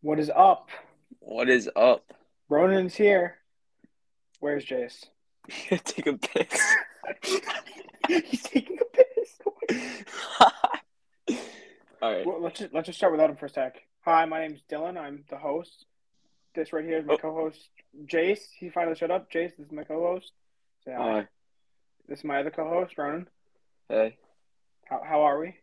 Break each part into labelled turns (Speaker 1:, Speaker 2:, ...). Speaker 1: What is up?
Speaker 2: What is up?
Speaker 1: Ronan's here. Where's Jace?
Speaker 2: Take a piss.
Speaker 1: He's taking a piss.
Speaker 2: All right.
Speaker 1: Well, let's just, let's just start without him for a sec. Hi, my name's Dylan. I'm the host. This right here is my
Speaker 2: Oh.
Speaker 1: co-host Jace. He finally showed up. Jace, this is my co-host. Say
Speaker 3: Uh,
Speaker 1: hi.
Speaker 2: Hi.
Speaker 1: this is my other co-host, Ronan.
Speaker 2: Hey.
Speaker 1: How, how are we?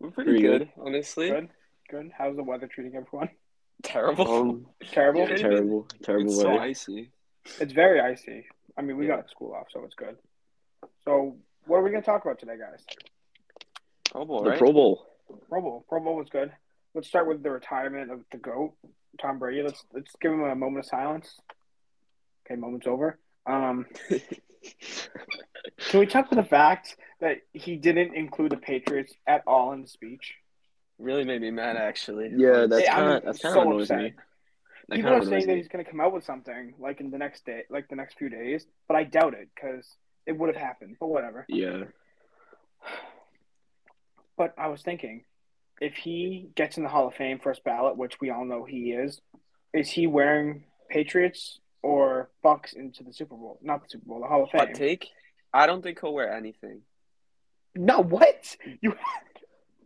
Speaker 2: We're pretty,
Speaker 3: Pretty
Speaker 2: good, honestly.
Speaker 1: Good. Good. How's the weather treating everyone?
Speaker 2: Terrible.
Speaker 3: Um,
Speaker 1: Terrible.
Speaker 2: Yeah.
Speaker 3: terrible, terrible
Speaker 2: it's
Speaker 3: weather.
Speaker 2: so icy.
Speaker 1: It's very icy. I mean, we
Speaker 2: Yeah.
Speaker 1: got school off, so it's good. So, what are we gonna talk about today, guys?
Speaker 2: Pro Bowl,
Speaker 3: the
Speaker 2: right?
Speaker 3: Pro Bowl.
Speaker 1: Pro Bowl. Pro Bowl was good. Let's start with the retirement of the goat, Tom Brady. Let's let's give him a moment of silence. Okay, moment's over. Um, can we talk about the fact that he didn't include the Patriots at all in the speech?
Speaker 2: really made me mad, actually.
Speaker 3: Yeah, that's
Speaker 1: Hey, I'm
Speaker 3: kind of that's kind of
Speaker 1: so
Speaker 3: annoys
Speaker 1: upset.
Speaker 3: me.
Speaker 1: People
Speaker 3: That kind
Speaker 1: are
Speaker 3: of annoys
Speaker 1: saying that
Speaker 3: me.
Speaker 1: he's going to come out with something like in the next day, like the next few days, but I doubt it because it would have happened. But whatever.
Speaker 3: Yeah,
Speaker 1: But I was thinking, if he gets in the Hall of Fame first ballot, which we all know he is, is he wearing Patriots or Bucks into the Super Bowl? Not the Super Bowl, the Hall of
Speaker 2: Hot
Speaker 1: Fame.
Speaker 2: take. I don't think he'll wear anything.
Speaker 1: No, what you?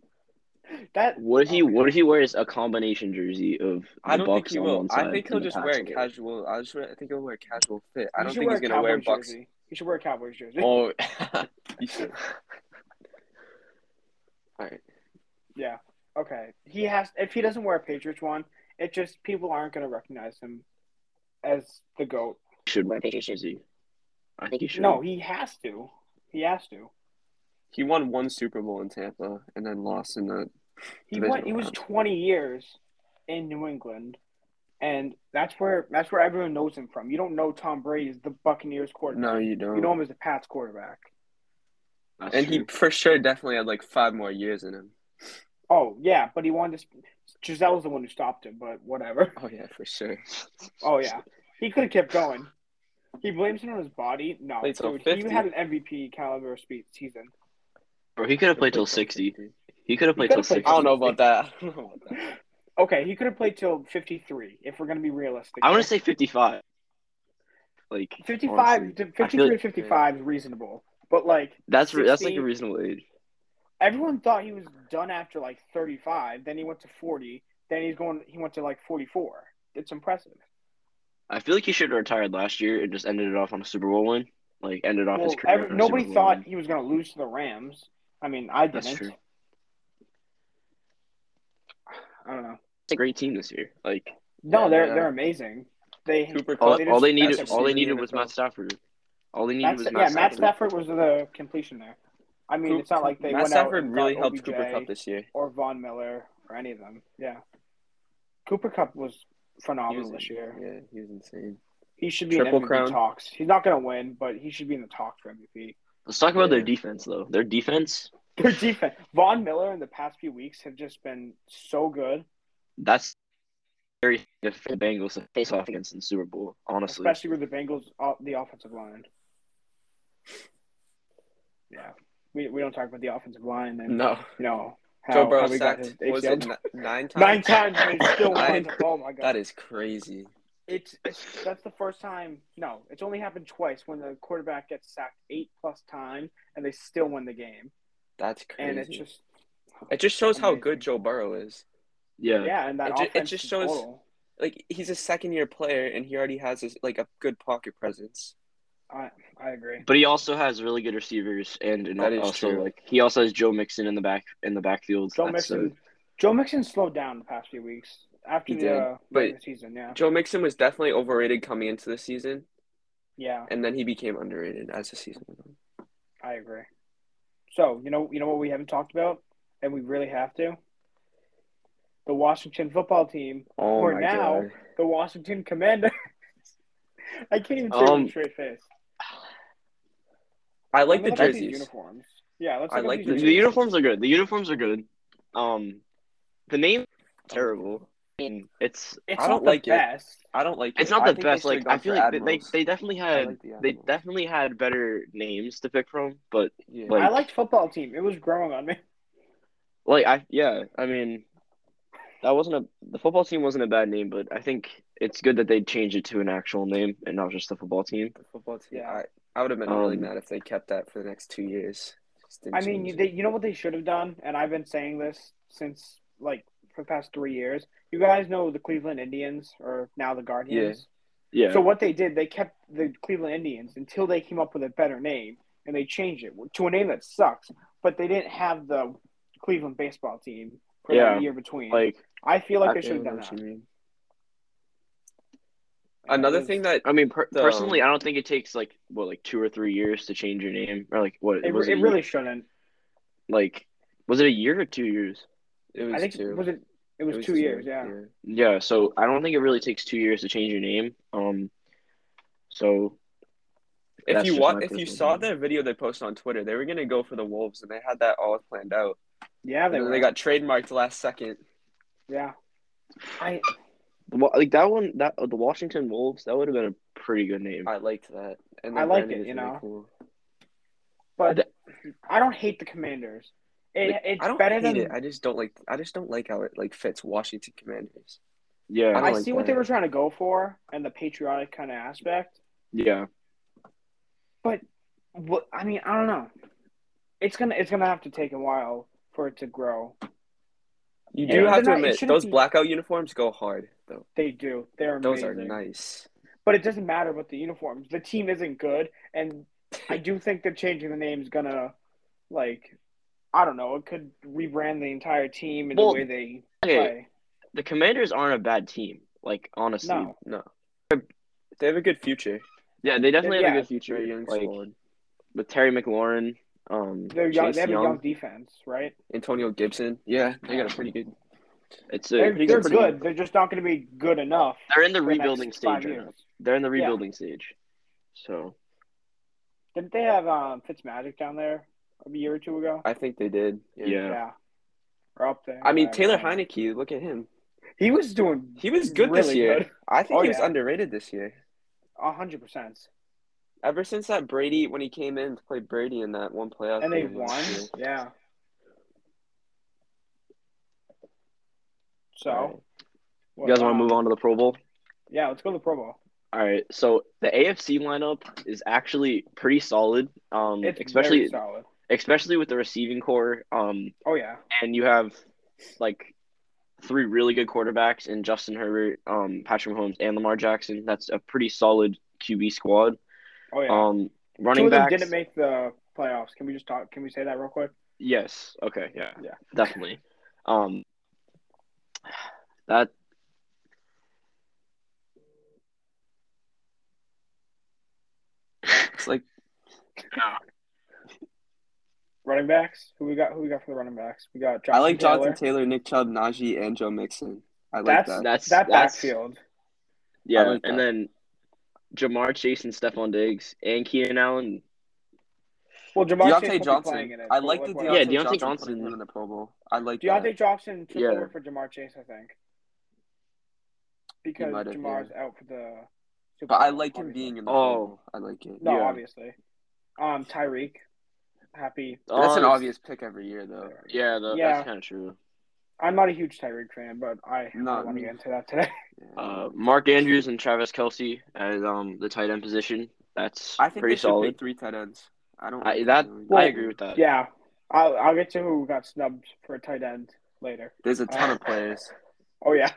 Speaker 1: that
Speaker 3: what if he
Speaker 1: Oh, yeah.
Speaker 3: what if he wears a combination jersey of
Speaker 2: I
Speaker 3: the
Speaker 2: don't think
Speaker 3: Bucks
Speaker 2: he
Speaker 3: on
Speaker 2: will.
Speaker 3: one side?
Speaker 2: I think he'll
Speaker 3: and the
Speaker 2: just wear a
Speaker 3: Pats
Speaker 2: casual. I just wear- I think he'll wear a casual fit. I
Speaker 1: he
Speaker 2: don't
Speaker 1: should
Speaker 2: think he's
Speaker 1: a
Speaker 2: gonna wear
Speaker 1: Cowboys
Speaker 2: Bucks. Oh.
Speaker 1: Jersey. He should wear a Cowboys jersey.
Speaker 2: Or you should. All right.
Speaker 1: Yeah. Okay. He has. If he doesn't wear a Patriots one, it just people aren't going to recognize him as the goat.
Speaker 3: should wear a Patriots jersey. I think he should.
Speaker 1: No, he has to. He has to.
Speaker 2: He won one Super Bowl in Tampa and then lost in the
Speaker 1: He
Speaker 2: Division
Speaker 1: went. He was
Speaker 2: round.
Speaker 1: twenty years in New England, and that's where that's where everyone knows him from. You don't know Tom Brady is the Buccaneers quarterback.
Speaker 2: No, you don't.
Speaker 1: You know him as the Pats quarterback.
Speaker 3: That's
Speaker 2: and he
Speaker 3: true.
Speaker 2: for sure definitely had like five more years in him.
Speaker 1: Oh yeah, but he wanted to. Giselle was the one who stopped him, but whatever.
Speaker 2: Oh yeah, for sure.
Speaker 1: Oh yeah, he could have kept going. He blames it on his body. No,
Speaker 2: Played till
Speaker 1: dude, he
Speaker 2: 50.
Speaker 1: had an MVP caliber spe- season.
Speaker 3: Bro, he could have played till sixty. He could have played till
Speaker 1: could've played-
Speaker 3: sixty.
Speaker 2: I don't know about that. I don't know about that.
Speaker 1: Okay, he could have played till 53, if we're going to be realistic.
Speaker 3: I want to say fifty-five. Like
Speaker 1: 55
Speaker 3: honestly.
Speaker 1: to
Speaker 3: I feel
Speaker 1: 53 to 55 is reasonable. But, like,
Speaker 3: That's re- that's like
Speaker 1: 60.
Speaker 3: a reasonable age.
Speaker 1: everyone thought he was done after, like, 35. Then he went to 40. Then he's going, he went to, like, 44. It's impressive.
Speaker 3: I feel like he should have retired last year and just ended it off on a Super Bowl win. Like ended off
Speaker 1: Well,
Speaker 3: his career.
Speaker 1: every,
Speaker 3: on a
Speaker 1: nobody
Speaker 3: Super Bowl
Speaker 1: thought
Speaker 3: win.
Speaker 1: he was going to lose to the Rams. I mean, I didn't.
Speaker 3: That's true.
Speaker 1: I don't know.
Speaker 3: It's a great team this year. Like
Speaker 1: No,
Speaker 2: Yeah,
Speaker 1: they're
Speaker 2: yeah.
Speaker 1: they're amazing. They
Speaker 2: Cooper
Speaker 3: all,
Speaker 2: Cup.
Speaker 1: just-
Speaker 3: all they
Speaker 1: that's
Speaker 3: needed,
Speaker 1: a
Speaker 3: all they
Speaker 1: season
Speaker 3: needed
Speaker 1: in
Speaker 3: was
Speaker 1: itself.
Speaker 3: Matt Stafford. All they needed
Speaker 1: Matt,
Speaker 3: was
Speaker 1: yeah,
Speaker 3: Matt
Speaker 1: Matt
Speaker 3: Stafford.
Speaker 1: Stafford was the completion there. I mean, it's not like they
Speaker 2: Matt
Speaker 1: went out
Speaker 2: Stafford
Speaker 1: and
Speaker 2: really
Speaker 1: got
Speaker 2: helped
Speaker 1: OBJ.
Speaker 2: Cooper Cup this year.
Speaker 1: or Von Miller or any of them. Yeah. Cooper Cup was
Speaker 2: He
Speaker 1: phenomenal
Speaker 2: was
Speaker 1: this year.
Speaker 2: Yeah, he was insane.
Speaker 1: He should be
Speaker 2: Triple
Speaker 1: in MVP
Speaker 2: crown.
Speaker 1: talks. He's not going to win, but he should be in the talks for MVP.
Speaker 3: Let's talk about
Speaker 2: Yeah.
Speaker 3: their defense, though. Their defense.
Speaker 1: Their defense, Von Miller, in the past few weeks have just been so good,
Speaker 3: That's very good for the Bengals to face off against in the Super Bowl. Honestly,
Speaker 1: especially with the Bengals, uh, the offensive line. Yeah, we, we don't talk about the offensive line and
Speaker 2: No,
Speaker 1: you know how,
Speaker 2: Joe Burrow
Speaker 1: how we got
Speaker 2: sacked
Speaker 1: his
Speaker 2: was
Speaker 1: ACL
Speaker 2: it ni- nine times?
Speaker 1: nine times and they still won.
Speaker 2: Nine.
Speaker 1: Oh my god,
Speaker 2: That is crazy.
Speaker 1: It's, it's that's the first time. No, it's only happened twice when the quarterback gets sacked eight plus times and they still win the game.
Speaker 2: That's crazy.
Speaker 1: And it's just
Speaker 2: it just shows how
Speaker 1: amazing.
Speaker 2: good Joe Burrow is.
Speaker 3: yeah.
Speaker 1: yeah, and that
Speaker 2: It ju- it
Speaker 1: offense
Speaker 2: just
Speaker 1: in
Speaker 2: shows-
Speaker 1: total,
Speaker 2: Like he's a second year player and he already has his, like a good pocket presence.
Speaker 1: I I agree.
Speaker 3: But he also has really good receivers, and, and
Speaker 2: That is
Speaker 3: also
Speaker 2: true.
Speaker 3: like he also has Joe Mixon in the back in the backfield.
Speaker 1: Joe
Speaker 3: That's, uh,
Speaker 1: Mixon, Joe Mixon slowed down the past few weeks after
Speaker 2: He
Speaker 1: the
Speaker 2: did,
Speaker 1: uh,
Speaker 2: but-
Speaker 1: regular season. Yeah,
Speaker 2: Joe Mixon was definitely overrated coming into the season,
Speaker 1: yeah,
Speaker 2: and then he became underrated as the season went on.
Speaker 1: I agree. So you know you know what we haven't talked about, and we really have to. The Washington football team,
Speaker 2: Oh
Speaker 1: For
Speaker 2: my
Speaker 1: now,
Speaker 2: god.
Speaker 1: the Washington Commanders. I can't even say it
Speaker 3: Um,
Speaker 1: with a straight face.
Speaker 2: I
Speaker 1: Let
Speaker 2: like
Speaker 1: me
Speaker 2: the
Speaker 1: look at these
Speaker 2: jerseys.
Speaker 1: uniforms. Yeah, let's
Speaker 2: I
Speaker 1: look at
Speaker 2: like
Speaker 1: these
Speaker 3: the, the uniforms are good. The uniforms are good. Um, the name terrible. I mean, it's
Speaker 1: It's
Speaker 2: I don't
Speaker 1: not
Speaker 2: like
Speaker 1: the
Speaker 2: it.
Speaker 1: best.
Speaker 2: I don't like.
Speaker 3: it's
Speaker 2: it.
Speaker 3: not
Speaker 2: I
Speaker 3: the
Speaker 2: think they
Speaker 3: best.
Speaker 2: should've
Speaker 3: Like
Speaker 2: gone
Speaker 3: I
Speaker 2: for
Speaker 3: feel like they, they
Speaker 2: Admirals.
Speaker 3: they definitely
Speaker 2: I
Speaker 3: had
Speaker 2: like the
Speaker 3: they
Speaker 2: Admirals.
Speaker 3: definitely had better names to pick from, but
Speaker 2: Yeah.
Speaker 3: like-
Speaker 1: I liked football team. It was growing on me.
Speaker 3: Like I yeah, I mean That wasn't a the football team wasn't a bad name, but I think it's good that they changed it to an actual name and not just the football team.
Speaker 2: The football team.
Speaker 1: Yeah.
Speaker 2: I, I would have been really
Speaker 3: Um,
Speaker 2: mad if they kept that for the next two years. Just didn't
Speaker 1: I mean,
Speaker 2: change
Speaker 1: you,
Speaker 2: it.
Speaker 1: they, you know what they should have done, and I've been saying this since like for the past three years. You guys know the Cleveland Indians, or now the Guardians.
Speaker 3: Yeah.
Speaker 1: So what they did, they kept the Cleveland Indians until they came up with a better name, and they changed it to a name that sucks. But they didn't have the Cleveland baseball team for
Speaker 3: Yeah,
Speaker 1: that year between.
Speaker 3: like
Speaker 1: I feel like
Speaker 2: I
Speaker 1: they should have
Speaker 2: know
Speaker 1: done
Speaker 2: what
Speaker 1: that.
Speaker 2: you mean. Another
Speaker 1: It
Speaker 2: thing
Speaker 1: was-
Speaker 2: that
Speaker 3: I mean, per-
Speaker 2: The-
Speaker 3: personally, I don't think it takes like what like two or three years to change your name or like what
Speaker 1: it,
Speaker 3: was
Speaker 1: it really shouldn't.
Speaker 3: like was it a year or two years?
Speaker 2: it was
Speaker 1: I think
Speaker 2: two.
Speaker 1: was it. It was, two, years, yeah.
Speaker 3: Yeah, so I don't think it really takes two years to change your name. Um, so
Speaker 2: If
Speaker 3: That's
Speaker 2: you
Speaker 3: just
Speaker 2: wa-
Speaker 3: my
Speaker 2: if you
Speaker 3: personal
Speaker 2: saw
Speaker 3: opinion.
Speaker 2: their video they posted on Twitter, they were gonna go for the Wolves, and they had that all planned out.
Speaker 1: Yeah,
Speaker 2: And
Speaker 1: they,
Speaker 2: then
Speaker 1: were.
Speaker 2: they got trademarked last second.
Speaker 1: yeah. I
Speaker 3: wa- like that one, that the Washington Wolves, that would have been a pretty good name.
Speaker 2: I liked that. And
Speaker 1: I
Speaker 2: the
Speaker 1: like
Speaker 2: branding
Speaker 1: it,
Speaker 2: is
Speaker 1: you
Speaker 2: really
Speaker 1: know?
Speaker 2: cool.
Speaker 1: but I don't hate the Commanders. It,
Speaker 2: Like,
Speaker 1: it's
Speaker 2: I don't
Speaker 1: better
Speaker 2: hate
Speaker 1: than
Speaker 2: it. I just don't like. I just don't like how it like fits Washington Commanders.
Speaker 3: yeah,
Speaker 2: I
Speaker 1: I,
Speaker 2: don't like
Speaker 1: see what they
Speaker 2: that.
Speaker 1: were trying to go for and the patriotic kind of aspect.
Speaker 3: yeah,
Speaker 1: What I mean, I don't know. It's gonna it's gonna have to take a while for it to grow. Yeah,
Speaker 2: You do
Speaker 1: they're
Speaker 2: have to
Speaker 1: not- it
Speaker 2: admit
Speaker 1: shouldn't
Speaker 2: those
Speaker 1: be-
Speaker 2: blackout uniforms go hard though.
Speaker 1: They do. They're
Speaker 2: Those
Speaker 1: amazing.
Speaker 2: are nice.
Speaker 1: But it doesn't matter about the uniforms. The team isn't good, and I do think that changing the name is gonna like. I don't know. It could rebrand the entire team and
Speaker 3: Well,
Speaker 1: the way they
Speaker 3: okay.
Speaker 1: play.
Speaker 3: The Commanders aren't a bad team. Like honestly,
Speaker 1: No,
Speaker 2: No, they have a good future.
Speaker 3: yeah, they definitely have
Speaker 1: Yeah.
Speaker 3: a good future.
Speaker 2: Very young
Speaker 3: like
Speaker 2: squad.
Speaker 3: with Terry McLaurin, um,
Speaker 1: they're young.
Speaker 3: Chase
Speaker 1: they have
Speaker 3: Young,
Speaker 1: a young defense, right?
Speaker 2: Antonio Gibson. Yeah, they got a pretty good.
Speaker 3: it's a,
Speaker 1: They're,
Speaker 3: pretty
Speaker 1: they're
Speaker 3: pretty-
Speaker 1: good. They're just not going to be good enough.
Speaker 3: They're in the
Speaker 1: for next
Speaker 3: rebuilding
Speaker 1: five
Speaker 3: stage. Right now.
Speaker 1: years.
Speaker 3: They're in the
Speaker 1: Yeah.
Speaker 3: rebuilding stage. So
Speaker 1: Didn't they have um, Fitzmagic down there a year or two ago?
Speaker 2: I think they did.
Speaker 3: yeah,
Speaker 1: Or up there.
Speaker 2: I mean, Taylor
Speaker 1: whatever.
Speaker 2: Heineke. Look at him.
Speaker 1: He was doing
Speaker 2: He was good this
Speaker 1: Really
Speaker 2: year.
Speaker 1: good.
Speaker 2: I think
Speaker 1: Oh,
Speaker 2: he was
Speaker 1: yeah.
Speaker 2: underrated this year.
Speaker 1: hundred percent.
Speaker 2: Ever since that Brady, when he came in to play Brady in that one playoff,
Speaker 1: And they
Speaker 2: game
Speaker 1: won.
Speaker 2: last year.
Speaker 1: Yeah. So
Speaker 2: Alright.
Speaker 1: what-
Speaker 3: you guys want
Speaker 1: um,
Speaker 3: to move on to the Pro Bowl?
Speaker 1: Yeah, let's go to the Pro Bowl.
Speaker 3: All right, so the AFC lineup is actually pretty solid, um,
Speaker 1: It's
Speaker 3: especially
Speaker 1: very solid.
Speaker 3: especially with the receiving core. Um,
Speaker 1: Oh yeah.
Speaker 3: and you have like three really good quarterbacks in Justin Herbert, um, Patrick Mahomes, and Lamar Jackson. That's a pretty solid QB squad.
Speaker 1: Oh yeah.
Speaker 3: Um,
Speaker 1: Two
Speaker 3: running
Speaker 1: of them
Speaker 3: backs,
Speaker 1: didn't make the playoffs. Can we just talk? Can we say that real quick?
Speaker 3: yes, okay, yeah,
Speaker 1: Yeah.
Speaker 3: definitely. Um, that
Speaker 2: It's like
Speaker 1: Running backs. Who we got? Who we got for the running backs? We got. Jonathan
Speaker 2: I like
Speaker 1: Taylor.
Speaker 2: Jonathan Taylor, Nick Chubb, Najee, and Joe Mixon. I like
Speaker 1: That's
Speaker 2: that.
Speaker 3: that's
Speaker 1: that
Speaker 3: that's
Speaker 1: backfield.
Speaker 3: Yeah,
Speaker 2: like
Speaker 3: and
Speaker 2: that.
Speaker 3: then Jamar Chase and Stephon Diggs and Keenan Allen.
Speaker 1: Well, Jamar Chase won't
Speaker 2: Deontay
Speaker 1: be playing
Speaker 2: Johnson.
Speaker 1: in it,
Speaker 2: I
Speaker 1: but
Speaker 2: like the
Speaker 1: what-
Speaker 2: Deontay,
Speaker 3: Yeah, Deontay
Speaker 2: Johnson,
Speaker 3: Johnson.
Speaker 2: putting him in the Pro Bowl. I like
Speaker 1: Deontay
Speaker 2: that.
Speaker 1: Johnson took
Speaker 3: Yeah.
Speaker 1: over for Jamar Chase, I think, because
Speaker 2: might have,
Speaker 1: Jamar's out for the. Super
Speaker 2: But I
Speaker 1: Bowl,
Speaker 2: like him
Speaker 1: obviously.
Speaker 2: being in the Pro
Speaker 3: Oh.
Speaker 2: Bowl. I like it.
Speaker 1: No,
Speaker 3: yeah.
Speaker 1: obviously. Um, Tyreek, happy.
Speaker 2: That's an
Speaker 3: Oh,
Speaker 2: obvious pick every year, though.
Speaker 3: Yeah, tho-
Speaker 1: Yeah.
Speaker 3: that's kind of true.
Speaker 1: I'm not a huge Tyreek fan, but I
Speaker 2: No,
Speaker 1: want
Speaker 2: me-
Speaker 1: to get into that today.
Speaker 2: Yeah.
Speaker 3: Uh, Mark Andrews and Travis Kelsey as um the tight end position. That's
Speaker 2: I think
Speaker 3: pretty
Speaker 2: they should pick
Speaker 3: solid.
Speaker 2: three tight ends. I don't.
Speaker 3: I,
Speaker 2: like
Speaker 3: that
Speaker 2: them.
Speaker 3: I agree with that.
Speaker 1: yeah, I'll I'll get to who got snubbed for a tight end later.
Speaker 2: There's a ton of players.
Speaker 1: Oh yeah,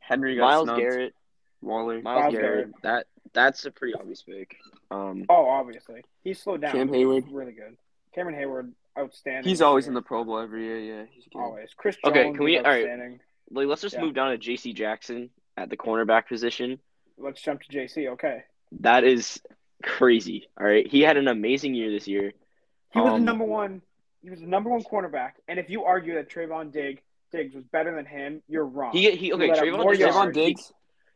Speaker 2: Henry got
Speaker 3: Miles
Speaker 2: snubbed.
Speaker 3: Garrett,
Speaker 2: Waller.
Speaker 3: Miles,
Speaker 1: Miles
Speaker 3: Garrett. That that's a pretty obvious pick. Um,
Speaker 1: oh obviously he slowed down.
Speaker 2: Cam
Speaker 1: but
Speaker 2: Hayward.
Speaker 1: he's really good. Cameron Hayward, outstanding.
Speaker 2: He's always in the Pro Bowl every year. Yeah, he's good.
Speaker 1: always. Chris Jones,
Speaker 3: Okay,
Speaker 1: can
Speaker 3: can
Speaker 1: we,
Speaker 3: we- all right.
Speaker 1: outstanding.
Speaker 3: like, let's just
Speaker 1: Yeah.
Speaker 3: move down to J.C. Jackson at the cornerback position.
Speaker 1: Let's jump to JC. Okay,
Speaker 3: That is crazy. All right, he had an amazing year this year.
Speaker 1: He was the
Speaker 3: Um,
Speaker 1: number one. He was the number one cornerback. And if you argue that Trayvon Dig, Diggs was better than him, you're wrong.
Speaker 3: He he okay.
Speaker 1: let up
Speaker 3: Trayvon,
Speaker 1: more
Speaker 3: Diggs-
Speaker 1: yards.
Speaker 2: Trayvon Diggs.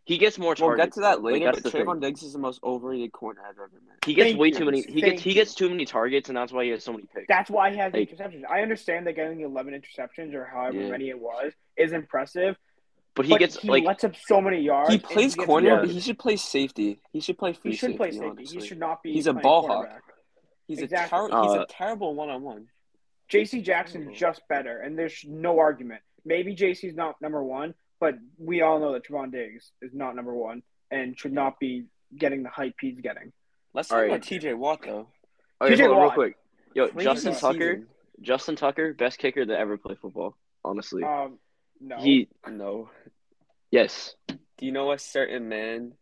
Speaker 3: He gets more
Speaker 2: We'll
Speaker 3: targets.
Speaker 2: get to that
Speaker 3: Like,
Speaker 2: later,
Speaker 3: that's
Speaker 2: but
Speaker 3: the thing.
Speaker 2: Trayvon Diggs is the most overrated corner I've ever met.
Speaker 3: He gets
Speaker 1: Thank
Speaker 3: way
Speaker 1: you.
Speaker 3: too many. He
Speaker 1: Thank
Speaker 3: gets he
Speaker 1: you.
Speaker 3: gets too many targets, and that's why he has so many picks.
Speaker 1: That's why he has the
Speaker 3: Like-
Speaker 1: interceptions. I understand that getting the 11 interceptions or however
Speaker 2: Yeah.
Speaker 1: many it was is impressive.
Speaker 3: but he
Speaker 1: but
Speaker 3: gets like
Speaker 1: lets up so many yards.
Speaker 2: He
Speaker 1: and
Speaker 2: plays
Speaker 1: gets
Speaker 2: corner,
Speaker 3: Yeah.
Speaker 2: but he should play safety. He should play free
Speaker 1: He should
Speaker 2: safety.
Speaker 1: play safety.
Speaker 2: honestly.
Speaker 1: He should not be.
Speaker 2: He's a
Speaker 1: playing
Speaker 2: ball hawk.
Speaker 1: quarterback.
Speaker 2: He's a
Speaker 1: Exactly.
Speaker 2: ter- he's
Speaker 3: Uh,
Speaker 2: a terrible one on one.
Speaker 1: J.C. Jackson's
Speaker 2: Mhm.
Speaker 1: just better, and there's no argument. maybe JC's not number one, but we all know that Javon Diggs is not number one and should not be getting the hype he's getting.
Speaker 2: Let's
Speaker 3: All
Speaker 2: talk
Speaker 3: right.
Speaker 2: about TJ Watt though.
Speaker 3: Okay,
Speaker 1: TJ
Speaker 3: hold on, real
Speaker 1: Watt.
Speaker 3: quick. Yo,
Speaker 2: Crazy
Speaker 3: Justin
Speaker 1: season.
Speaker 3: Tucker, Justin Tucker, best kicker to ever play football. Honestly,
Speaker 1: Um, no,
Speaker 3: he
Speaker 2: No.
Speaker 3: yes.
Speaker 2: Do you know a certain man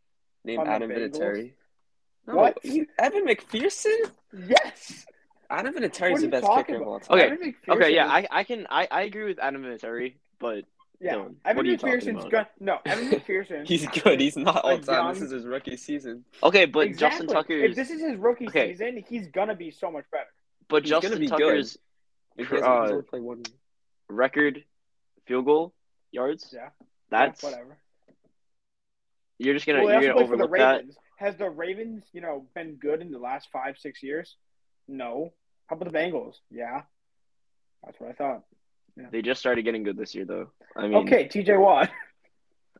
Speaker 2: named
Speaker 1: On the
Speaker 2: Adam
Speaker 1: Bengals?
Speaker 2: Vinatieri? No,
Speaker 1: What?
Speaker 2: you- Evan McPherson?
Speaker 1: yes.
Speaker 2: Adam
Speaker 1: What
Speaker 2: Vinatieri
Speaker 1: are
Speaker 2: is the
Speaker 1: you
Speaker 2: best
Speaker 1: talking
Speaker 2: kicker of all time.
Speaker 3: Okay.
Speaker 1: Evan McPherson
Speaker 3: Okay, yeah,
Speaker 1: is-
Speaker 3: I, I can I, I agree with Adam Vinatieri, but
Speaker 1: yeah.
Speaker 3: Dylan,
Speaker 1: Evan
Speaker 3: what are you talking
Speaker 1: McPherson's
Speaker 3: about?
Speaker 1: good. No, Evan McPherson.
Speaker 2: He's good. He's not all
Speaker 1: Like
Speaker 2: time.
Speaker 1: young-
Speaker 2: This is his rookie season.
Speaker 3: okay, but Justin
Speaker 1: Exactly.
Speaker 3: Tucker
Speaker 1: If
Speaker 3: is
Speaker 1: this is his rookie
Speaker 3: Okay.
Speaker 1: season, he's gonna be so much better.
Speaker 3: but
Speaker 2: he's gonna
Speaker 3: Justin
Speaker 2: be good.
Speaker 3: Tucker's
Speaker 2: He
Speaker 3: Cr-
Speaker 2: has-
Speaker 3: uh,
Speaker 2: he's only played one.
Speaker 3: record field goal yards.
Speaker 1: Yeah.
Speaker 3: That's
Speaker 1: yeah, whatever.
Speaker 3: you're just gonna
Speaker 1: well, he
Speaker 3: you're
Speaker 1: also
Speaker 3: gonna
Speaker 1: played for the
Speaker 3: overlook that.
Speaker 1: Ravens. Has the Ravens, you know, been good in the last five, six years? No. How about the Bengals? Yeah. That's what I thought.
Speaker 3: They just started getting good this year though. I mean
Speaker 1: okay, TJ Watt.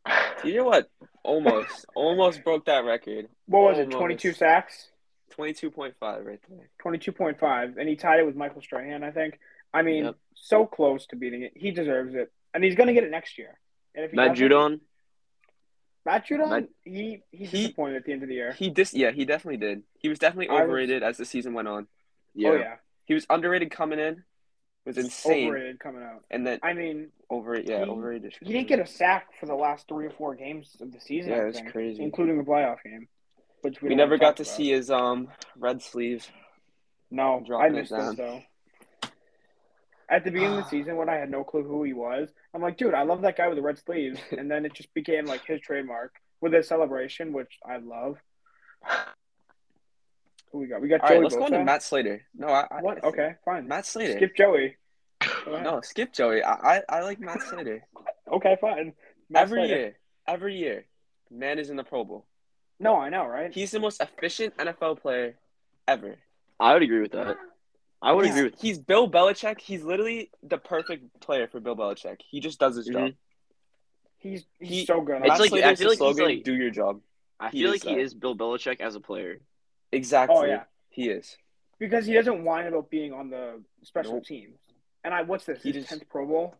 Speaker 2: You know what? Almost, almost broke that record.
Speaker 1: What was it?
Speaker 2: Almost.
Speaker 1: Twenty two sacks?
Speaker 2: Twenty-two point five right there.
Speaker 1: Twenty two point five. And he tied it with Michael Strahan, I think. I mean,
Speaker 3: Yep.
Speaker 1: so close to beating it. He deserves it. And he's gonna get it next year. And if he
Speaker 3: Matt
Speaker 1: doesn't-
Speaker 3: Judon,
Speaker 1: Matt Judon,
Speaker 3: Matt-
Speaker 1: he he
Speaker 2: He-
Speaker 1: disappointed at the end of the year.
Speaker 2: He dis, yeah, he definitely did. He was definitely
Speaker 1: I was-
Speaker 2: overrated as the season went on.
Speaker 3: yeah.
Speaker 1: Oh yeah.
Speaker 2: He was underrated coming in, was insane,
Speaker 1: Overrated coming out.
Speaker 2: and then
Speaker 1: I mean,
Speaker 2: over, yeah,
Speaker 1: He-
Speaker 2: overrated.
Speaker 1: he didn't get a sack for the last three or four games of the season.
Speaker 2: Yeah,
Speaker 1: I
Speaker 2: that's
Speaker 1: think,
Speaker 2: crazy.
Speaker 1: Including the playoff game, which we,
Speaker 2: we
Speaker 1: don't
Speaker 2: never
Speaker 1: wanna
Speaker 2: got
Speaker 1: talk
Speaker 2: to
Speaker 1: about.
Speaker 2: see his um red sleeve.
Speaker 1: No, I
Speaker 2: dropping it
Speaker 1: missed it
Speaker 2: down.
Speaker 1: though. At the beginning of the season, when I had no clue who he was, I'm like, dude, I love that guy with the red sleeves, and then it just became like his trademark with his celebration, which I love. Who we got? We got
Speaker 2: All
Speaker 1: Joey.
Speaker 2: right, let's go on to
Speaker 1: Bosa?
Speaker 2: Matt Slater. No, I, I
Speaker 1: What? Okay, fine.
Speaker 2: Matt Slater.
Speaker 1: Skip Joey. Go ahead.
Speaker 2: no, skip Joey. I, I, I like Matt Slater.
Speaker 1: Okay, fine. Matt
Speaker 2: every
Speaker 1: Slater.
Speaker 2: year, every year, man is in the Pro Bowl.
Speaker 1: No, I know, right?
Speaker 2: He's the most efficient NFL player ever.
Speaker 3: I would agree with that. I would
Speaker 2: he's,
Speaker 3: agree with
Speaker 2: He's Bill Belichick. He's literally the perfect player for Bill Belichick. He just does his job.
Speaker 1: He's he's
Speaker 2: He-
Speaker 1: so good.
Speaker 3: It's
Speaker 2: Matt
Speaker 3: like-
Speaker 2: Slater's
Speaker 3: I feel
Speaker 2: the
Speaker 3: like he's
Speaker 2: slogan,
Speaker 3: like-
Speaker 2: "Do your job."
Speaker 3: I
Speaker 2: He
Speaker 3: feel like
Speaker 2: is
Speaker 3: he
Speaker 2: that.
Speaker 3: is Bill Belichick as a player.
Speaker 2: Exactly.
Speaker 1: Oh, yeah.
Speaker 2: He is.
Speaker 1: because he doesn't whine about being on the special
Speaker 2: Nope.
Speaker 1: teams. And I what's this?
Speaker 2: He
Speaker 1: his
Speaker 2: just-
Speaker 1: tenth Pro Bowl.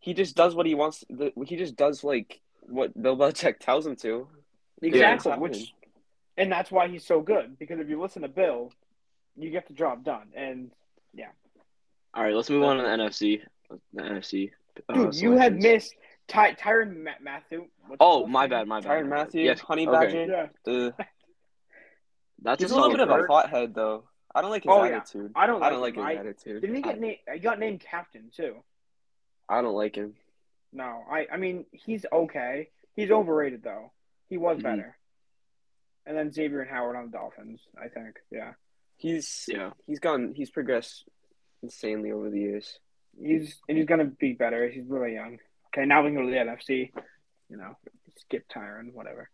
Speaker 2: He just does what he wants. The, he just does like what Bill Belichick tells him to.
Speaker 1: Exactly.
Speaker 2: Yeah.
Speaker 1: which, and that's why he's so good because if you listen to Bill, you get the job done. And
Speaker 3: All right, let's move on to the NFC. The NFC. uh,
Speaker 1: dude, you had
Speaker 3: selections.
Speaker 1: missed Ty Tyron Ma- Matthew. what's
Speaker 3: Oh,
Speaker 1: his
Speaker 3: my
Speaker 1: name?
Speaker 3: bad, my bad.
Speaker 2: Tyron
Speaker 3: my bad.
Speaker 2: Matthew,
Speaker 3: Yes,
Speaker 2: Honey
Speaker 3: okay.
Speaker 2: Badger.
Speaker 1: Yeah,
Speaker 2: Uh,
Speaker 3: that's
Speaker 2: he's
Speaker 3: a
Speaker 2: a little
Speaker 3: solid
Speaker 2: bit of a
Speaker 3: bird.
Speaker 2: hothead, though. I don't like his
Speaker 1: Oh, yeah.
Speaker 2: attitude.
Speaker 1: I don't. Like
Speaker 2: I don't like
Speaker 1: him.
Speaker 2: his
Speaker 1: I-
Speaker 2: attitude.
Speaker 1: didn't he
Speaker 2: I-
Speaker 1: get named? He got named captain too.
Speaker 2: I don't like him.
Speaker 1: No, I. I mean, he's okay. He's overrated though. He was
Speaker 3: Mhm.
Speaker 1: better. And then Xavier and Howard on the Dolphins. I think. Yeah.
Speaker 2: He's
Speaker 3: Yeah.
Speaker 2: he's gone. He's progressed insanely over the years.
Speaker 1: He's and he's gonna be better. He's really young. Okay, now we can go to the NFC. You know, skip Tyron, whatever.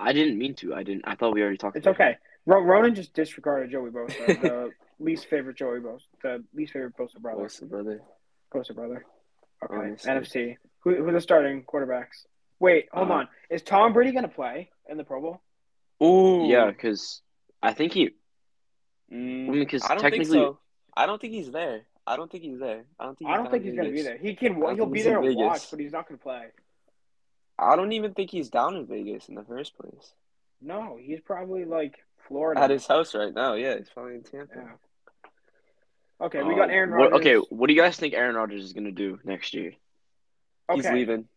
Speaker 3: I didn't mean to. I didn't. I thought we already talked.
Speaker 1: It's
Speaker 3: about it.
Speaker 1: okay. Ro- Ronan just disregarded Joey Bosa, the least favorite Joey Bosa, the least favorite Bosa brother.
Speaker 2: What's the brother?
Speaker 1: Bosa brother. Okay,
Speaker 2: Honestly.
Speaker 1: NFC. Who who are the starting quarterbacks? Wait, hold
Speaker 3: Uh,
Speaker 1: on. Is Tom Brady gonna play in the Pro Bowl?
Speaker 2: Ooh,
Speaker 3: Yeah, because I think he. I
Speaker 2: Mm,
Speaker 3: mean, because
Speaker 2: I don't think
Speaker 3: technically,
Speaker 2: so. I don't think he's there. I don't think he's there. I don't think.
Speaker 1: I don't
Speaker 2: down
Speaker 1: think
Speaker 2: in
Speaker 1: he's gonna be
Speaker 2: Vegas.
Speaker 1: there. He can.
Speaker 2: I don't
Speaker 1: He'll
Speaker 2: think
Speaker 1: be
Speaker 2: he's in
Speaker 1: there and watch,
Speaker 2: Vegas.
Speaker 1: but he's not gonna play.
Speaker 2: I don't even think he's down in Vegas in the first place.
Speaker 1: No, he's probably like Florida.
Speaker 2: At his house right now, yeah, he's probably in Tampa.
Speaker 1: Yeah. Okay, we got
Speaker 3: uh,
Speaker 1: Aaron
Speaker 3: what-
Speaker 1: Rodgers.
Speaker 3: okay, what do you guys think Aaron Rodgers is gonna do next year?
Speaker 2: He's
Speaker 1: Okay.
Speaker 2: leaving.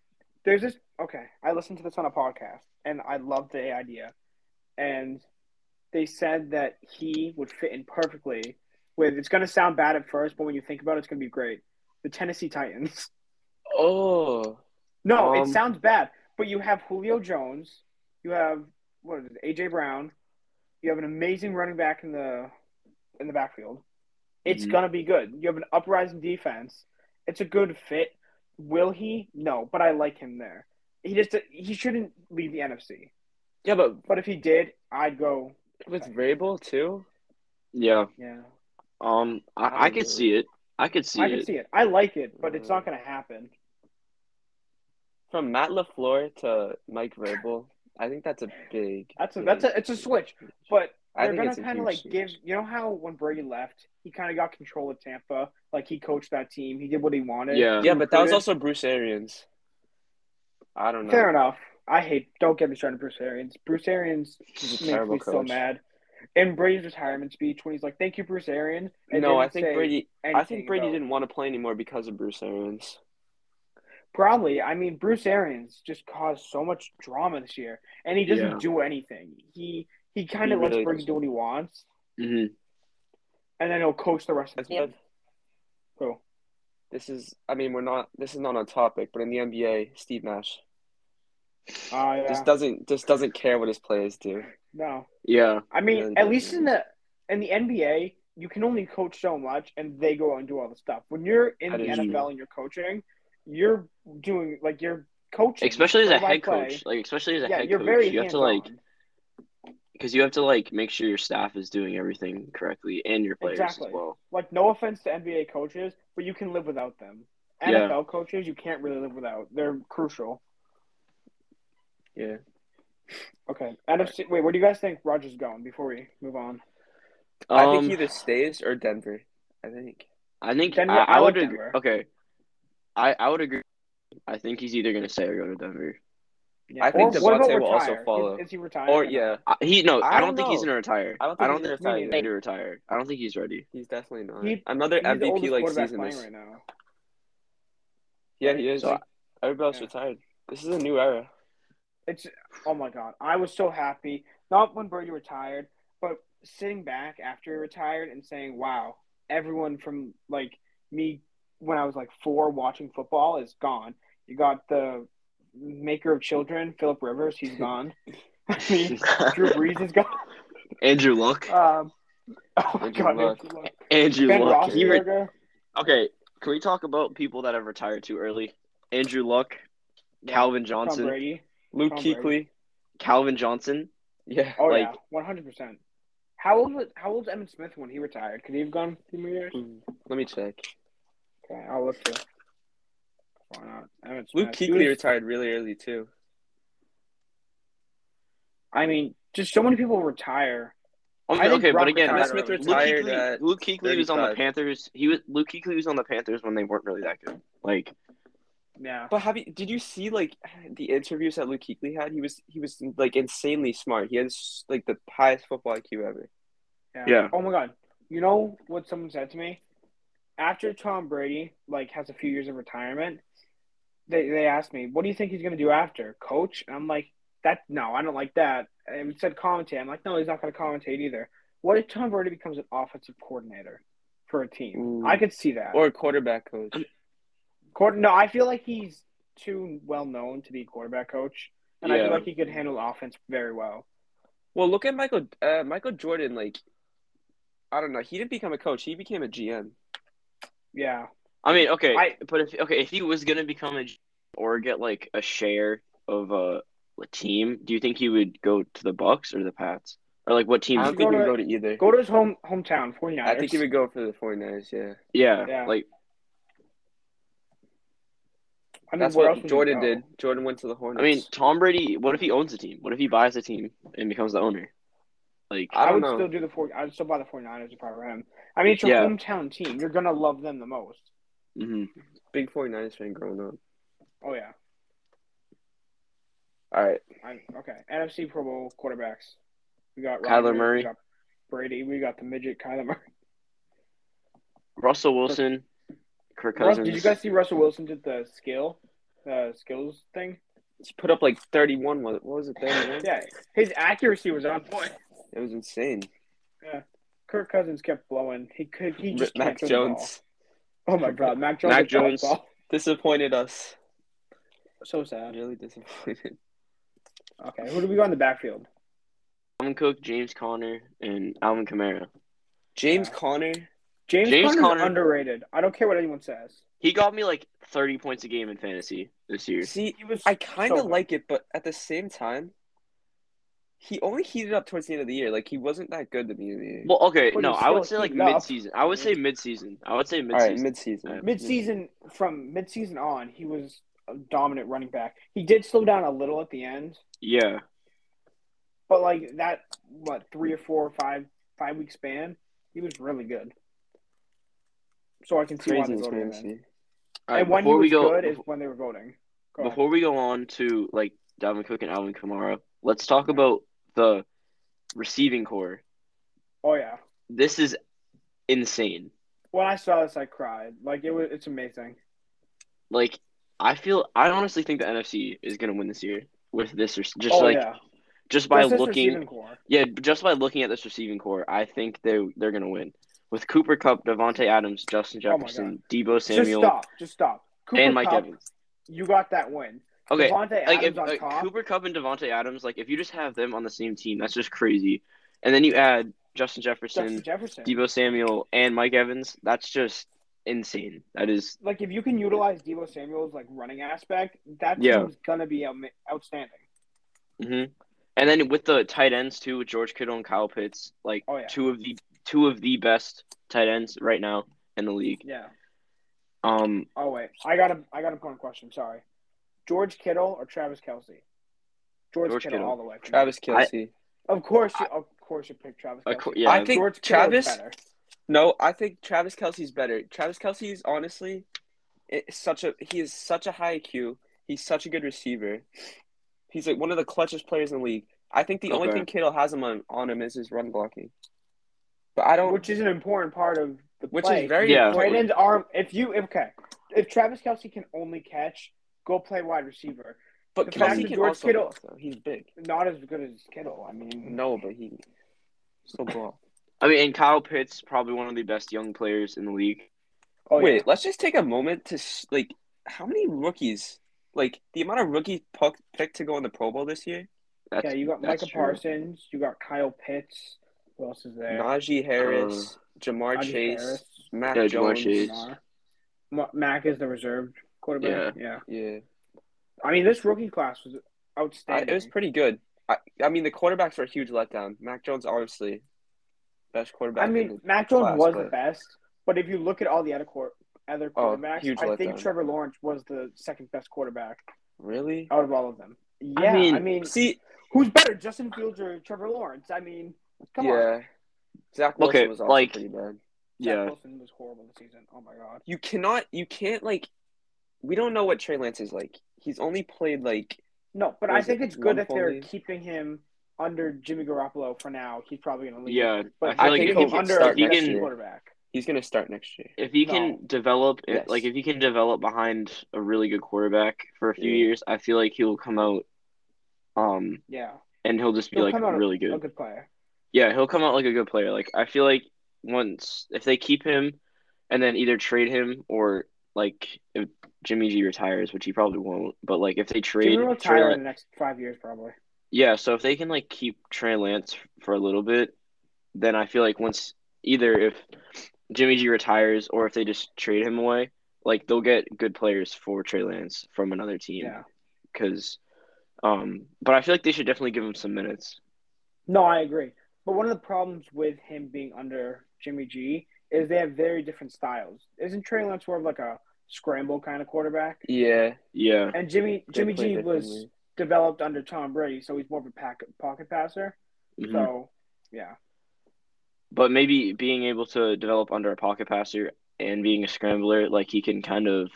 Speaker 1: there's this okay i listened to this on a podcast and i loved the idea and they said that he would fit in perfectly with it's going to sound bad at first but when you think about it it's going to be great the tennessee titans
Speaker 2: Oh,
Speaker 1: no it
Speaker 2: Um,
Speaker 1: sounds bad but you have julio jones you have what is it aj brown you have an amazing running back in the in the backfield it's
Speaker 3: Mhm.
Speaker 1: going to be good you have an uprising defense it's a good fit will he no but i like him there he just he shouldn't leave the NFC.
Speaker 2: yeah, but
Speaker 1: But if he did, I'd go.
Speaker 2: with Rabel too.
Speaker 3: Yeah.
Speaker 1: Yeah,
Speaker 3: Um, I, I could see it. I could see
Speaker 1: I
Speaker 3: it. Uh,
Speaker 1: can see it. I like it, but it's not going to happen.
Speaker 2: From Matt Lafleur to Mike Vrabel, I think that's a big.
Speaker 1: That's a that's a it's a switch. But
Speaker 2: I
Speaker 1: they're
Speaker 2: think
Speaker 1: going
Speaker 2: it's
Speaker 1: to
Speaker 2: a
Speaker 1: kind of
Speaker 2: huge
Speaker 1: like
Speaker 2: switch.
Speaker 1: give. You know how when Brady left, he kind of got control of Tampa. Like he coached that team. He did what he wanted.
Speaker 3: Yeah.
Speaker 2: Yeah, but that was
Speaker 1: Recruited.
Speaker 2: also Bruce Arians. I don't know.
Speaker 1: Fair enough. I hate. Don't get me started, on Bruce Arians. Bruce Arians
Speaker 2: He's a
Speaker 1: makes
Speaker 2: terrible
Speaker 1: me
Speaker 2: coach.
Speaker 1: so mad. In Brady's retirement speech, when he's like, "Thank you, Bruce Arians." and
Speaker 2: No,
Speaker 1: didn't
Speaker 2: I think
Speaker 1: say
Speaker 2: Brady. I
Speaker 1: anything
Speaker 2: think Brady
Speaker 1: about-
Speaker 2: didn't want to play anymore because of Bruce Arians.
Speaker 1: Probably. I mean, Bruce Arians just caused so much drama this year, and he doesn't
Speaker 3: Yeah.
Speaker 1: do anything. He he kind
Speaker 2: He
Speaker 1: of lets
Speaker 2: really
Speaker 1: Brady
Speaker 2: doesn't.
Speaker 1: do what he wants,
Speaker 3: hmm
Speaker 1: and then he'll coach the rest of the
Speaker 2: That's-
Speaker 1: team. Cool.
Speaker 2: This is. I mean, we're not. This is not on topic, but in the NBA, Steve Nash
Speaker 1: Uh, yeah.
Speaker 2: just doesn't just doesn't care what his players do.
Speaker 1: no,
Speaker 3: Yeah.
Speaker 1: I mean,
Speaker 2: really
Speaker 1: at
Speaker 2: doesn't.
Speaker 1: least in the in the NBA, you can only coach so much, and they go out and do all the stuff. When you're in
Speaker 2: That
Speaker 1: the
Speaker 2: is
Speaker 1: NFL and you're coaching, you're doing like you're coaching,
Speaker 3: Especially as a head
Speaker 1: play-by-play.
Speaker 3: coach, like especially as a
Speaker 1: Yeah,
Speaker 3: head
Speaker 1: you're
Speaker 3: coach,
Speaker 1: very
Speaker 3: you have to
Speaker 1: hands-on.
Speaker 3: like because you have to like make sure your staff is doing everything correctly and your players
Speaker 1: Exactly.
Speaker 3: as well.
Speaker 1: like no offense to NBA coaches, but you can live without them.
Speaker 3: Yeah.
Speaker 1: NFL coaches, you can't really live without. They're crucial.
Speaker 2: Yeah.
Speaker 1: Okay. NFC. Wait, where do you guys think Rogers going before we move on?
Speaker 2: I think
Speaker 3: Um,
Speaker 2: he either stays or Denver. I think.
Speaker 3: I think
Speaker 1: Denver-
Speaker 3: I, I
Speaker 1: I like
Speaker 3: would agree.
Speaker 1: Denver.
Speaker 3: Okay, I I would agree. I think he's either gonna stay or go to Denver.
Speaker 1: Yeah.
Speaker 2: I think
Speaker 1: Or what about
Speaker 2: Devontae will also
Speaker 1: retire? Is-
Speaker 2: follow.
Speaker 1: Is, he retired?
Speaker 2: Or yeah,
Speaker 3: I, he no,
Speaker 2: I
Speaker 3: I, don't
Speaker 2: don't
Speaker 3: think he's
Speaker 2: know.
Speaker 3: gonna retire.
Speaker 2: I don't think he's
Speaker 3: think he's
Speaker 2: retired.
Speaker 3: ready to retire. I don't think he's ready.
Speaker 2: He's definitely not.
Speaker 1: He-
Speaker 2: Another
Speaker 1: He's the
Speaker 2: MVP
Speaker 1: oldest
Speaker 2: like
Speaker 1: quarterback
Speaker 2: season.
Speaker 1: playing
Speaker 2: Is,
Speaker 1: right now.
Speaker 2: yeah, he is.
Speaker 3: So-
Speaker 2: Everybody else
Speaker 1: yeah.
Speaker 2: retired. This is a new era.
Speaker 1: It's oh my god! I was so happy. Not when Brady retired, but sitting back after he retired and saying, "Wow, everyone from like me when I was like four watching football is gone." You got the maker of children, Philip Rivers. He's gone. I mean, Drew Brees is gone.
Speaker 3: Andrew Luck.
Speaker 1: Um, oh my
Speaker 2: Andrew
Speaker 1: god,
Speaker 2: Luck.
Speaker 1: Andrew Luck.
Speaker 3: Andrew
Speaker 1: Ben
Speaker 3: Luck. He re-
Speaker 1: Roethlisberger.
Speaker 3: okay, can we talk about people that have retired too early? Andrew Luck, Calvin
Speaker 1: Tom
Speaker 3: Johnson,
Speaker 1: Brady.
Speaker 2: Luke
Speaker 1: Tom
Speaker 2: Kuechly.
Speaker 1: Brady.
Speaker 3: Calvin Johnson.
Speaker 2: Yeah.
Speaker 1: Oh
Speaker 3: Like-
Speaker 1: yeah, one hundred percent. How old was How old's Emmitt Smith when he retired? Could he have gone a few more years?
Speaker 2: Let me check.
Speaker 1: Okay, I'll look for. Why not? Emmitt
Speaker 2: Luke
Speaker 1: Smith. He
Speaker 2: Kuechly
Speaker 1: was-
Speaker 2: retired really early too.
Speaker 1: I mean, just so many people retire.
Speaker 3: Okay,
Speaker 1: I think
Speaker 3: okay,
Speaker 1: Brock
Speaker 3: but again,
Speaker 1: retired
Speaker 2: Smith
Speaker 1: early.
Speaker 3: Luke
Speaker 2: retired
Speaker 3: Kuechly-
Speaker 2: at
Speaker 3: Luke Kuechly was on the
Speaker 2: 35.
Speaker 3: Panthers. He was Luke Kuechly was on the Panthers when they weren't really that good. Like,
Speaker 1: Yeah.
Speaker 2: But have you? Did you see like the interviews that Luke Kuechly had? He was he was like insanely smart. He has like the highest football IQ ever.
Speaker 1: yeah.
Speaker 3: Yeah.
Speaker 1: Oh my god. You know what someone said to me? After Tom Brady like has a few years of retirement, they they asked me, "What do you think he's going to do after? Coach?" And I'm like, "That no, I don't like that." And it said commentate. I'm like, "No, he's not going to commentate either." What if Tom Brady becomes an offensive coordinator for a team?
Speaker 2: Ooh.
Speaker 1: I could see that.
Speaker 2: Or a quarterback coach.
Speaker 1: Quar- no, I feel like he's too well known to be a quarterback coach, and I
Speaker 3: Yeah.
Speaker 1: feel like he could handle offense very well.
Speaker 2: Well, look at Michael. Uh, Michael Jordan. Like, I don't know. He didn't become a coach. He became a GM.
Speaker 1: Yeah,
Speaker 3: I mean, okay,
Speaker 1: I-
Speaker 3: but if okay, if he was gonna become a G- or get like a share of a, a team, do you think he would go to the Bucks or the Pats or like what team?
Speaker 2: I
Speaker 1: I'm
Speaker 2: don't think he would
Speaker 1: gonna-
Speaker 2: go to either.
Speaker 1: go to his home hometown, 49ers.
Speaker 2: I think he would go for the 49ers, yeah.
Speaker 3: yeah,
Speaker 1: Yeah.
Speaker 3: like
Speaker 1: I mean,
Speaker 2: That's
Speaker 1: where else would
Speaker 2: what
Speaker 1: he
Speaker 2: Jordan
Speaker 1: go?
Speaker 2: did. Jordan went to the Hornets.
Speaker 3: I mean, Tom Brady. What if he owns a team? What if he buys a team and becomes the owner? Like,
Speaker 1: I,
Speaker 2: I don't
Speaker 1: would
Speaker 2: know.
Speaker 1: still do the four. I'd still buy the 49ers if I were him. I mean, it's your
Speaker 3: Yeah.
Speaker 1: hometown team. You're gonna love them the most.
Speaker 3: mhm.
Speaker 2: Big 49ers fan growing up.
Speaker 1: Oh yeah.
Speaker 2: All right.
Speaker 1: I, okay. NFC Pro Bowl quarterbacks. We got
Speaker 3: Kyler
Speaker 1: Rodgers,
Speaker 3: Murray.
Speaker 1: We got Brady. We got the midget Kyler Murray.
Speaker 3: Russell Wilson, Kirk
Speaker 1: Russ,
Speaker 3: Cousins.
Speaker 1: did you guys see Russell Wilson did the skill, the skills thing?
Speaker 2: He put up like 31. Was it? What was it? 31?
Speaker 1: Yeah, his accuracy was on point.
Speaker 2: It was insane.
Speaker 1: Kirk Cousins kept blowing. He could. He just kept
Speaker 2: Mac
Speaker 1: doing the
Speaker 2: Jones
Speaker 1: ball. Oh my God, Mac Jones.
Speaker 3: Mac
Speaker 1: is throwing the
Speaker 3: Jones.
Speaker 1: ball.
Speaker 2: disappointed us.
Speaker 1: So sad.
Speaker 2: Really disappointed.
Speaker 1: Okay, who do we go in the backfield?
Speaker 3: Alvin Cook, James Conner, and Alvin Kamara.
Speaker 2: James
Speaker 1: Yeah.
Speaker 2: Conner.
Speaker 1: James,
Speaker 3: James
Speaker 1: Conner's
Speaker 3: Conner.
Speaker 1: underrated. I don't care what anyone says.
Speaker 3: He got me like thirty points a game in fantasy this year.
Speaker 2: See,
Speaker 1: He was.
Speaker 2: I kind
Speaker 1: so
Speaker 2: of
Speaker 1: good.
Speaker 2: like it, but at the same time, he only heated up towards the end of the year. Like, he wasn't that good to be in the year.
Speaker 3: Well, okay,
Speaker 1: But
Speaker 3: no,
Speaker 1: he's
Speaker 3: I would say
Speaker 1: still
Speaker 3: like
Speaker 1: heating up.
Speaker 3: mid season. I would say mid season. I would say mid
Speaker 2: All right,
Speaker 3: season.
Speaker 2: mid-season.
Speaker 1: Mid-season from mid-season on, he was a dominant running back. He did slow down a little at the end,
Speaker 3: yeah,
Speaker 1: but like that, what three or four or five five week span, he was really good. so I can see why
Speaker 2: Crazy
Speaker 1: they voted him in.
Speaker 2: conspiracy.
Speaker 3: All right,
Speaker 1: and when he
Speaker 3: before
Speaker 1: was
Speaker 3: we go,
Speaker 1: good is
Speaker 3: befo-
Speaker 1: when they were voting. Go ahead.
Speaker 3: before we go on to like Dalvin Cook and Alvin Kamara, let's talk about the receiving core.
Speaker 1: oh yeah,
Speaker 3: This is insane.
Speaker 1: when I saw this, I cried. Like it was, it's amazing.
Speaker 3: Like I feel, I honestly think the NFC is gonna win this year with this, rec- just
Speaker 1: oh
Speaker 3: like
Speaker 1: yeah,
Speaker 3: just by
Speaker 1: Just this
Speaker 3: looking,
Speaker 1: receiving core.
Speaker 3: Yeah, just by looking at this receiving core, I think they they're gonna win. With Cooper Cup, Devontae Adams, Justin
Speaker 1: Oh my
Speaker 3: Jefferson, Debo
Speaker 1: just
Speaker 3: Samuel,
Speaker 1: stop, just stop. Cooper
Speaker 3: and Mike
Speaker 1: Kupp,
Speaker 3: Evans.
Speaker 1: you got that win.
Speaker 3: Okay,
Speaker 1: Devontae
Speaker 3: like if
Speaker 1: Adams on
Speaker 3: like,
Speaker 1: top.
Speaker 3: Cooper Cup and Devontae Adams, like if you just have them on the same team, that's just crazy. And then you add Justin
Speaker 1: Justin
Speaker 3: Jefferson,
Speaker 1: Jefferson.
Speaker 3: Debo Samuel, and Mike Evans. That's just insane. That is
Speaker 1: like if you can utilize Debo Samuel's like running aspect, that
Speaker 3: Yeah.
Speaker 1: team's gonna be um, outstanding.
Speaker 3: hmm And then with the tight ends too, with George Kittle and Kyle Pitts, like
Speaker 1: Oh yeah,
Speaker 3: two of the two of the best tight ends right now in the league.
Speaker 1: yeah.
Speaker 3: Um,
Speaker 1: Oh wait, I got a I got an important question. Sorry, George Kittle or Travis Kelsey? George,
Speaker 3: George
Speaker 1: Kittle,
Speaker 3: Kittle.
Speaker 1: all the way. for me.
Speaker 2: Travis Kelsey.
Speaker 1: Of course, you, of course, you pick Travis.
Speaker 3: Of
Speaker 1: Kelsey.
Speaker 3: cour- yeah.
Speaker 2: I think
Speaker 1: George Kittle is
Speaker 2: Travis.
Speaker 1: better.
Speaker 2: No, I think Travis Kelsey's better. Travis Kelsey is honestly, it's such a he is such a high IQ. He's such a good receiver. He's like one of the clutchest players in the league. I think the only
Speaker 3: Okay.
Speaker 2: thing Kittle has him on, on him is his run blocking. But I don't.
Speaker 1: which is an important part of the
Speaker 2: Which
Speaker 1: play.
Speaker 2: is very
Speaker 3: Yeah.
Speaker 1: Tight
Speaker 2: important.
Speaker 1: ends are if you if, okay if Travis Kelsey can only catch, go play wide receiver.
Speaker 2: But
Speaker 1: the
Speaker 3: fact
Speaker 2: Kelsey
Speaker 1: that
Speaker 2: can
Speaker 1: George
Speaker 2: also
Speaker 1: Kittle-
Speaker 2: block, though. He's big.
Speaker 1: Not as good as Kittle. I mean,
Speaker 2: No, but he still block.
Speaker 3: I mean, and Kyle Pitts probably one of the best young players in the league.
Speaker 1: oh,
Speaker 2: Wait,
Speaker 1: yeah.
Speaker 2: let's just take a moment to s- like how many rookies, like the amount of rookies puck, picked to go in the Pro Bowl this year:
Speaker 3: That's
Speaker 1: yeah, you got
Speaker 3: that's
Speaker 1: Micah
Speaker 3: true.
Speaker 1: Parsons, you got Kyle Pitts. Who else is there?
Speaker 2: Najee
Speaker 3: Uh,
Speaker 2: Harris, Jamar
Speaker 1: Najee
Speaker 2: Chase,
Speaker 1: Harris,
Speaker 2: Mac
Speaker 3: Yeah, Jamar
Speaker 2: Jones.
Speaker 3: Chase.
Speaker 1: Lamar. Ma- Mac is the reserve quarterback. Yeah.
Speaker 2: Yeah,
Speaker 1: I mean this rookie class was
Speaker 2: I,
Speaker 1: outstanding.
Speaker 2: it was pretty good. I, I mean, the quarterbacks were a huge letdown. Mac Jones, obviously, best quarterback.
Speaker 1: I mean,
Speaker 2: in
Speaker 1: Mac Jones
Speaker 2: class,
Speaker 1: was
Speaker 2: but-
Speaker 1: the best, but if you look at all the other court, other
Speaker 2: Oh,
Speaker 1: quarterbacks,
Speaker 2: huge
Speaker 1: I think
Speaker 2: letdown.
Speaker 1: Trevor Lawrence was the second best quarterback
Speaker 2: the- really.
Speaker 1: out of all of them. Yeah, Oh, I mean,
Speaker 3: mean,
Speaker 2: See,
Speaker 1: who's better, Justin Fields or Trevor Lawrence? I mean, come on.
Speaker 2: yeah, Zach Wilson
Speaker 3: Okay,
Speaker 2: was also
Speaker 3: like-
Speaker 2: pretty bad.
Speaker 1: Zach
Speaker 3: Yeah,
Speaker 1: Wilson was horrible this season. Oh my god.
Speaker 2: you cannot you can't like we don't know what Trey Lance is like. He's only played like
Speaker 1: No, but
Speaker 2: What
Speaker 1: I
Speaker 2: is
Speaker 1: think
Speaker 2: it,
Speaker 1: it's good that they're
Speaker 2: 140?
Speaker 1: keeping him under Jimmy Garoppolo for now. He's probably going to leave.
Speaker 3: yeah.
Speaker 1: but
Speaker 3: I feel
Speaker 2: I
Speaker 3: like
Speaker 2: think
Speaker 1: keeping
Speaker 3: if
Speaker 2: he
Speaker 1: him
Speaker 3: he,
Speaker 2: can
Speaker 1: under
Speaker 2: start
Speaker 1: a
Speaker 2: next
Speaker 3: if he
Speaker 1: best
Speaker 2: year.
Speaker 3: can
Speaker 1: quarterback.
Speaker 2: he's gonna start next year.
Speaker 3: if he
Speaker 1: No.
Speaker 3: can develop
Speaker 2: Yes.
Speaker 3: like if he can develop behind a really good quarterback for a few
Speaker 2: Yeah.
Speaker 3: years, I feel like he'll come out, um,
Speaker 1: Yeah,
Speaker 3: and he'll just be
Speaker 1: He'll
Speaker 3: like
Speaker 1: come out
Speaker 3: really
Speaker 1: a
Speaker 3: good.
Speaker 1: good player.
Speaker 3: Yeah, he'll come out like a good player. Like I feel like once if they keep him, and then either trade him or like if Jimmy G retires, which he probably won't. But like if they trade
Speaker 1: Jimmy will
Speaker 3: Trey
Speaker 1: retire
Speaker 3: Lan-
Speaker 1: in the next five years, probably.
Speaker 3: Yeah, so if they can like keep Trey Lance for a little bit, then I feel like once either if Jimmy G retires or if they just trade him away, like they'll get good players for Trey Lance from another team.
Speaker 1: Yeah.
Speaker 3: Because, um, but I feel like they should definitely give him some minutes.
Speaker 1: No, I agree. But one of the problems with him being under Jimmy G is they have very different styles. Isn't Trey Lance more of like a scramble kind of quarterback?
Speaker 2: Yeah.
Speaker 3: Yeah,
Speaker 1: And Jimmy
Speaker 2: they
Speaker 1: Jimmy
Speaker 2: play
Speaker 1: G was
Speaker 2: differently.
Speaker 1: developed under Tom Brady, so he's more of a pack, pocket passer.
Speaker 3: mhm.
Speaker 1: So yeah,
Speaker 3: But maybe being able to develop under a pocket passer and being a scrambler, like he can kind of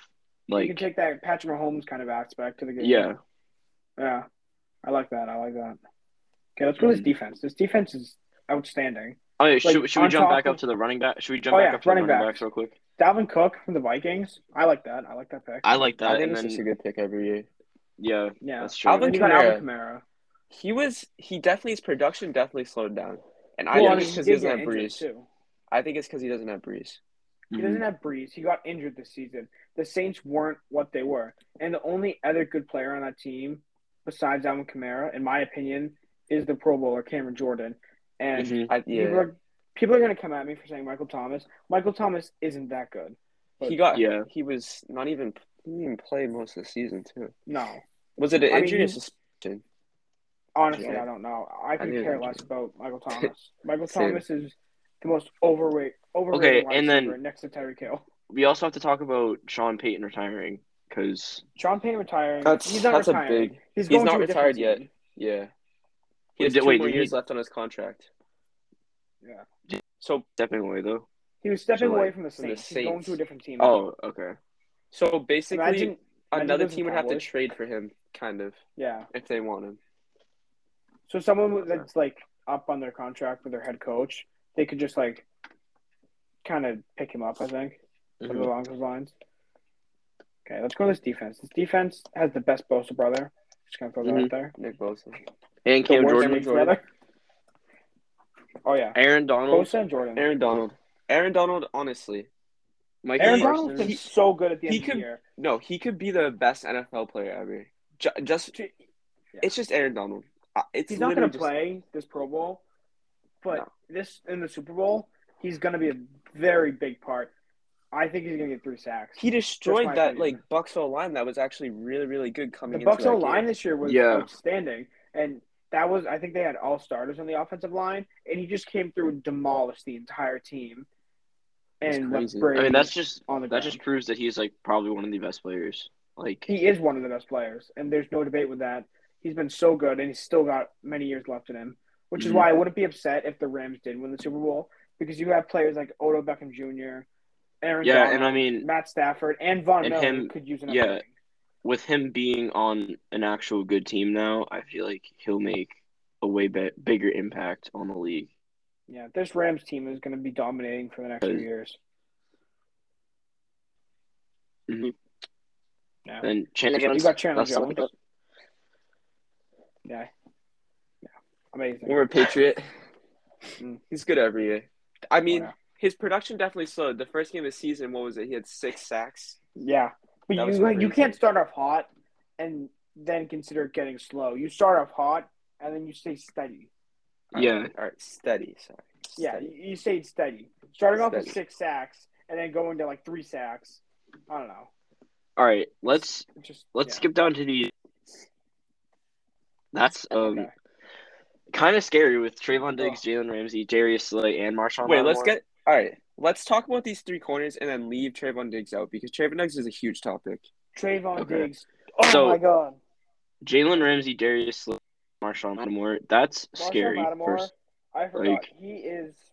Speaker 1: you can
Speaker 3: like
Speaker 1: take that Patrick Mahomes kind of aspect to the game.
Speaker 3: yeah,
Speaker 1: yeah, I like that. I like that. Okay, let's go to this
Speaker 3: Mhm.
Speaker 1: defense. This defense is outstanding.
Speaker 3: Oh, yeah, should,
Speaker 1: Like,
Speaker 3: should we
Speaker 1: on
Speaker 3: jump
Speaker 1: top
Speaker 3: back
Speaker 1: of-
Speaker 3: up to the running back? Should we jump
Speaker 1: Oh,
Speaker 3: back
Speaker 1: yeah,
Speaker 3: up to the
Speaker 1: running
Speaker 3: running
Speaker 1: backs.
Speaker 3: backs real quick?
Speaker 1: Dalvin Cook from the Vikings. I like that. I like that pick.
Speaker 3: I like that,
Speaker 2: I think
Speaker 3: and
Speaker 2: it's
Speaker 3: then
Speaker 2: just a good pick every year.
Speaker 3: yeah,
Speaker 1: yeah,
Speaker 3: that's true.
Speaker 1: And then you got Alvin Kamara.
Speaker 2: He was he definitely his production definitely slowed down. And I
Speaker 1: Well, mean,
Speaker 2: think it's because
Speaker 1: did
Speaker 2: he doesn't
Speaker 1: get
Speaker 2: have
Speaker 1: injured,
Speaker 2: Breeze.
Speaker 1: too.
Speaker 2: I think it's because he doesn't have Breeze.
Speaker 3: Mm-hmm.
Speaker 1: He doesn't have Breeze. He got injured this season. The Saints weren't what they were. And the only other good player on that team, besides Alvin Kamara, in my opinion, is the Pro Bowler Cameron Jordan. And
Speaker 3: Mhm.
Speaker 2: I,
Speaker 1: people
Speaker 2: yeah.
Speaker 1: are people are gonna come at me for saying Michael Thomas. Michael Thomas isn't that good.
Speaker 2: He got
Speaker 3: Yeah.
Speaker 2: he was not even he didn't even play most of the season too.
Speaker 1: No,
Speaker 2: Was it an
Speaker 1: I mean,
Speaker 2: injury or
Speaker 1: he-
Speaker 2: suspension?
Speaker 1: honestly,
Speaker 2: Yeah.
Speaker 1: I don't know. I could
Speaker 2: knew
Speaker 1: care
Speaker 2: that.
Speaker 1: less about Michael Thomas. Michael
Speaker 2: Same.
Speaker 1: Thomas is the most overweight, overrated wide
Speaker 3: and then-
Speaker 1: receiver next to Tyreek Hill.
Speaker 3: We also have to talk about Sean Payton retiring because
Speaker 1: Sean Payne retiring.
Speaker 2: That's
Speaker 1: he's not
Speaker 2: that's
Speaker 1: retiring.
Speaker 2: a big
Speaker 1: He's,
Speaker 2: he's
Speaker 1: going
Speaker 2: not
Speaker 1: to a different
Speaker 2: retired yet.
Speaker 1: team.
Speaker 2: yeah. He has
Speaker 3: Did-
Speaker 2: two
Speaker 3: wait,
Speaker 2: more
Speaker 3: did he-
Speaker 2: years left on his contract.
Speaker 1: Yeah.
Speaker 2: So
Speaker 3: stepping away though.
Speaker 1: He was stepping
Speaker 2: July,
Speaker 1: away from the
Speaker 2: from the
Speaker 1: Saints. He's going
Speaker 2: Saints.
Speaker 1: to a different team.
Speaker 3: Oh, okay.
Speaker 2: So basically,
Speaker 1: imagine, imagine
Speaker 2: another
Speaker 1: those
Speaker 2: team would have to
Speaker 1: Cowboys.
Speaker 2: trade for him, kind of,
Speaker 1: yeah.
Speaker 2: if they want him.
Speaker 1: So someone with- that's like up on their contract with their head coach, they could just like kind of pick him up. I think something
Speaker 2: Mm-hmm.
Speaker 3: Mhm.
Speaker 1: along those lines. Okay, let's go to this defense. This defense has the best Bosa brother. Just gonna throw that
Speaker 2: Mm-hmm.
Speaker 3: Mhm.
Speaker 1: out there.
Speaker 2: Nick Bosa.
Speaker 3: And
Speaker 1: The
Speaker 3: Cam
Speaker 1: worst
Speaker 3: Jordan,
Speaker 1: Nick brother. Oh yeah,
Speaker 3: Aaron Donald,
Speaker 1: Bosa and Jordan.
Speaker 2: Aaron Donald. Aaron Donald, honestly.
Speaker 3: Mike
Speaker 1: Aaron
Speaker 2: he-
Speaker 1: Donald's been
Speaker 2: he-
Speaker 1: so good at the end
Speaker 2: he
Speaker 1: of the
Speaker 2: could-
Speaker 1: year.
Speaker 2: No, he could be the best NFL player ever. Ju- Just,
Speaker 1: Gee,
Speaker 2: it's just Aaron Donald. Uh, It's
Speaker 1: He's not
Speaker 2: literally
Speaker 1: gonna
Speaker 2: just-
Speaker 1: play this Pro Bowl, but
Speaker 2: No.
Speaker 1: this in the Super Bowl, he's gonna be a very big part. I think he's gonna get three sacks.
Speaker 2: He
Speaker 1: my
Speaker 2: destroyed that
Speaker 1: opinion.
Speaker 2: like Bucks O line that was actually really really good coming.
Speaker 1: The
Speaker 2: into
Speaker 1: Bucks
Speaker 2: that
Speaker 1: O line
Speaker 2: game.
Speaker 1: this year was
Speaker 3: Yeah.
Speaker 1: outstanding, and that was I think they had all starters on the offensive line, and he just came through and demolished the entire team.
Speaker 2: That's
Speaker 1: And left
Speaker 2: crazy. I
Speaker 1: Brady
Speaker 3: I mean, that's just
Speaker 1: on the
Speaker 3: that
Speaker 1: ground.
Speaker 3: just proves that he's like probably one of the best players. Like
Speaker 1: he is one of the best players, and there's no debate with that. He's been so good, and he's still got many years left in him, which is
Speaker 3: Mhm.
Speaker 1: why I wouldn't be upset if the Rams did win the Super Bowl because you have players like Odo Beckham Jr., Aaron,
Speaker 3: Yeah, and
Speaker 1: Donald,
Speaker 3: I mean-
Speaker 1: Matt Stafford and Von
Speaker 3: And
Speaker 1: Miller
Speaker 3: him-
Speaker 1: who could use an
Speaker 3: yeah.
Speaker 1: upgrade.
Speaker 3: with him being on an actual good team now, I feel like he'll make a way be- bigger impact on the league.
Speaker 1: Yeah, this Rams team is going to be dominating for the next few
Speaker 3: Cause-
Speaker 1: years.
Speaker 3: Mhm.
Speaker 1: Yeah.
Speaker 3: And Chandler
Speaker 1: You
Speaker 3: Jones,
Speaker 1: got Chandler
Speaker 3: that's something.
Speaker 1: Jones. Yeah. Yeah. Amazing.
Speaker 2: Former Patriot.
Speaker 1: Mm.
Speaker 2: He's good every year. I mean,
Speaker 1: Yeah.
Speaker 2: his production definitely slowed. The first game of the season, what was it? He had six sacks.
Speaker 1: Yeah. But
Speaker 2: That was
Speaker 1: you you
Speaker 2: crazy.
Speaker 1: can't start off hot and then consider it getting slow. You start off hot and then you stay steady.
Speaker 2: All right,
Speaker 3: Yeah.
Speaker 2: all right, steady. Sorry.
Speaker 1: Yeah,
Speaker 2: Steady.
Speaker 1: you you stayed steady. Starting off with
Speaker 2: Steady.
Speaker 1: six sacks and then going to like three sacks. I don't know.
Speaker 3: All right, let's
Speaker 1: It's Just
Speaker 3: let's
Speaker 1: yeah.
Speaker 3: skip down to the. That's um
Speaker 1: Okay.
Speaker 3: kind of scary with Trayvon Diggs,
Speaker 1: Oh.
Speaker 3: Jalen Ramsey, Darius Slay, and Marshawn.
Speaker 2: Wait, let's
Speaker 3: Lattimore.
Speaker 2: get all right. Let's talk about these three corners and then leave Trayvon Diggs out because Trayvon Diggs is a huge topic.
Speaker 1: Trayvon
Speaker 3: Okay.
Speaker 1: Diggs. Oh
Speaker 3: So-
Speaker 1: my god.
Speaker 3: Jalen Ramsey, Darius Slay, Marshawn Lattimore. That's
Speaker 1: Marshawn
Speaker 3: scary.
Speaker 1: Lattimore,
Speaker 3: First,
Speaker 1: I forgot.
Speaker 3: like-
Speaker 1: he is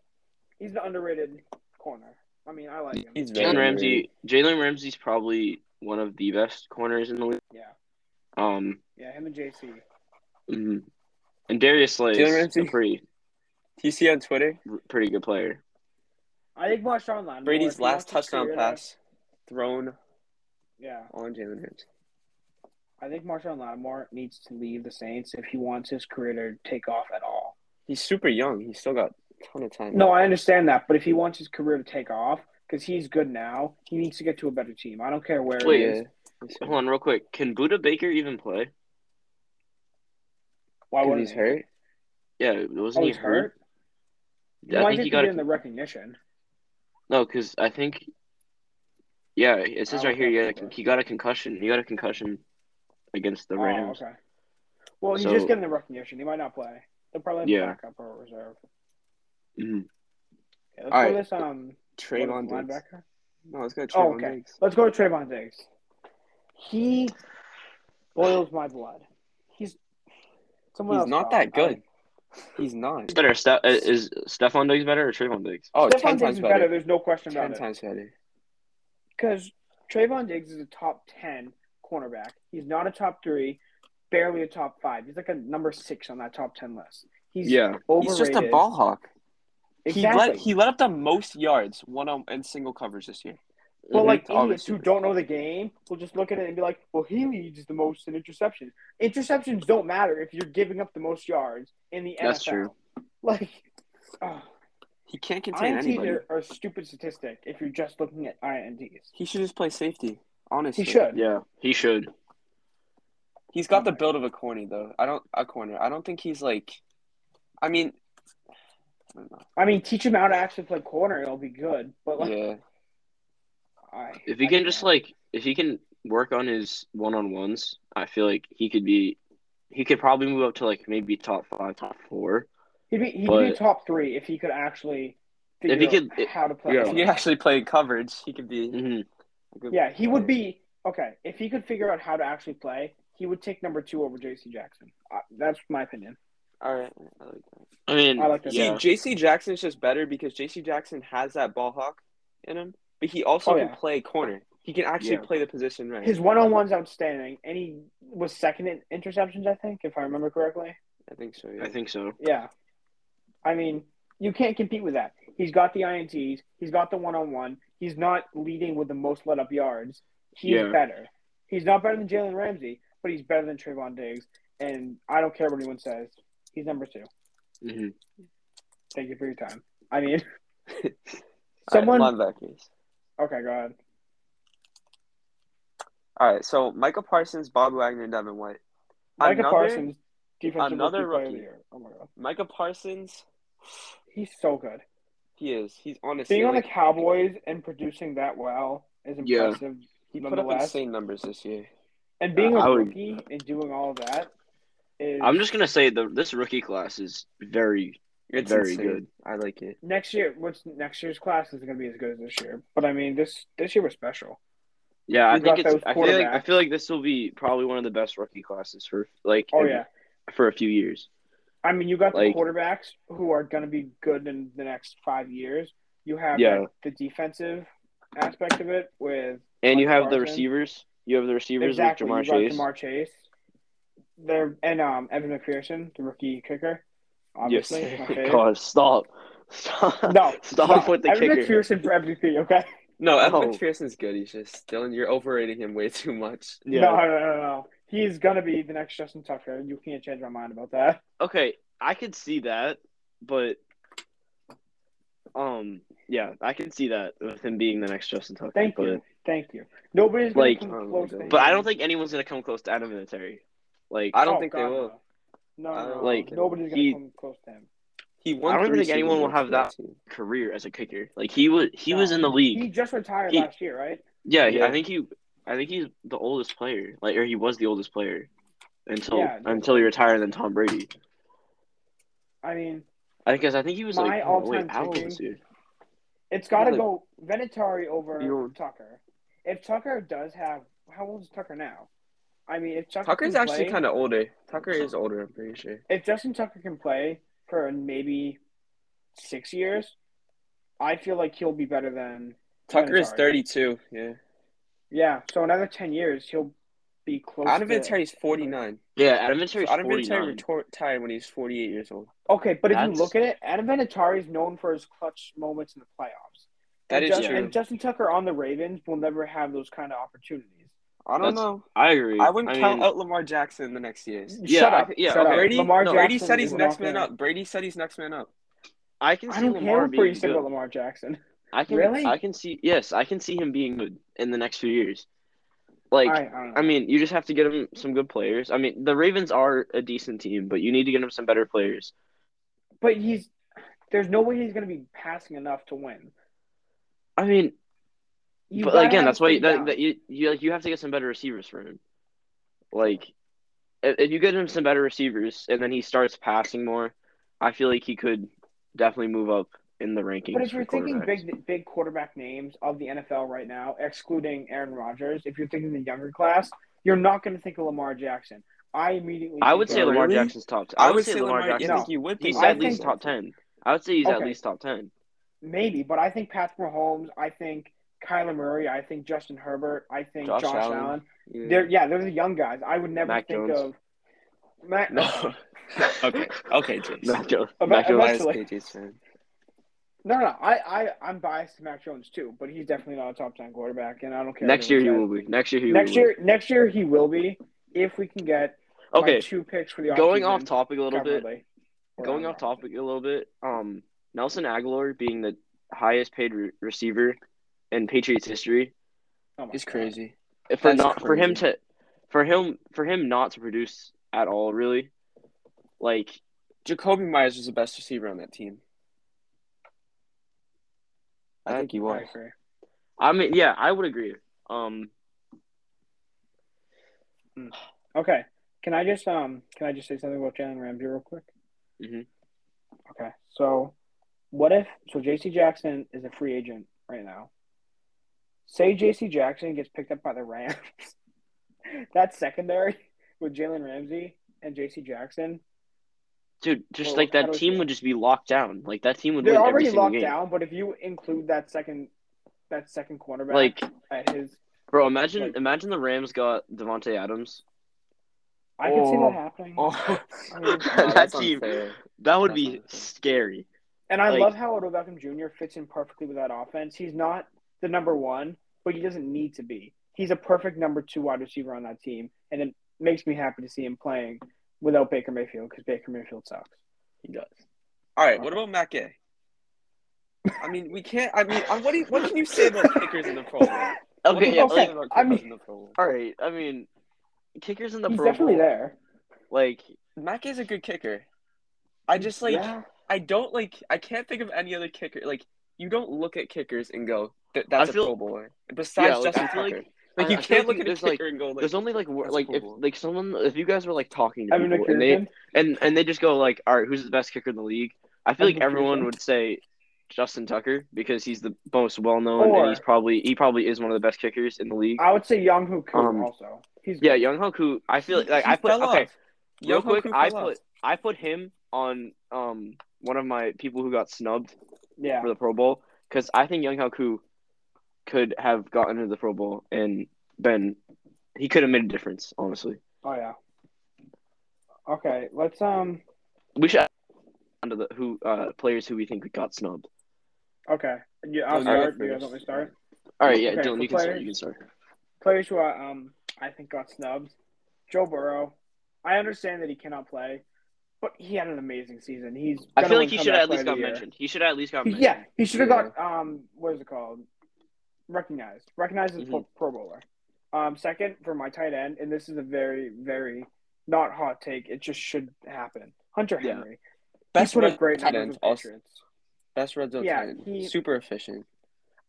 Speaker 1: he's an underrated corner. I mean, I like him.
Speaker 2: He's very
Speaker 3: Jalen
Speaker 2: underrated.
Speaker 3: Ramsey. Jalen Ramsey's probably one of the best corners in the league.
Speaker 1: Yeah.
Speaker 3: Um,
Speaker 1: Yeah, him and JC. Mm-hmm.
Speaker 3: mhm. and Darius Slay
Speaker 2: Jalen
Speaker 3: is a
Speaker 2: Ramsey.
Speaker 3: pretty
Speaker 2: Do you see on Twitter
Speaker 3: pretty good player.
Speaker 1: I think Marshawn Lattimore. if
Speaker 2: Brady's
Speaker 1: he
Speaker 2: last
Speaker 1: wants to
Speaker 2: touchdown
Speaker 1: career-
Speaker 2: pass thrown
Speaker 1: Yeah,
Speaker 2: on Jalen Ramsey?
Speaker 1: I think Marshawn Lattimore needs to leave the Saints if he wants his career to take off at all.
Speaker 2: He's super young. He's still got a ton of time.
Speaker 1: No, I understand that, but if he wants his career to take off because he's good now, he needs to get to a better team. I don't care where
Speaker 3: Wait.
Speaker 1: it
Speaker 2: Yeah.
Speaker 1: is.
Speaker 3: Hold on, real quick. Can Buda Baker even play?
Speaker 1: Why
Speaker 2: 'Cause
Speaker 1: would
Speaker 2: he's hurt.
Speaker 3: Yeah,
Speaker 1: Oh,
Speaker 3: wasn't
Speaker 1: he's
Speaker 3: he hurt?
Speaker 1: hurt.
Speaker 3: I
Speaker 1: Why
Speaker 3: think
Speaker 1: did
Speaker 3: he
Speaker 1: he
Speaker 3: got
Speaker 1: get
Speaker 3: a,
Speaker 1: in the recognition?
Speaker 3: no, because I think. Yeah, it says
Speaker 1: Oh,
Speaker 3: right here.
Speaker 1: okay,
Speaker 3: Yeah,
Speaker 1: okay.
Speaker 3: he got a concussion. He got a concussion against the
Speaker 1: Oh,
Speaker 3: Rams.
Speaker 1: okay. Well, he's
Speaker 3: So-
Speaker 1: just getting the recognition. He might not play. They'll probably have
Speaker 3: Yeah.
Speaker 1: a backup or a reserve.
Speaker 3: Mhm.
Speaker 1: Okay, let's
Speaker 2: All
Speaker 1: go
Speaker 2: right.
Speaker 1: to this um what
Speaker 2: Trayvon
Speaker 1: is it,
Speaker 2: Diggs.
Speaker 1: linebacker.
Speaker 2: No, let's go Trayvon
Speaker 1: Oh, okay.
Speaker 2: Diggs.
Speaker 1: Let's go to Trayvon Diggs. He boils my blood. He's someone
Speaker 2: He's
Speaker 1: else
Speaker 2: not
Speaker 1: thought-
Speaker 2: that good. He's not.
Speaker 3: It's better. Ste- is Stephon Diggs better or Trayvon Diggs?
Speaker 2: Oh,
Speaker 1: I, Stephon
Speaker 2: 10
Speaker 1: Diggs
Speaker 2: times
Speaker 1: is
Speaker 2: better.
Speaker 1: There's no question
Speaker 2: 10
Speaker 1: about it.
Speaker 2: times better.
Speaker 1: Because Trayvon Diggs is a top ten cornerback. He's not a top three, barely a top five. He's like a number six on that top ten list. He's
Speaker 3: yeah,
Speaker 1: overrated.
Speaker 2: He's just a ball hawk.
Speaker 1: Exactly.
Speaker 2: He let he let up the most yards one on and single covers this year.
Speaker 1: But
Speaker 3: Mhm.
Speaker 1: like idiots
Speaker 2: obviously.
Speaker 1: who don't know the game will just look at it and be like, "Well, he leads the most in interceptions. Interceptions don't matter if you're giving up the most yards in the
Speaker 3: That's
Speaker 1: NFL."
Speaker 3: true.
Speaker 1: Like, ugh,
Speaker 2: He can't contain
Speaker 1: INTs
Speaker 2: anybody.
Speaker 1: are, are a stupid statistic if you're just looking at INTs.
Speaker 2: He should just play safety. Honestly,
Speaker 1: He should.
Speaker 3: Mm-hmm. yeah, he should.
Speaker 2: He's got the build of a corner though. I don't a corner. I don't think he's like. I mean, I don't know.
Speaker 1: I mean, teach him how to actually play corner; it'll be good. But like,
Speaker 2: yeah,
Speaker 1: I,
Speaker 3: If he
Speaker 1: I
Speaker 3: can
Speaker 1: don't
Speaker 3: just
Speaker 1: know.
Speaker 3: like, if he can work on his one on ones, I feel like he could be. He could probably move up to like maybe top five, top four.
Speaker 1: he'd be he'd be
Speaker 3: but-
Speaker 1: top three if he could actually
Speaker 3: If
Speaker 1: figure
Speaker 3: he
Speaker 1: out
Speaker 3: could- it-
Speaker 1: how to play.
Speaker 3: yeah.
Speaker 2: if he actually played coverage, he could be.
Speaker 3: hmm
Speaker 2: A good
Speaker 1: Yeah, he would be okay if he could figure out how to actually play. He would take number two over J.C. Jackson. Uh, that's my opinion.
Speaker 2: player. All right. I like that.
Speaker 3: I mean,
Speaker 1: I like that.
Speaker 2: See,
Speaker 3: yeah,
Speaker 2: JC Jackson's just better because JC Jackson has that ball hawk in him, but he also
Speaker 1: Oh,
Speaker 2: can
Speaker 1: yeah.
Speaker 2: play corner. He can actually
Speaker 3: Yeah.
Speaker 2: play the position right.
Speaker 1: His one on one's outstanding, and he was second in interceptions, I think, if I remember correctly.
Speaker 2: I think so. Yeah.
Speaker 3: I think so.
Speaker 1: Yeah. I mean, you can't compete with that. He's got the INTs, he's got the one on one, he's not leading with the most let up yards. He's
Speaker 3: Yeah.
Speaker 1: better. He's not better than Jalen Ramsey, but he's better than Trayvon Diggs. And I don't care what anyone says. He's number two.
Speaker 3: hmm
Speaker 1: Thank you for your time. I mean,
Speaker 2: All right,
Speaker 1: someone.
Speaker 2: linebackers.
Speaker 1: okay, go ahead.
Speaker 2: All right. So Michael Parsons, Bob Wagner, and Devin White.
Speaker 1: Micah
Speaker 2: Another-
Speaker 1: Parsons, defensive
Speaker 2: another
Speaker 1: rookie player of the
Speaker 2: rookie.
Speaker 1: year. Oh my god,
Speaker 2: Micah Parsons.
Speaker 1: he's so good.
Speaker 2: He is. He's honestly.
Speaker 1: Being on the
Speaker 2: like,
Speaker 1: Cowboys and producing that well is
Speaker 3: Yeah.
Speaker 1: impressive.
Speaker 2: he put up
Speaker 1: nonetheless.
Speaker 2: insane numbers this year.
Speaker 1: And being
Speaker 3: I
Speaker 1: a
Speaker 3: would-
Speaker 1: rookie and doing all of that is
Speaker 3: I'm just gonna say the this rookie class is very.
Speaker 2: It's
Speaker 3: Very
Speaker 2: insane.
Speaker 3: good.
Speaker 2: I like it.
Speaker 1: next year. What's next year's class isn't going to be as good as this year. But I mean, this this year was special.
Speaker 3: Yeah, I
Speaker 1: We've got
Speaker 3: think it's.
Speaker 1: those
Speaker 3: I feel like I
Speaker 1: quarterbacks.
Speaker 3: feel like this will be probably one of the best rookie classes for like.
Speaker 1: Oh
Speaker 3: in-
Speaker 1: yeah,
Speaker 3: For a few years.
Speaker 1: I mean, you got the
Speaker 3: Like-
Speaker 1: quarterbacks who are going to be good in the next five years. You have
Speaker 3: Yeah.
Speaker 1: like, the defensive aspect of it with
Speaker 3: And you
Speaker 1: Michael
Speaker 3: have the
Speaker 1: Parsons.
Speaker 3: receivers. You have the receivers
Speaker 1: exactly
Speaker 3: with
Speaker 1: you
Speaker 3: Jamar
Speaker 1: got
Speaker 3: Chase.
Speaker 1: Jamar Chase. There and um Evan McPherson, the rookie kicker.
Speaker 2: Yes.
Speaker 1: Obviously, my favorite.
Speaker 3: God, stop. Stop.
Speaker 1: No,
Speaker 3: Stop with the
Speaker 1: Evan
Speaker 3: kicker.
Speaker 1: McPherson for MVP. Okay.
Speaker 2: No, Evan
Speaker 1: Oh.
Speaker 3: No.
Speaker 2: McPherson's good. He's just Dylan. You're overrating him way too much.
Speaker 3: Yeah.
Speaker 1: No, no, no, no. He's gonna be the next Justin Tucker. You can't change my mind about that.
Speaker 3: Okay, I could see that, but um yeah, I could see that with him being the next Justin Tucker.
Speaker 1: Thank
Speaker 3: but,
Speaker 1: you, thank you. Nobody's gonna
Speaker 3: Like,
Speaker 1: come
Speaker 2: oh my
Speaker 1: close
Speaker 2: God.
Speaker 1: to
Speaker 3: but I don't
Speaker 1: him.
Speaker 3: think anyone's gonna come close to Adam Vinatieri. Like
Speaker 2: I don't
Speaker 1: Oh,
Speaker 2: think
Speaker 1: God,
Speaker 2: they will.
Speaker 1: No,
Speaker 2: I
Speaker 1: no,
Speaker 2: don't
Speaker 1: no.
Speaker 3: like-
Speaker 1: nobody's gonna
Speaker 3: he-
Speaker 1: come close to him.
Speaker 2: He won.
Speaker 3: I don't
Speaker 2: three
Speaker 3: think anyone
Speaker 2: Super
Speaker 3: will
Speaker 2: Bowls
Speaker 3: have
Speaker 2: for that
Speaker 3: that.
Speaker 2: team.
Speaker 3: career as a kicker. Like he was he was
Speaker 1: No.
Speaker 3: in the
Speaker 1: He
Speaker 3: league.
Speaker 1: just retired
Speaker 3: He-
Speaker 1: last year, right?
Speaker 3: Yeah,
Speaker 2: Yeah.
Speaker 3: I think he I think he's the oldest player. Like or he was the oldest player until
Speaker 1: Yeah, no.
Speaker 3: until he retired and then Tom Brady.
Speaker 1: I mean,
Speaker 3: I guess I think he was
Speaker 1: My
Speaker 3: like oh, wait,
Speaker 1: all-time
Speaker 3: how old
Speaker 1: kicking-
Speaker 3: was he?
Speaker 1: it's got to
Speaker 2: Really?
Speaker 1: go Venetari over
Speaker 2: You-
Speaker 1: Tucker. If Tucker does have, how old is Tucker now? I mean, if Tucker
Speaker 2: Tucker's
Speaker 1: can
Speaker 2: actually
Speaker 1: play-
Speaker 2: kind of older. Tucker is older. I'm pretty sure.
Speaker 1: if Justin Tucker can play for maybe six years, I feel like he'll be better than
Speaker 2: Tucker is
Speaker 1: Vinatieri.
Speaker 2: 32. Yeah.
Speaker 1: Yeah, so another ten years he'll be close.
Speaker 2: Adam
Speaker 1: to-
Speaker 2: Vinatieri's 49.
Speaker 3: Yeah, Adam
Speaker 2: So
Speaker 3: Vinatieri's
Speaker 2: Adam
Speaker 3: 49.
Speaker 2: Vinatieri retor- retired when he's 48 years old.
Speaker 1: Okay, but if
Speaker 3: That's-
Speaker 1: you look at it, Adam Vinatieri is known for his clutch moments in the playoffs.
Speaker 2: That
Speaker 1: and
Speaker 2: is
Speaker 1: Justin,
Speaker 2: true.
Speaker 1: And Justin Tucker on the Ravens will never have those kind of opportunities.
Speaker 2: I don't
Speaker 3: That's-
Speaker 2: know.
Speaker 3: I agree.
Speaker 2: I wouldn't count
Speaker 3: mean,
Speaker 2: out Lamar Jackson the next years.
Speaker 3: Yeah,
Speaker 1: shut up.
Speaker 3: I- yeah,
Speaker 1: shut
Speaker 3: okay.
Speaker 1: up.
Speaker 2: Brady,
Speaker 1: Lamar
Speaker 2: no,
Speaker 1: Jackson
Speaker 2: Brady said he's
Speaker 1: is
Speaker 2: next
Speaker 1: not
Speaker 2: man
Speaker 1: gonna-
Speaker 2: up. Brady said he's next man up.
Speaker 3: I can see
Speaker 1: I don't
Speaker 3: Lamar
Speaker 1: care what
Speaker 3: being
Speaker 1: you said
Speaker 3: good.
Speaker 1: about Lamar Jackson.
Speaker 3: I can
Speaker 1: Really?
Speaker 3: I can see yes, I can see him being good in the next few years. Like
Speaker 1: I, I don't know.
Speaker 3: I mean, you just have to get him some good players. I mean, the Ravens are a decent team, but you need to get him some better players.
Speaker 1: but he's there's no way he's going to be passing enough to win.
Speaker 3: I mean,
Speaker 1: You
Speaker 3: but
Speaker 1: gotta
Speaker 3: again,
Speaker 1: have
Speaker 3: that's why
Speaker 1: some
Speaker 3: that,
Speaker 1: balance.
Speaker 3: that you you like you have to get some better receivers for him. Like, if, if you get him some better receivers, and then he starts passing more, I feel like he could definitely move up in the rankings.
Speaker 1: But if
Speaker 3: for
Speaker 1: you're thinking
Speaker 3: quarterbacks.
Speaker 1: big big quarterback names of the NFL right now, excluding Aaron Rodgers, if you're thinking the younger class, you're not going to think of Lamar Jackson. I immediately
Speaker 3: I would
Speaker 1: think
Speaker 3: say
Speaker 1: of-
Speaker 3: Lamar
Speaker 2: Really?
Speaker 3: Jackson's top. I, would say, Lamar,
Speaker 2: You
Speaker 3: Jackson.
Speaker 1: No.
Speaker 2: think you would? think
Speaker 3: He's
Speaker 1: I
Speaker 3: at least
Speaker 1: think-
Speaker 3: top ten. I would say he's at
Speaker 1: Okay.
Speaker 3: least top ten.
Speaker 1: maybe, but I think Pat Mahomes, I think Kyler Murray, I think Justin Herbert, I think
Speaker 2: Josh
Speaker 1: Josh,
Speaker 2: Allen.
Speaker 1: Allen.
Speaker 2: Yeah.
Speaker 1: They're yeah, they're the young guys. I would never
Speaker 3: Mac
Speaker 1: think
Speaker 3: Jones.
Speaker 1: of Mac.
Speaker 2: No. okay. Okay, Jason.
Speaker 3: Mac Jones.
Speaker 1: Eva-
Speaker 3: Mac Jones.
Speaker 1: eva-
Speaker 2: I was
Speaker 1: Actually-
Speaker 2: KJ's fan.
Speaker 1: No, no, no. I, I, I'm biased to Mac Jones too, but he's definitely not a top ten quarterback, and I don't care.
Speaker 3: Next
Speaker 1: what
Speaker 3: year he
Speaker 1: anyone
Speaker 3: will be. Next year he
Speaker 1: says. Next
Speaker 3: will
Speaker 1: year, next year he will be if we can get my
Speaker 3: be. Okay,
Speaker 1: two picks for the
Speaker 3: going
Speaker 1: offseason
Speaker 3: off topic a little
Speaker 1: covered,
Speaker 3: bit.
Speaker 1: like, or
Speaker 3: Going
Speaker 1: on
Speaker 3: off
Speaker 1: the
Speaker 3: topic a little bit. Um, Nelson Aguilar being the highest paid re- receiver in Patriots history
Speaker 1: offseason. Oh my
Speaker 2: It's
Speaker 1: God.
Speaker 2: crazy.
Speaker 3: for
Speaker 2: That's
Speaker 3: not for him
Speaker 2: crazy.
Speaker 3: to for him for him not to produce at all really. Like
Speaker 2: Jacoby Myers was the best receiver on that team. I think he
Speaker 1: I
Speaker 2: was.
Speaker 1: agree.
Speaker 3: I mean, yeah, I would agree. Um,
Speaker 1: Okay. Can I just um can I just say something about Jalen Ramsey real quick?
Speaker 3: Mhm.
Speaker 1: Okay. So what if so JC Jackson is a free agent right now. Say JC Jackson gets picked up by the Rams. that secondary with Jalen Ramsey and JC Jackson
Speaker 3: Dude, just
Speaker 1: Well,
Speaker 3: like
Speaker 1: how do
Speaker 3: that
Speaker 1: I
Speaker 3: team
Speaker 1: feel?
Speaker 3: would just be locked down. Like that team would
Speaker 1: They're
Speaker 3: win every
Speaker 1: already
Speaker 3: single
Speaker 1: locked
Speaker 3: game.
Speaker 1: down, but if you include that second, that second cornerback,
Speaker 3: Like,
Speaker 1: at his,
Speaker 3: bro, imagine
Speaker 1: Like-
Speaker 3: imagine the Rams got Devonte Adams.
Speaker 1: I can see
Speaker 2: Oh.
Speaker 1: that happening.
Speaker 2: Oh,
Speaker 1: I mean,
Speaker 2: Wow,
Speaker 3: that
Speaker 2: that's
Speaker 3: team,
Speaker 2: unfair.
Speaker 3: that would
Speaker 2: That's
Speaker 3: be
Speaker 2: unfair.
Speaker 3: scary.
Speaker 1: And I
Speaker 3: Like-
Speaker 1: love how Odell Beckham Jr. fits in perfectly with that offense. He's not the number one, but he doesn't need to be. He's a perfect number two wide receiver on that team, and it makes me happy to see him playing without Baker Mayfield because Baker Mayfield sucks.
Speaker 3: He does.
Speaker 2: All right, what about Matt Gay? I mean, we can't. I mean, uh, what do you, what can you say about kickers in the Pro Bowl? What do
Speaker 3: Okay,
Speaker 2: you
Speaker 3: yeah,
Speaker 2: say
Speaker 1: okay.
Speaker 3: like,
Speaker 2: about
Speaker 1: I
Speaker 2: kickers
Speaker 1: mean-
Speaker 2: in the Pro Bowl?
Speaker 3: all right. I mean, kickers in the
Speaker 1: He's
Speaker 3: Pro
Speaker 1: definitely
Speaker 3: Bowl,
Speaker 1: there.
Speaker 3: like,
Speaker 2: Matt Gay's a good kicker. I just like
Speaker 1: yeah.
Speaker 2: I don't like I can't think of any other kicker like you don't look at kickers and go "Th- that's
Speaker 3: I feel-
Speaker 2: a Pro Bowler besides
Speaker 3: like,
Speaker 2: Justin
Speaker 3: I feel like-
Speaker 2: Tucker. Like
Speaker 3: I-
Speaker 2: you
Speaker 3: I feel
Speaker 2: can't look
Speaker 3: like
Speaker 2: at a
Speaker 3: there's, like-
Speaker 2: kicker and go like
Speaker 3: there's only like wor-
Speaker 2: That's
Speaker 3: like
Speaker 2: Pro
Speaker 3: if
Speaker 2: Bowl.
Speaker 3: like someone if you guys were like talking to
Speaker 1: Evan
Speaker 3: people and they
Speaker 1: McPherson.
Speaker 3: and and they just go like, all right, who's the best kicker in the league? I feel like
Speaker 1: Evan McPherson.
Speaker 3: everyone would say Justin Tucker because he's the most well known
Speaker 1: Or-
Speaker 3: and he's probably he probably is one of the best kickers in the league.
Speaker 1: I would say Young Hook
Speaker 3: Um,
Speaker 1: also. He's
Speaker 3: Yeah,
Speaker 1: good.
Speaker 3: Young Hoku. I feel
Speaker 2: He-
Speaker 3: like
Speaker 2: he
Speaker 3: I put
Speaker 2: fell
Speaker 3: okay.
Speaker 2: off.
Speaker 3: Real
Speaker 2: Young
Speaker 3: quick,
Speaker 2: Hoku
Speaker 3: I
Speaker 2: fell off.
Speaker 3: put I put him on um one of my people who got snubbed
Speaker 1: yeah.
Speaker 3: for the Pro Bowl because I think Young Haku could have gotten into the Pro Bowl and been he could have made a difference. Honestly,
Speaker 1: Oh yeah. Okay, let's um.
Speaker 3: we should under the who uh players who we think got snubbed.
Speaker 1: Okay, yeah,
Speaker 2: Oh,
Speaker 1: I'll
Speaker 2: you
Speaker 1: start.
Speaker 2: go
Speaker 1: You guys
Speaker 2: first.
Speaker 1: want me to start?
Speaker 3: All right, yeah,
Speaker 1: Okay,
Speaker 3: Dylan,
Speaker 1: for
Speaker 3: you can start.
Speaker 1: players-
Speaker 3: You can start.
Speaker 1: players who I, um I think got snubbed. Joe Burrow. I understand that he cannot play, but he had an amazing season. He's.
Speaker 3: I
Speaker 1: gonna
Speaker 3: feel
Speaker 1: win
Speaker 3: like he should
Speaker 1: comeback
Speaker 3: have at
Speaker 1: player
Speaker 3: least got
Speaker 1: of the year.
Speaker 3: mentioned. He should have at least got
Speaker 1: He-
Speaker 3: mentioned.
Speaker 1: yeah, he should have got um what is it called? Recognized, recognized as a Pro,
Speaker 3: Mm-hmm.
Speaker 1: Pro Bowler. Um, second for my tight end, and this is a very very not hot take. It just should happen. Hunter
Speaker 3: Yeah.
Speaker 1: Henry.
Speaker 2: Best
Speaker 1: he put up
Speaker 2: red
Speaker 1: great
Speaker 2: tight
Speaker 1: numbers
Speaker 2: end,
Speaker 1: with
Speaker 2: also-
Speaker 1: Patriots.
Speaker 2: Best red zone
Speaker 1: Yeah,
Speaker 2: tight end.
Speaker 1: he-
Speaker 2: Super efficient.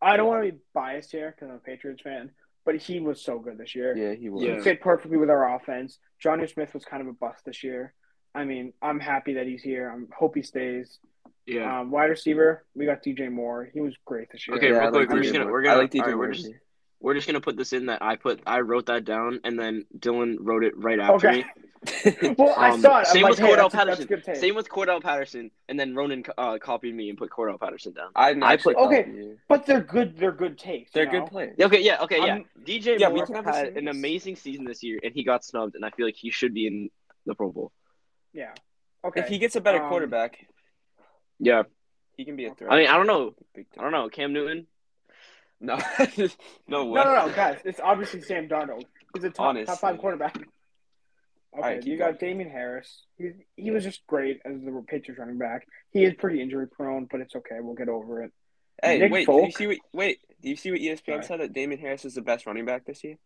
Speaker 1: I don't want to be biased here because I'm a Patriots fan, but he was so good this year.
Speaker 2: Yeah, he was.
Speaker 1: He
Speaker 3: Yeah.
Speaker 1: fit perfectly with our offense. Johnny Smith was kind of a bust this year. I mean, I'm happy that he's here. I hope he stays.
Speaker 3: Yeah.
Speaker 1: Um, wide receiver, we got DJ Moore. He was great this year.
Speaker 3: Okay,
Speaker 2: yeah,
Speaker 3: real
Speaker 2: I
Speaker 3: quick,
Speaker 2: like
Speaker 3: we're just
Speaker 2: DJ
Speaker 3: gonna-
Speaker 2: Moore.
Speaker 3: we're gonna-
Speaker 2: I like DJ
Speaker 3: alright, we're
Speaker 2: Moore.
Speaker 3: just- We're just gonna put this in that I put I wrote that down and then Dylan wrote it right after
Speaker 1: Okay.
Speaker 3: me.
Speaker 1: Well, I
Speaker 3: Um,
Speaker 1: saw it. I'm
Speaker 3: same
Speaker 1: like,
Speaker 3: with
Speaker 1: hey,
Speaker 3: Cordell
Speaker 1: that's, that's a good take.
Speaker 3: Same with Cordell Patterson, and then Ronan uh, copied me and put Cordell Patterson down.
Speaker 2: I'm
Speaker 3: I
Speaker 2: actually
Speaker 3: put-
Speaker 2: not-
Speaker 1: okay. But they're good. They're good takes.
Speaker 2: They're
Speaker 1: you know?
Speaker 2: good players.
Speaker 3: Yeah, Okay, yeah, okay, yeah.
Speaker 1: I'm-
Speaker 3: DJ
Speaker 2: yeah, we
Speaker 3: Moore
Speaker 2: can have a
Speaker 3: had
Speaker 2: series.
Speaker 3: an amazing season this year, and he got snubbed, and I feel like he should be in the Pro Bowl.
Speaker 1: Yeah. Okay.
Speaker 2: If he gets a better
Speaker 1: Um,
Speaker 2: quarterback,
Speaker 3: Yeah,
Speaker 2: he can be a threat.
Speaker 3: I mean, I don't know,
Speaker 2: Big
Speaker 3: I don't know, Cam Newton.
Speaker 2: No, no
Speaker 1: no,
Speaker 2: way.
Speaker 1: no, no, guys. It's obviously Sam Darnold. He's a top,
Speaker 2: Honestly.
Speaker 1: top five quarterback. Okay,
Speaker 2: right, keep
Speaker 1: you got Damien Harris. He, he was just great as the Patriots running back. He is pretty injury prone, but it's okay. We'll get over it.
Speaker 2: Hey,
Speaker 1: Nick
Speaker 2: wait, do
Speaker 1: Folk.
Speaker 2: you see what? Wait, do you see what E ESPN
Speaker 1: Sorry.
Speaker 2: said that Damon Harris is the best running back this year?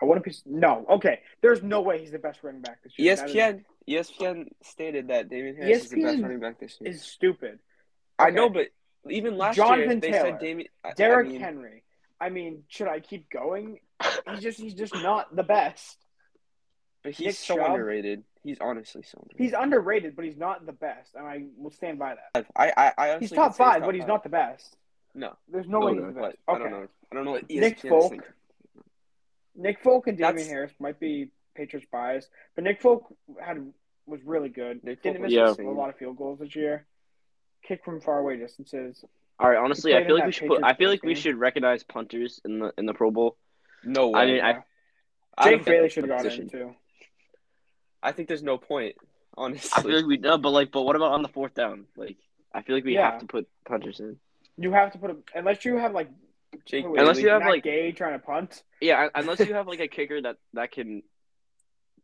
Speaker 1: I want to be no. Okay, there's no way he's the best running back this
Speaker 3: E
Speaker 1: year. That
Speaker 2: ESPN, ESPN stated that Damon Harris is the best
Speaker 1: ESPN
Speaker 2: running back this year.
Speaker 1: is, is stupid.
Speaker 2: I know, but even last year
Speaker 1: Jonathan
Speaker 2: they
Speaker 1: Taylor,
Speaker 2: said Damon. I-
Speaker 1: Derrick
Speaker 2: I mean,
Speaker 1: Henry. I mean, should I keep going? He's just he's just not the best.
Speaker 2: but he's
Speaker 1: Nick
Speaker 2: so
Speaker 1: Chubb.
Speaker 2: underrated. He's honestly so
Speaker 1: He's
Speaker 2: underrated.
Speaker 1: underrated, but he's not the best, and I will stand by that.
Speaker 2: I, I, I honestly
Speaker 1: He's top
Speaker 2: would say
Speaker 1: five, but he's not the best.
Speaker 2: No,
Speaker 1: There's no,
Speaker 3: No,
Speaker 1: way
Speaker 3: no,
Speaker 1: he's the
Speaker 2: but
Speaker 1: best.
Speaker 2: I don't
Speaker 1: Okay,
Speaker 2: know. I don't know what E ESPN
Speaker 1: Nick
Speaker 2: is
Speaker 1: Folk.
Speaker 2: thinking.
Speaker 1: Nick Folk and Damian
Speaker 2: That's-
Speaker 1: Harris might be Patriots biased, but Nick Folk had was really good.
Speaker 2: Nick
Speaker 1: Didn't
Speaker 2: Folk
Speaker 1: miss
Speaker 3: was
Speaker 1: a-
Speaker 2: insane.
Speaker 1: a lot of field goals this year. Kick from faraway distances.
Speaker 3: All right, honestly,
Speaker 1: played
Speaker 3: I feel
Speaker 1: in
Speaker 3: like we
Speaker 1: that
Speaker 3: should put. I
Speaker 1: Patriots
Speaker 3: feel like we
Speaker 1: game.
Speaker 3: should recognize punters in the in the Pro Bowl.
Speaker 2: No way.
Speaker 3: I mean, I
Speaker 2: I don't
Speaker 1: Jake
Speaker 2: think,
Speaker 1: Bailey should have got in
Speaker 3: position.
Speaker 1: too.
Speaker 2: I think there's no point.
Speaker 3: I feel
Speaker 2: Honestly,
Speaker 3: like we no, but like, but what about on the fourth down? Like, I feel like we
Speaker 1: Yeah.
Speaker 3: have to put punters in.
Speaker 1: You have to put a unless you have like
Speaker 2: Jake.
Speaker 1: who is
Speaker 3: Unless
Speaker 1: it,
Speaker 2: Bailey-
Speaker 3: you have,
Speaker 1: Matt
Speaker 3: like-
Speaker 1: Gay trying to punt.
Speaker 3: Yeah, un- unless you have like a kicker that that can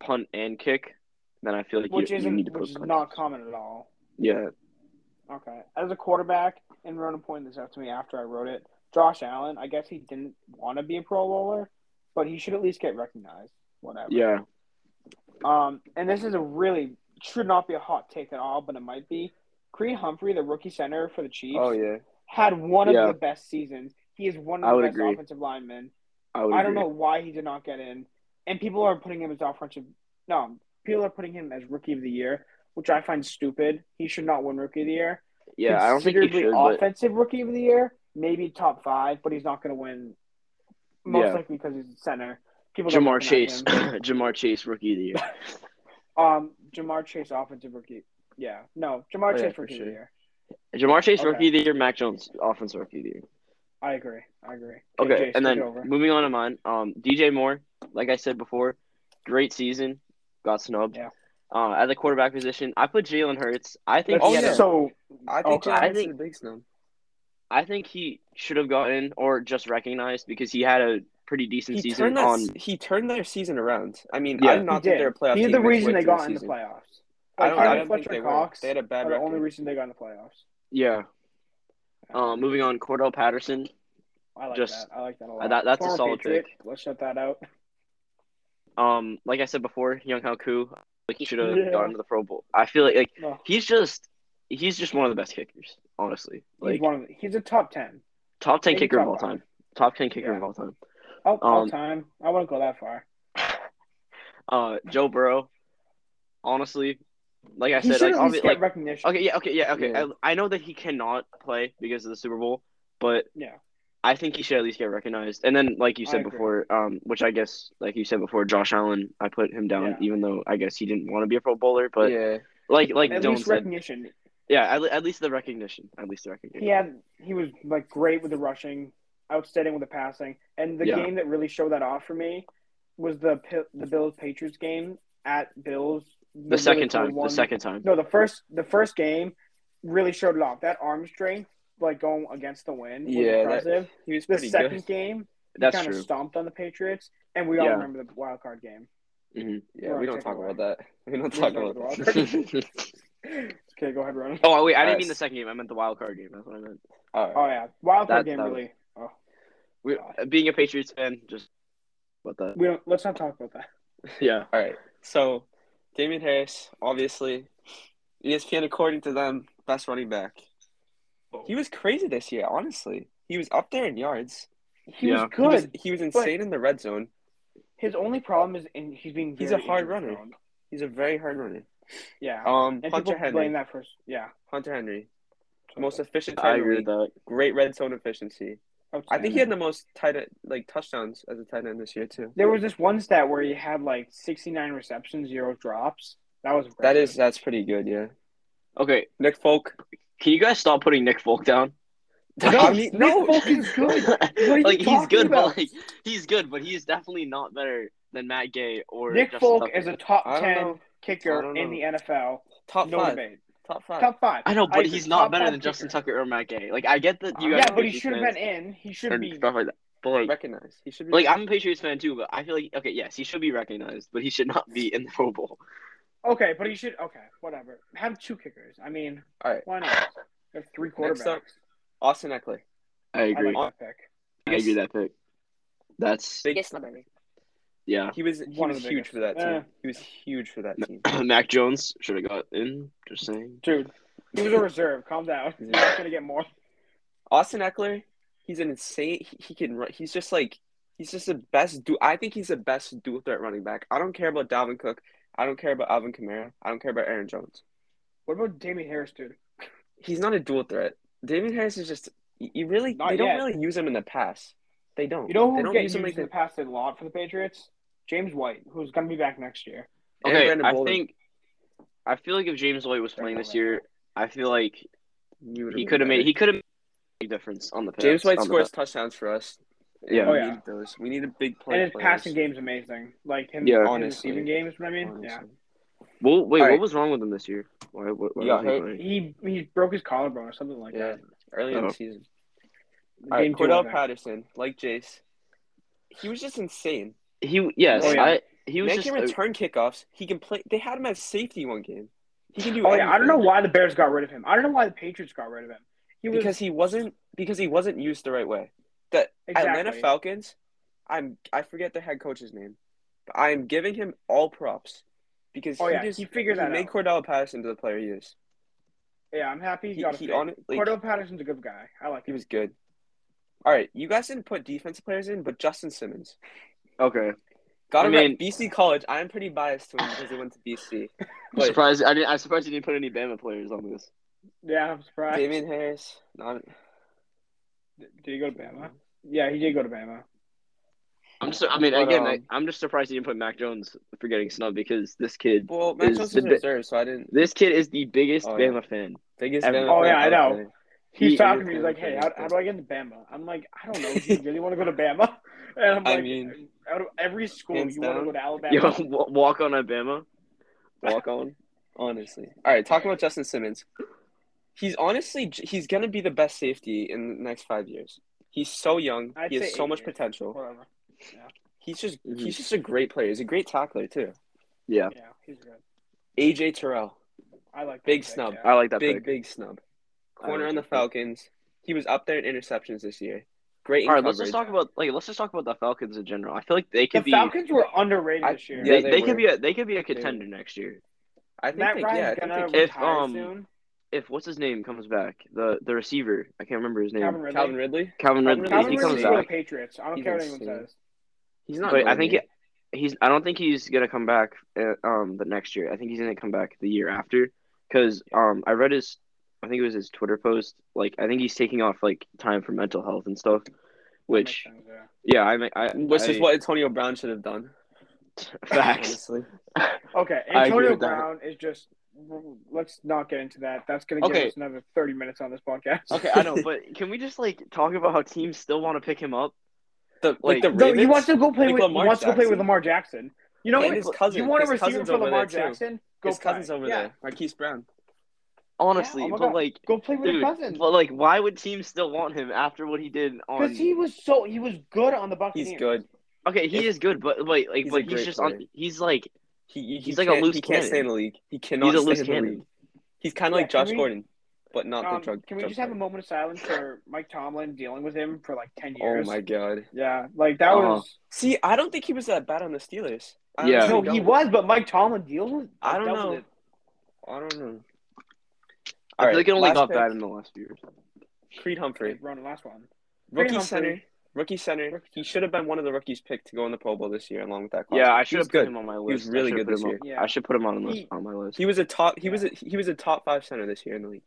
Speaker 3: punt and kick, then I feel like
Speaker 1: Which
Speaker 3: you, you
Speaker 1: isn't
Speaker 3: need to put.
Speaker 1: which is
Speaker 3: punters.
Speaker 1: not common at all.
Speaker 3: Yeah,
Speaker 1: Okay. As a quarterback, and Ronan pointed this out to me after I wrote it, Josh Allen, I guess he didn't want to be a pro bowler, but he should at least get recognized. Whatever.
Speaker 3: yeah.
Speaker 1: Um, and this is a really should not be a hot take at all, but it might be. Creed Humphrey, the rookie center for the Chiefs,
Speaker 2: Oh yeah.
Speaker 1: had one of
Speaker 3: Yeah.
Speaker 1: the best seasons. He is one
Speaker 3: I
Speaker 1: of the
Speaker 3: would
Speaker 1: best
Speaker 3: agree.
Speaker 1: offensive linemen.
Speaker 3: I, would
Speaker 1: I don't
Speaker 3: agree.
Speaker 1: know why he did not get in. And people are putting him as offensive. No, people are putting him as rookie of the year, which I find stupid. He should not win rookie of the year.
Speaker 3: Yeah, I don't think he
Speaker 1: Considerably
Speaker 3: should. But
Speaker 1: offensive rookie of the year, maybe top five, but he's not going to win. Most
Speaker 3: Yeah.
Speaker 1: likely because he's a center. People don't
Speaker 3: Jamar
Speaker 1: recognize
Speaker 3: Chase,
Speaker 1: him.
Speaker 3: Jamar Chase, rookie of the year.
Speaker 1: Um, Jamar Chase, offensive rookie Yeah. No, Jamar
Speaker 2: Oh, yeah,
Speaker 1: Chase
Speaker 2: for
Speaker 1: rookie of the
Speaker 2: sure.
Speaker 1: year.
Speaker 3: Jamar Chase
Speaker 1: Okay.
Speaker 3: rookie of the year, Mac Jones offensive rookie of the year.
Speaker 1: I agree. I agree.
Speaker 3: Okay,
Speaker 1: Jay,
Speaker 3: and
Speaker 1: speak
Speaker 3: then
Speaker 1: it over.
Speaker 3: moving on to mine, um, DJ Moore, like I said before, great season, got snubbed.
Speaker 1: Yeah.
Speaker 3: Uh, at the quarterback position, I put Jalen Hurts. I think
Speaker 1: That's
Speaker 3: he
Speaker 2: Oh,
Speaker 3: had a-
Speaker 2: yeah.
Speaker 1: so
Speaker 2: I think
Speaker 1: Okay.
Speaker 2: Jalen
Speaker 3: I
Speaker 2: Hurts
Speaker 3: think-
Speaker 2: is a big snub.
Speaker 3: I think he should have gotten or just recognized because he had a pretty decent
Speaker 2: He
Speaker 3: season
Speaker 2: turned, that,
Speaker 3: on.
Speaker 2: he turned their season around. I mean,
Speaker 3: Yeah.
Speaker 2: I did not
Speaker 1: he
Speaker 2: think they're a
Speaker 1: did.
Speaker 2: playoff
Speaker 1: He's
Speaker 2: team
Speaker 1: the
Speaker 2: midway
Speaker 1: reason they
Speaker 2: through the
Speaker 1: got in the
Speaker 2: season.
Speaker 1: playoffs.
Speaker 2: I
Speaker 1: Like, him
Speaker 2: don't, I
Speaker 1: and
Speaker 2: don't think
Speaker 1: Fletcher
Speaker 2: they were.
Speaker 1: Cox
Speaker 2: They had a bad
Speaker 1: are the only
Speaker 2: record.
Speaker 1: reason they got in the playoffs.
Speaker 3: Yeah. Uh, moving on, Cordell Patterson.
Speaker 1: I like
Speaker 3: just-
Speaker 1: that. I like that a
Speaker 3: I-
Speaker 1: lot.
Speaker 3: that- that's a
Speaker 1: Former
Speaker 3: solid
Speaker 1: Patriot.
Speaker 3: pick.
Speaker 1: Let's shut that out.
Speaker 3: Um, like I said before, Young Haku, like he should have
Speaker 1: Yeah.
Speaker 3: gotten to the Pro Bowl. I feel like like
Speaker 1: No,
Speaker 3: he's just he's just one of the best kickers, honestly.
Speaker 1: he's
Speaker 3: Like
Speaker 1: one of the, he's a top ten.
Speaker 3: top ten
Speaker 1: maybe
Speaker 3: kicker of
Speaker 1: top
Speaker 3: all
Speaker 1: five.
Speaker 3: time. Top ten kicker
Speaker 1: Yeah.
Speaker 3: of all time.
Speaker 1: All, all
Speaker 3: Um,
Speaker 1: time. I wouldn't go that far.
Speaker 3: Uh, Joe Burrow, honestly, like I
Speaker 1: he
Speaker 3: said,
Speaker 1: should
Speaker 3: like,
Speaker 1: at least
Speaker 3: obvi-
Speaker 1: get
Speaker 3: like
Speaker 1: recognition.
Speaker 3: okay, yeah, okay, yeah, okay.
Speaker 2: Yeah.
Speaker 3: I, I know that he cannot play because of the Super Bowl, but
Speaker 1: Yeah.
Speaker 3: I think he should at least get recognized. And then, like you
Speaker 1: I
Speaker 3: said
Speaker 1: agree.
Speaker 3: before, um, which I guess, like you said before, Josh Allen, I put him down,
Speaker 1: Yeah.
Speaker 3: even though I guess he didn't want to be a Pro Bowler, but
Speaker 2: yeah,
Speaker 3: like like
Speaker 1: At
Speaker 3: Dylan
Speaker 1: least
Speaker 3: said,
Speaker 1: recognition.
Speaker 3: yeah, at, le- at least the recognition, at least the recognition.
Speaker 1: He had he was like great with the rushing, outstanding with the passing, and the
Speaker 3: Yeah.
Speaker 1: game that really showed that off for me was the Pi- the Bills Patriots game at Bills.
Speaker 3: the second time, the second time.
Speaker 1: No, the first the first game really showed it off. That arm strength, like going against the wind, was
Speaker 2: Yeah, that-
Speaker 1: impressive.
Speaker 2: he was
Speaker 1: The
Speaker 2: pretty
Speaker 1: second
Speaker 2: good.
Speaker 1: game, he
Speaker 3: That's
Speaker 1: kind of
Speaker 3: true.
Speaker 1: stomped on the Patriots, and we all
Speaker 3: Yeah.
Speaker 1: remember the wild card game.
Speaker 2: Yeah, we don't
Speaker 1: Take
Speaker 2: talk
Speaker 1: away.
Speaker 2: about that. We don't
Speaker 1: We
Speaker 2: talk
Speaker 1: don't
Speaker 2: about
Speaker 1: talk
Speaker 2: that.
Speaker 1: about Okay, go ahead, Ronan.
Speaker 3: oh wait, I didn't
Speaker 2: Alright.
Speaker 3: mean the second game. I meant the wild card game. That's what I meant.
Speaker 2: All right.
Speaker 1: Oh yeah, wild card
Speaker 3: That-
Speaker 1: game
Speaker 3: that
Speaker 1: really. Oh,
Speaker 3: We, being a Patriots fan, just what the
Speaker 1: we don't. Let's not talk about that.
Speaker 3: yeah.
Speaker 2: All right. So, Damian Harris, obviously, E ESPN, according to them, best running back. He was crazy this year, honestly. He was up there in yards.
Speaker 1: He
Speaker 3: Yeah.
Speaker 1: was
Speaker 2: He was,
Speaker 1: good.
Speaker 2: he was insane in the red zone.
Speaker 1: His only problem is, in he's being.
Speaker 2: He's
Speaker 1: very
Speaker 2: a hard
Speaker 1: injury
Speaker 2: runner.
Speaker 1: prone.
Speaker 2: He's a very hard runner.
Speaker 1: Yeah,
Speaker 2: Um,
Speaker 1: and
Speaker 2: Hunter
Speaker 1: people
Speaker 2: Henry.
Speaker 1: blame that first. Yeah,
Speaker 2: Hunter Henry. Most efficient tight
Speaker 3: I
Speaker 2: end. in the
Speaker 3: agree with
Speaker 2: league.
Speaker 3: that.
Speaker 2: Great red zone efficiency. I think he had the most tight end, like touchdowns as a tight end this year too.
Speaker 1: There was this one stat where he had like sixty nine receptions, zero drops. That was impressive.
Speaker 2: That is that's pretty good, yeah.
Speaker 3: Okay,
Speaker 2: Nick Folk.
Speaker 3: can you guys stop putting Nick Folk down?
Speaker 1: No,
Speaker 2: I mean, no.
Speaker 1: Nick Folk is good. are you
Speaker 3: like he's
Speaker 1: talking
Speaker 3: good,
Speaker 1: about?
Speaker 3: but like he's good, but he's definitely not better than Matt Gay or
Speaker 1: Nick
Speaker 3: Justin
Speaker 1: Folk
Speaker 3: Tucker.
Speaker 1: is a top
Speaker 2: I don't
Speaker 1: ten
Speaker 2: know. I
Speaker 1: kicker
Speaker 2: don't
Speaker 1: in
Speaker 2: know.
Speaker 1: the NFL.
Speaker 2: Top
Speaker 1: no
Speaker 2: five.
Speaker 1: debate.
Speaker 2: Top five.
Speaker 1: Top five.
Speaker 3: I know, but
Speaker 1: agree.
Speaker 3: he's not
Speaker 1: Top
Speaker 3: better
Speaker 1: five
Speaker 3: than
Speaker 1: kicker.
Speaker 3: Justin Tucker or Matt Gay. Like I get that you
Speaker 2: Yeah,
Speaker 3: guys.
Speaker 1: Yeah,
Speaker 3: are
Speaker 1: but he
Speaker 3: Patriots
Speaker 1: should have
Speaker 3: fans
Speaker 1: been in. He should
Speaker 3: and
Speaker 1: be.
Speaker 3: stuff like that. But like,
Speaker 2: Recognized. He should be
Speaker 3: like I'm a Patriots fan too, but I feel like okay, yes, he should be recognized, but he should not be in the Pro Bowl.
Speaker 1: Okay, but he should. Okay, whatever. Have two kickers. I mean,
Speaker 2: All right.
Speaker 1: why not? They have three
Speaker 2: Next
Speaker 1: quarterbacks.
Speaker 2: up, Austin Eckler.
Speaker 3: I
Speaker 1: I
Speaker 3: agree.
Speaker 1: like that pick.
Speaker 3: I agree that pick. That's
Speaker 2: Big,
Speaker 3: yeah.
Speaker 2: he was he
Speaker 1: One of
Speaker 2: was
Speaker 1: the
Speaker 2: huge
Speaker 1: biggest.
Speaker 2: for that team.
Speaker 1: Eh.
Speaker 2: He was huge for that team.
Speaker 3: Mac Jones should have got in. Just saying.
Speaker 1: Dude, he was a reserve. Calm down. He's not gonna get more.
Speaker 2: Austin Eckler, he's an insane. He, he can run. He's just like he's just the best. Du- I think he's the best dual threat running back. I don't care about Dalvin Cook. I don't care about Alvin Kamara. I don't care about Aaron Jones.
Speaker 1: What about Damian Harris, dude?
Speaker 2: He's not a dual threat. David Harris is just you- you really
Speaker 1: Not
Speaker 2: they don't
Speaker 1: yet.
Speaker 2: really use him in the pass. They don't.
Speaker 1: You know
Speaker 2: they
Speaker 1: who
Speaker 2: don't
Speaker 1: gets used
Speaker 2: like
Speaker 1: in the past a lot for the Patriots? James White, who's gonna be back next year.
Speaker 2: And
Speaker 3: Okay,
Speaker 2: Brandon
Speaker 3: I
Speaker 2: Bolden.
Speaker 3: think I feel like if James White was playing this year, I feel like
Speaker 2: You would've
Speaker 3: he
Speaker 2: been
Speaker 3: could have
Speaker 2: better.
Speaker 3: made he could have made a difference on the pitch.
Speaker 2: James White
Speaker 3: on the
Speaker 2: scores touchdowns for us.
Speaker 3: Yeah.
Speaker 2: We
Speaker 1: Oh, yeah.
Speaker 2: need those. We need a big play.
Speaker 1: And his
Speaker 2: players,
Speaker 1: passing game's amazing. Like him,
Speaker 3: Yeah.
Speaker 1: his
Speaker 2: Honestly.
Speaker 1: receiving game is what I mean.
Speaker 2: honestly.
Speaker 1: Yeah.
Speaker 3: pitch. Well, wait,
Speaker 2: All right.
Speaker 3: what was wrong with him this year? Why? What, why
Speaker 2: He got
Speaker 3: was he
Speaker 2: hurt.
Speaker 3: playing?
Speaker 1: He he broke his collarbone or something like
Speaker 2: Yeah.
Speaker 1: that.
Speaker 2: Early in
Speaker 3: Oh.
Speaker 2: the season.
Speaker 1: The
Speaker 2: All right,
Speaker 1: game two
Speaker 2: Cordell
Speaker 1: was back.
Speaker 2: Patterson, like Jace, he was just insane.
Speaker 3: He yes,
Speaker 1: Oh, yeah.
Speaker 3: I he was
Speaker 2: Man
Speaker 3: just
Speaker 2: can return kickoffs. He can play. They had him as safety one game. He can do.
Speaker 1: Oh yeah, I don't know
Speaker 2: anything.
Speaker 1: why the Bears got rid of him. I don't know why the Patriots got rid of him. He was
Speaker 2: because he wasn't because he wasn't used the right way. The
Speaker 1: exactly.
Speaker 2: Atlanta Falcons. I'm I forget the head coach's name, but I am giving him all props because
Speaker 1: Oh
Speaker 2: he
Speaker 1: yeah,
Speaker 2: just
Speaker 1: he figured that
Speaker 2: made
Speaker 1: out.
Speaker 2: Cordell Patterson to the player he is.
Speaker 1: Yeah, I'm happy
Speaker 2: He,
Speaker 1: he, got a
Speaker 2: he
Speaker 1: pick.
Speaker 2: on like,
Speaker 1: Cordell Patterson's a good guy. I like
Speaker 2: he
Speaker 1: him.
Speaker 2: was good. All right, you guys didn't put defensive players in, but Justin Simmons.
Speaker 3: uh, okay.
Speaker 2: Got
Speaker 3: I
Speaker 2: him at
Speaker 3: mean-
Speaker 2: BC College. I'm pretty biased to him because he went to BC.
Speaker 3: I'm
Speaker 2: But
Speaker 3: surprised I didn't. I'm surprised you didn't put any Bama players on this.
Speaker 1: Yeah, I'm surprised.
Speaker 2: Damian Harris, not
Speaker 1: Did he go to Bama? Yeah, he did go to Bama.
Speaker 3: I'm just. I mean,
Speaker 2: But,
Speaker 3: again,
Speaker 2: um,
Speaker 3: I, I'm just surprised you didn't put Mac Jones for getting snubbed because this kid,
Speaker 2: Well, Mac
Speaker 3: Is
Speaker 2: Jones
Speaker 3: the
Speaker 2: was
Speaker 3: bi-
Speaker 2: reserved, so I didn't.
Speaker 3: this kid is the biggest
Speaker 2: Oh, yeah.
Speaker 3: Bama fan.
Speaker 2: Biggest
Speaker 3: ever.
Speaker 2: Bama
Speaker 1: Oh,
Speaker 2: fan
Speaker 1: yeah, I
Speaker 2: out
Speaker 1: know.
Speaker 2: there.
Speaker 1: He's
Speaker 3: He
Speaker 1: talking
Speaker 2: is
Speaker 1: to me. He's
Speaker 2: the
Speaker 1: like, "Hey, how,
Speaker 2: biggest
Speaker 1: how do I get into Bama?" I'm like, "I don't know. Do you really want to go to Bama?" And I'm
Speaker 2: I
Speaker 1: like,
Speaker 2: mean,
Speaker 1: out of every school,
Speaker 2: hands
Speaker 1: you want to
Speaker 2: down.
Speaker 1: go to Alabama.
Speaker 3: Yo, wa- walk on Alabama.
Speaker 2: Walk on, honestly. All right, talking about Justin Simmons. He's honestly he's gonna be the best safety in the next five years. He's so young.
Speaker 1: I'd
Speaker 2: he
Speaker 1: say Mm-hmm.
Speaker 2: has so
Speaker 1: eight
Speaker 2: much
Speaker 1: years.
Speaker 2: potential.
Speaker 1: Whatever.
Speaker 2: He's just
Speaker 3: Mhm.
Speaker 2: he's just a great player. He's a great tackler too.
Speaker 3: Yeah,
Speaker 1: Yeah, he's good.
Speaker 2: AJ Terrell,
Speaker 1: I like that
Speaker 2: Big
Speaker 1: pick,
Speaker 2: snub.
Speaker 1: yeah.
Speaker 3: I like that
Speaker 2: big
Speaker 3: pick.
Speaker 2: big snub.
Speaker 3: I
Speaker 2: Corner
Speaker 3: like
Speaker 2: on the
Speaker 3: that pick.
Speaker 2: Falcons. He was up there in interceptions this year. Great. in
Speaker 3: All right, let's just
Speaker 2: coverage.
Speaker 3: talk about like let's just talk about the Falcons in general. I feel like they could
Speaker 1: The
Speaker 3: be
Speaker 1: Falcons were underrated
Speaker 2: I-
Speaker 1: this year.
Speaker 2: Yeah,
Speaker 3: they,
Speaker 2: they
Speaker 3: they,
Speaker 2: were.
Speaker 3: could be a they could be a
Speaker 2: were.
Speaker 3: contender next year
Speaker 2: I think
Speaker 1: Matt
Speaker 2: they,
Speaker 1: Ryan's
Speaker 2: yeah, I think
Speaker 1: gonna
Speaker 2: they,
Speaker 3: if,
Speaker 1: retire
Speaker 3: um,
Speaker 1: soon.
Speaker 3: if what's his name comes back. The the receiver I can't remember his name.
Speaker 1: Calvin
Speaker 3: Calvin,
Speaker 1: Ridley.
Speaker 2: Calvin Ridley.
Speaker 3: Ridley.
Speaker 2: Calvin
Speaker 3: he
Speaker 1: Ridley's
Speaker 3: comes
Speaker 2: Ridley.
Speaker 1: gonna go
Speaker 3: back,
Speaker 1: to Patriots. I don't
Speaker 2: He's
Speaker 1: care what
Speaker 2: insane.
Speaker 1: anyone says.
Speaker 2: He's not.
Speaker 3: but I
Speaker 2: going
Speaker 3: think
Speaker 2: yet.
Speaker 3: it- he's. I don't think he's gonna come back. uh um, the next year. I think he's gonna come back the year after. Cause um, I read his. I think it was his Twitter post. Like I think he's taking off like time for mental health and stuff. Which
Speaker 1: That makes sense, yeah.
Speaker 3: yeah, I mean, I
Speaker 2: which is
Speaker 3: I-
Speaker 2: what Antonio Brown should have done.
Speaker 3: facts.
Speaker 2: Honestly.
Speaker 1: Okay,
Speaker 3: I agree
Speaker 1: Antonio
Speaker 3: with that.
Speaker 1: Brown is just. Let's not get into that. That's gonna give
Speaker 3: Okay.
Speaker 1: us another thirty minutes on this podcast.
Speaker 3: Okay, I know, but can we just like talk about how teams still want to pick him up?
Speaker 2: The, like,
Speaker 3: Like,
Speaker 2: the
Speaker 1: No,
Speaker 2: Ravens.
Speaker 1: he wants to go play
Speaker 2: Like
Speaker 1: with.
Speaker 2: Lamar
Speaker 1: he wants to go play with
Speaker 2: Jackson.
Speaker 1: Lamar Jackson. You know
Speaker 2: And
Speaker 1: what?
Speaker 2: his cousin.
Speaker 1: You want
Speaker 2: His
Speaker 1: a receiver
Speaker 2: cousin's
Speaker 1: for
Speaker 2: over
Speaker 1: Lamar
Speaker 2: there, too.
Speaker 1: Jackson? Go
Speaker 2: His
Speaker 1: play.
Speaker 2: cousin's over
Speaker 1: Yeah,
Speaker 2: there, Marquise Brown.
Speaker 3: Honestly,
Speaker 1: oh my
Speaker 3: but
Speaker 1: God.
Speaker 3: like,
Speaker 1: Go play with
Speaker 3: dude,
Speaker 1: his cousin.
Speaker 3: but like, why would teams still want him after what he did on?
Speaker 1: Because he was so he was good on the Buccaneers.
Speaker 2: He's good.
Speaker 3: Okay, he
Speaker 2: If-
Speaker 3: is good, but like, like,
Speaker 2: He's a
Speaker 3: but he's
Speaker 2: great
Speaker 3: just
Speaker 2: player.
Speaker 3: on. He's like,
Speaker 2: He, he- he
Speaker 3: He's like a
Speaker 2: can't-
Speaker 3: loose
Speaker 2: He can't
Speaker 3: cannon.
Speaker 2: stay in the league. He cannot
Speaker 3: a
Speaker 2: stay
Speaker 3: loose
Speaker 2: in the
Speaker 3: cannon.
Speaker 2: league. He's kind of
Speaker 1: Yeah,
Speaker 2: like
Speaker 1: can
Speaker 2: Josh
Speaker 1: we-
Speaker 2: Gordon, but not
Speaker 1: Um,
Speaker 2: the drug.
Speaker 1: can we
Speaker 2: drug
Speaker 1: just have a
Speaker 2: dealer.
Speaker 1: moment of silence for Mike Tomlin dealing with him for like ten years?
Speaker 2: Oh my god.
Speaker 1: Yeah, like that
Speaker 3: Uh-huh.
Speaker 1: was.
Speaker 2: See, I don't think he was that bad on the Steelers. I
Speaker 3: Yeah.
Speaker 2: honestly
Speaker 1: No, he
Speaker 2: don't.
Speaker 1: was, but Mike Tomlin deals with.
Speaker 2: I don't
Speaker 1: dealt
Speaker 2: know.
Speaker 1: with it.
Speaker 2: I don't know.
Speaker 3: I feel like it only
Speaker 2: last
Speaker 3: got
Speaker 2: pick,
Speaker 3: bad in the last few years.
Speaker 2: Creed Humphrey,
Speaker 1: Run last one. Creed
Speaker 2: rookie
Speaker 1: Humphrey.
Speaker 2: center, rookie center. He should have been one of the rookies picked to go in the Pro Bowl this year, along with that class.
Speaker 3: Yeah, I
Speaker 2: He
Speaker 3: should
Speaker 2: was
Speaker 3: have put
Speaker 2: good.
Speaker 3: him on my list.
Speaker 2: was
Speaker 3: I
Speaker 2: really
Speaker 3: should've
Speaker 2: good
Speaker 3: put
Speaker 2: this
Speaker 3: him
Speaker 2: year.
Speaker 3: on-
Speaker 1: Yeah.
Speaker 3: I should put him on the list,
Speaker 1: He-
Speaker 3: on my list.
Speaker 2: He was a top. He was a, he was a top five center this year in the league.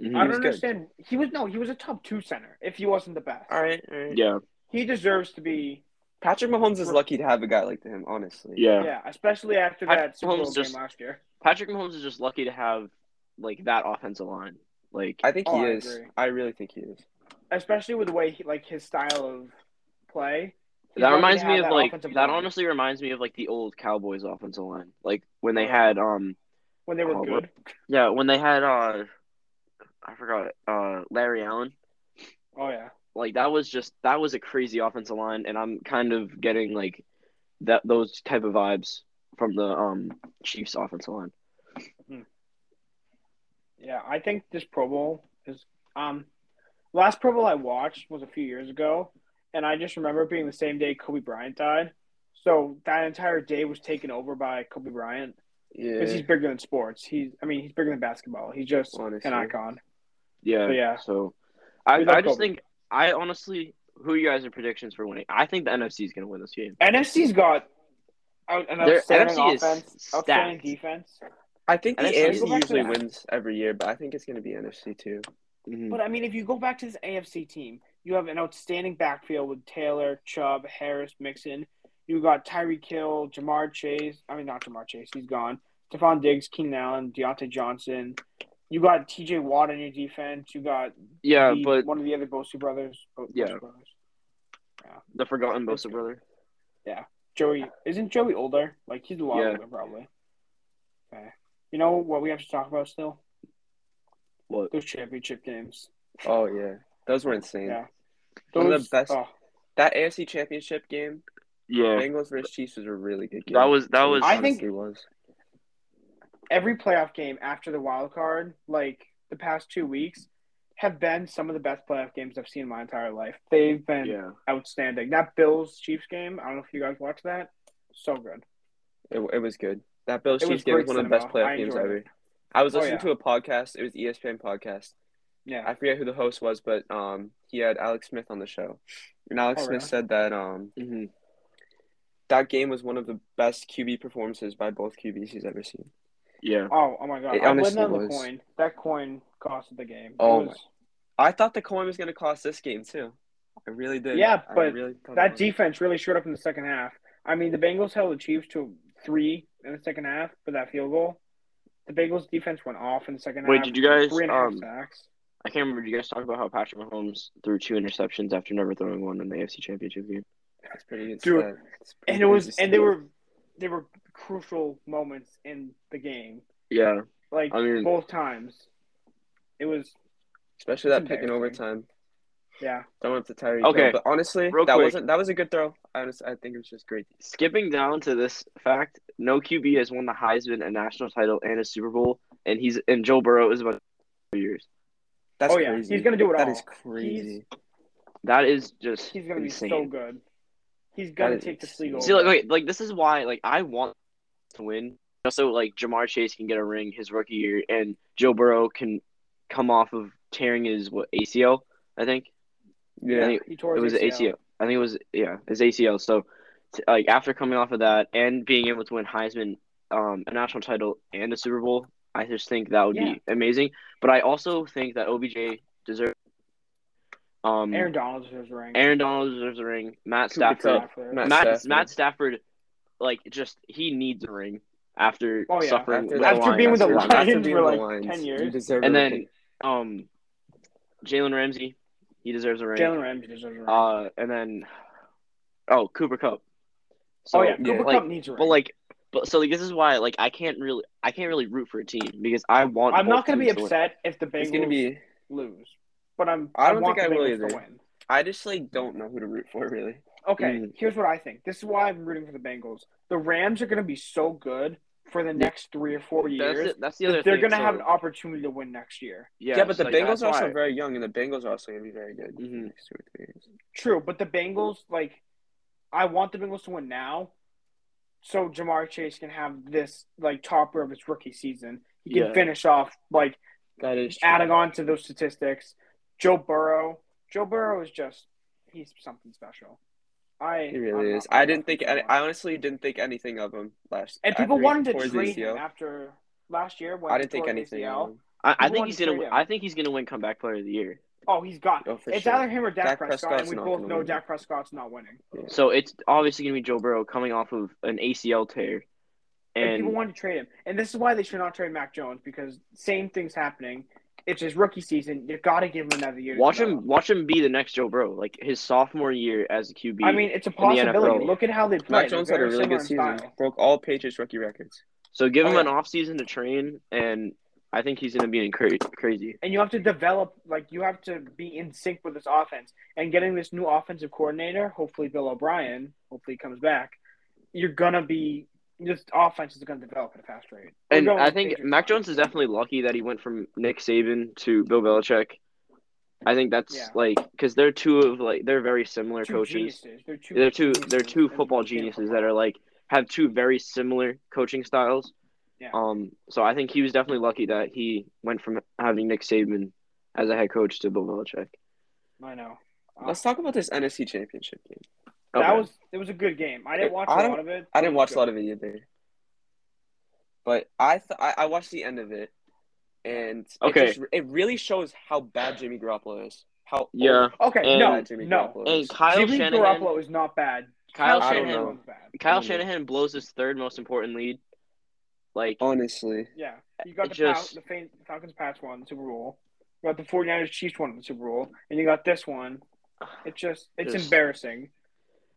Speaker 3: Mhm.
Speaker 1: I don't
Speaker 2: was good.
Speaker 1: understand. He was no, he was a top two center. If he wasn't the best,
Speaker 2: All right, all right.
Speaker 3: Yeah,
Speaker 1: he deserves to be.
Speaker 2: Patrick Mahomes is lucky to have a guy like him, honestly.
Speaker 3: yeah.
Speaker 1: Yeah, especially after
Speaker 3: I-
Speaker 1: that Super Bowl
Speaker 3: Mahomes just-
Speaker 1: game last year.
Speaker 3: Patrick Mahomes is just lucky to have like that offensive line. Like,
Speaker 2: I think
Speaker 1: Oh,
Speaker 2: he
Speaker 1: I
Speaker 2: is.
Speaker 1: agree.
Speaker 2: I really think he is.
Speaker 1: Especially with the way he like his style of play. He's
Speaker 3: that
Speaker 1: lucky
Speaker 3: reminds
Speaker 1: to
Speaker 3: me
Speaker 1: have
Speaker 3: of
Speaker 1: that
Speaker 3: like
Speaker 1: offensive
Speaker 3: that.
Speaker 1: line
Speaker 3: Honestly, reminds me of like the old Cowboys offensive line, like when
Speaker 1: Oh.
Speaker 3: they had um
Speaker 1: when they
Speaker 3: Oh,
Speaker 1: were
Speaker 3: what-
Speaker 1: good.
Speaker 3: yeah when they had uh I forgot uh Larry Allen.
Speaker 1: Oh yeah.
Speaker 3: like that was just that was a crazy offensive line, and I'm kind of getting like that those type of vibes from the um Chiefs offensive line.
Speaker 1: Yeah, I think this Pro Bowl is um last Pro Bowl I watched was a few years ago and I just remember it being the same day Kobe Bryant died. So that entire day was taken over by Kobe Bryant
Speaker 2: Yeah.
Speaker 1: because he's bigger than sports. He's I mean, he's bigger than basketball. He's just
Speaker 2: Honestly.
Speaker 1: an icon.
Speaker 3: Yeah,
Speaker 1: So, yeah.
Speaker 3: So I
Speaker 1: We love
Speaker 3: I just
Speaker 1: Kobe.
Speaker 3: think I honestly who you guys are predictions for winning? I think the NFC is gonna win this game.
Speaker 1: NFC's got out- an
Speaker 3: Their
Speaker 1: outstanding
Speaker 3: NFC is
Speaker 1: offense, outstanding
Speaker 3: stacked.
Speaker 1: defense.
Speaker 2: I think the
Speaker 3: And it's-
Speaker 2: AFC
Speaker 1: Go back to
Speaker 2: usually
Speaker 1: that.
Speaker 2: wins every year, but I think it's going to be NFC too.
Speaker 3: Mhm.
Speaker 1: But I mean, if you go back to this AFC team, you have an outstanding backfield with Taylor, Chubb, Harris, Mixon. You got Tyreek Hill, Jamar Chase. I mean, not Jamar Chase. He's gone. Stephon Diggs, Keenan Allen, Deontay Johnson. You got T.J. Watt on your defense. You got
Speaker 3: yeah,
Speaker 1: the-
Speaker 3: but
Speaker 1: one of the other Bosa brothers. Bo- Bosa
Speaker 3: Yeah.
Speaker 1: brothers.
Speaker 3: the forgotten Bosa brother.
Speaker 1: Joey isn't Joey older? Like he's a lot
Speaker 3: Yeah.
Speaker 1: older probably. Okay. You know what we have to talk about still?
Speaker 3: What?
Speaker 1: Those championship games.
Speaker 2: Oh yeah, those were insane.
Speaker 1: Yeah.
Speaker 2: One of the
Speaker 1: Those-
Speaker 2: best-
Speaker 1: oh.
Speaker 2: That AFC Championship game,
Speaker 3: Yeah,
Speaker 2: Bengals versus Chiefs, was a really good game.
Speaker 3: Oh. that was that was.
Speaker 1: I think-
Speaker 2: it was.
Speaker 1: every playoff game after the wild card, like the past two weeks, have been some of the best playoff games I've seen in my entire life. They've been
Speaker 3: yeah.
Speaker 1: outstanding. That Bills Chiefs game, I don't know if you guys watched that. So good.
Speaker 2: It, it was good. That Bills
Speaker 1: It was
Speaker 2: Chiefs game was
Speaker 1: great
Speaker 2: one of the best
Speaker 1: cinema.
Speaker 2: playoff
Speaker 1: I
Speaker 2: games
Speaker 1: enjoyed
Speaker 2: ever.
Speaker 1: it.
Speaker 2: I was
Speaker 1: Oh,
Speaker 2: listening
Speaker 1: yeah.
Speaker 2: to a podcast. It was E ESPN podcast.
Speaker 1: Yeah.
Speaker 2: I forget who the host was, but um, he had Alex Smith on the show, and Alex
Speaker 1: Oh,
Speaker 2: Smith
Speaker 1: really?
Speaker 2: said that um,
Speaker 3: hmm
Speaker 2: that game was one of the best QB performances by both QBs he's ever seen.
Speaker 3: Yeah.
Speaker 1: Oh, oh my god.
Speaker 2: It
Speaker 1: I went
Speaker 2: honestly
Speaker 1: on the
Speaker 2: was.
Speaker 1: coin. That coin costed the game. It
Speaker 2: Oh
Speaker 1: was-
Speaker 2: I thought the coin was going to cost this game too. I really did.
Speaker 1: Yeah,
Speaker 2: I
Speaker 1: but
Speaker 2: really thought
Speaker 1: That
Speaker 2: it was-
Speaker 1: defense really showed up in the second half. I mean, the Bengals held the Chiefs to three in the second half for that field goal. The Bengals defense went off in the second
Speaker 3: Wait,
Speaker 1: half.
Speaker 3: did you guys,
Speaker 1: three and a half
Speaker 3: um,
Speaker 1: sacks?
Speaker 3: I can't remember. Did you guys talk about how Patrick Mahomes threw two interceptions after never throwing one in the AFC Championship game?
Speaker 2: That's pretty good
Speaker 1: Dude,
Speaker 2: stat. That's pretty
Speaker 1: And it was,
Speaker 2: crazy
Speaker 1: and they
Speaker 2: stat.
Speaker 1: were, they were crucial moments in the game.
Speaker 3: Yeah,
Speaker 1: Like
Speaker 3: I mean-
Speaker 1: both times, it was
Speaker 2: especially that
Speaker 1: it's
Speaker 2: pick in
Speaker 1: embarrassing.
Speaker 2: overtime.
Speaker 1: yeah.
Speaker 2: Don't have to Tyreek.
Speaker 3: Okay,
Speaker 2: Okay, but honestly,
Speaker 3: real
Speaker 2: that
Speaker 3: quick.
Speaker 2: wasn't that was a good throw. I honestly, I think it was just great.
Speaker 3: Skipping down to this fact, no QB has won the Heisman, a national title, and a Super Bowl, and he's and Joe Burrow is about four years.
Speaker 2: That's
Speaker 1: Oh, yeah.
Speaker 2: crazy.
Speaker 1: He's gonna do it
Speaker 2: That
Speaker 1: all.
Speaker 2: is crazy.
Speaker 3: That is just
Speaker 1: He's gonna
Speaker 3: insane.
Speaker 1: be so good. He's gonna
Speaker 2: is
Speaker 1: take the
Speaker 2: insane.
Speaker 1: league over.
Speaker 3: See, like, like, like this is why, like, I want to win. Also, like, Jamar Chase can get a ring his rookie year, and Joe Burrow can come off of tearing his what ACL, I think. I
Speaker 2: Yeah.
Speaker 3: think
Speaker 1: he tore
Speaker 3: it was
Speaker 1: his
Speaker 3: ACL. I think it was yeah, his ACL. So, t- like after coming off of that and being able to win Heisman, um, a national title and a Super Bowl, I just think that would
Speaker 1: Yeah.
Speaker 3: be amazing. But I also think that OBJ deserves. Um,
Speaker 1: Aaron Donald deserves a ring.
Speaker 3: Aaron Donald deserves a ring. Matt
Speaker 2: Who gets
Speaker 3: Stafford.
Speaker 1: Stafford.
Speaker 2: Matt
Speaker 3: Matt
Speaker 2: Stafford.
Speaker 3: Matt Stafford, like just he needs a ring after
Speaker 1: Oh, yeah.
Speaker 3: suffering
Speaker 2: After
Speaker 3: with
Speaker 2: that-
Speaker 3: the
Speaker 1: After being with the
Speaker 3: Lions.
Speaker 1: Lions
Speaker 2: After being
Speaker 1: for,
Speaker 2: with the
Speaker 1: like, 10
Speaker 2: you
Speaker 1: years.
Speaker 2: deserve
Speaker 3: And
Speaker 2: a
Speaker 3: then-
Speaker 2: ring.
Speaker 3: Um, Jalen Ramsey, he deserves a ring.
Speaker 1: Jalen Ramsey deserves a ring.
Speaker 3: Uh, and then, oh, Cooper Cup. So,
Speaker 1: oh yeah,
Speaker 2: yeah,
Speaker 1: Cooper
Speaker 3: like,
Speaker 1: Cup needs a ring.
Speaker 3: but like, but so like, this is why like I can't really I can't really root for a team because I want.
Speaker 1: I'm not
Speaker 3: both
Speaker 1: gonna be
Speaker 3: teams to win.
Speaker 1: upset if the Bengals
Speaker 2: it's gonna be.
Speaker 1: lose, but I'm.
Speaker 2: I don't
Speaker 1: want
Speaker 2: think
Speaker 1: the
Speaker 2: I will
Speaker 1: Bengals to
Speaker 2: either.
Speaker 1: win.
Speaker 2: I just like don't know who to root for really.
Speaker 1: Okay,
Speaker 3: Mm.
Speaker 1: here's what I think. This is why I'm rooting for the Bengals. The Rams are gonna be so good for the next three or four years.
Speaker 3: That's, the- that's the
Speaker 1: that
Speaker 3: other.
Speaker 1: they're
Speaker 3: thing,
Speaker 1: gonna
Speaker 3: so,
Speaker 1: have an opportunity to win next year.
Speaker 3: Yeah,
Speaker 2: yeah, but
Speaker 3: so,
Speaker 2: the
Speaker 3: like,
Speaker 2: Bengals
Speaker 3: that's
Speaker 2: are also
Speaker 3: why-
Speaker 2: very young, and the Bengals are also gonna be very good.
Speaker 3: Mhm.
Speaker 2: Next two or three years.
Speaker 1: True, but the Bengals like, I want the Bengals to win now, so Jamar Chase can have this like topper of his rookie season. He can
Speaker 3: Yeah.
Speaker 1: finish off like
Speaker 2: That is true.
Speaker 1: adding on to those statistics, Joe Burrow. Joe Burrow is just he's something special. I
Speaker 2: He
Speaker 1: I'm
Speaker 2: really
Speaker 1: not-
Speaker 2: is.
Speaker 1: I'm
Speaker 2: I
Speaker 1: not
Speaker 2: didn't think. I,
Speaker 1: concerned.
Speaker 2: I honestly didn't think anything of him last.
Speaker 1: and people
Speaker 2: after he
Speaker 1: wanted
Speaker 2: tore
Speaker 1: to
Speaker 2: his
Speaker 1: trade him
Speaker 2: ACL.
Speaker 1: after last year when
Speaker 2: I
Speaker 1: he
Speaker 2: didn't think
Speaker 1: tore his
Speaker 2: anything.
Speaker 1: ACL.
Speaker 2: Of him.
Speaker 3: I, I
Speaker 1: Who
Speaker 3: think
Speaker 1: won
Speaker 3: he's
Speaker 1: the
Speaker 3: gonna.
Speaker 1: trade?
Speaker 3: I think he's gonna win comeback player of the year.
Speaker 1: Oh, he's got.
Speaker 2: Oh, for
Speaker 1: it's
Speaker 2: sure.
Speaker 1: either him or Dak,
Speaker 2: Dak
Speaker 1: Prescott, and
Speaker 2: Prescott's
Speaker 1: we
Speaker 2: not
Speaker 1: both
Speaker 2: gonna
Speaker 1: know
Speaker 2: win.
Speaker 1: Dak Prescott's not winning.
Speaker 3: So it's obviously gonna be Joe Burrow coming off of an ACL tear,
Speaker 1: And,
Speaker 3: and
Speaker 1: people wanted to trade him, and this is why they should not trade Mac Jones because same things happening. It's his rookie season. You got to give him another year. to
Speaker 3: watch
Speaker 1: develop.
Speaker 3: him. Watch him be the next Joe Burrow, like his sophomore year as a QB.
Speaker 1: I mean, it's a
Speaker 3: the NFL.
Speaker 1: possibility. Look at how they play.
Speaker 2: Mac Jones had a
Speaker 1: Very
Speaker 2: really good
Speaker 1: similar in
Speaker 2: season.
Speaker 1: style.
Speaker 2: Broke all Patriots rookie records.
Speaker 3: So give
Speaker 1: Oh,
Speaker 3: him
Speaker 1: yeah.
Speaker 3: an off season to train, and I think he's gonna be in cra- crazy.
Speaker 1: and you have to develop like you have to be in sync with this offense and getting this new offensive coordinator hopefully bill o'brien hopefully he comes back you're gonna be this offense is gonna develop at a fast rate We're
Speaker 3: And
Speaker 1: going
Speaker 3: I
Speaker 1: with
Speaker 3: think
Speaker 1: Patriots
Speaker 3: Mac
Speaker 1: now.
Speaker 3: Jones is definitely lucky that he went from Nick Saban to Bill Belichick. I think that's
Speaker 1: Yeah.
Speaker 3: like because they're two of like they're very similar
Speaker 1: Two
Speaker 3: coaches.
Speaker 1: geniuses. they're two
Speaker 3: They're two
Speaker 1: geniuses
Speaker 3: they're two
Speaker 1: in
Speaker 3: football
Speaker 1: the game of
Speaker 3: geniuses
Speaker 1: football.
Speaker 3: that are like have two very similar coaching styles.
Speaker 1: Yeah.
Speaker 3: Um. So I think he was definitely lucky that he went from having Nick Saban as a head coach to Bill Belichick.
Speaker 1: i know Uh,
Speaker 2: Let's talk about this NFC Championship game.
Speaker 1: that
Speaker 3: Okay.
Speaker 1: was it was a good game i didn't
Speaker 2: It-
Speaker 1: watch
Speaker 2: I
Speaker 1: a lot
Speaker 2: don't-
Speaker 1: of it
Speaker 2: I didn't watch a lot of it either, but I th- I, I watched the end of it, and
Speaker 3: Okay.
Speaker 2: it, just, it really shows how bad Jimmy Garoppolo is. How old
Speaker 3: yeah.
Speaker 1: okay
Speaker 3: And-
Speaker 1: no
Speaker 2: Jimmy
Speaker 1: no
Speaker 2: Garoppolo
Speaker 3: And
Speaker 2: is.
Speaker 3: Kyle
Speaker 1: Jimmy
Speaker 3: Shanahan.
Speaker 1: Garoppolo is not bad
Speaker 3: Kyle
Speaker 2: I don't
Speaker 3: Shanahan.
Speaker 2: know.
Speaker 1: is bad
Speaker 3: Kyle
Speaker 2: Mm.
Speaker 3: Shanahan blows his third most important lead. Like
Speaker 1: Um,
Speaker 2: Honestly,
Speaker 1: Yeah. You got
Speaker 3: It
Speaker 1: the,
Speaker 3: just-
Speaker 1: Fal- the Fal- Falcons Pats one, Super Bowl. You got the 49ers Chiefs one, in the Super Bowl. And you got this one. It's just, it's
Speaker 3: Just-
Speaker 1: embarrassing.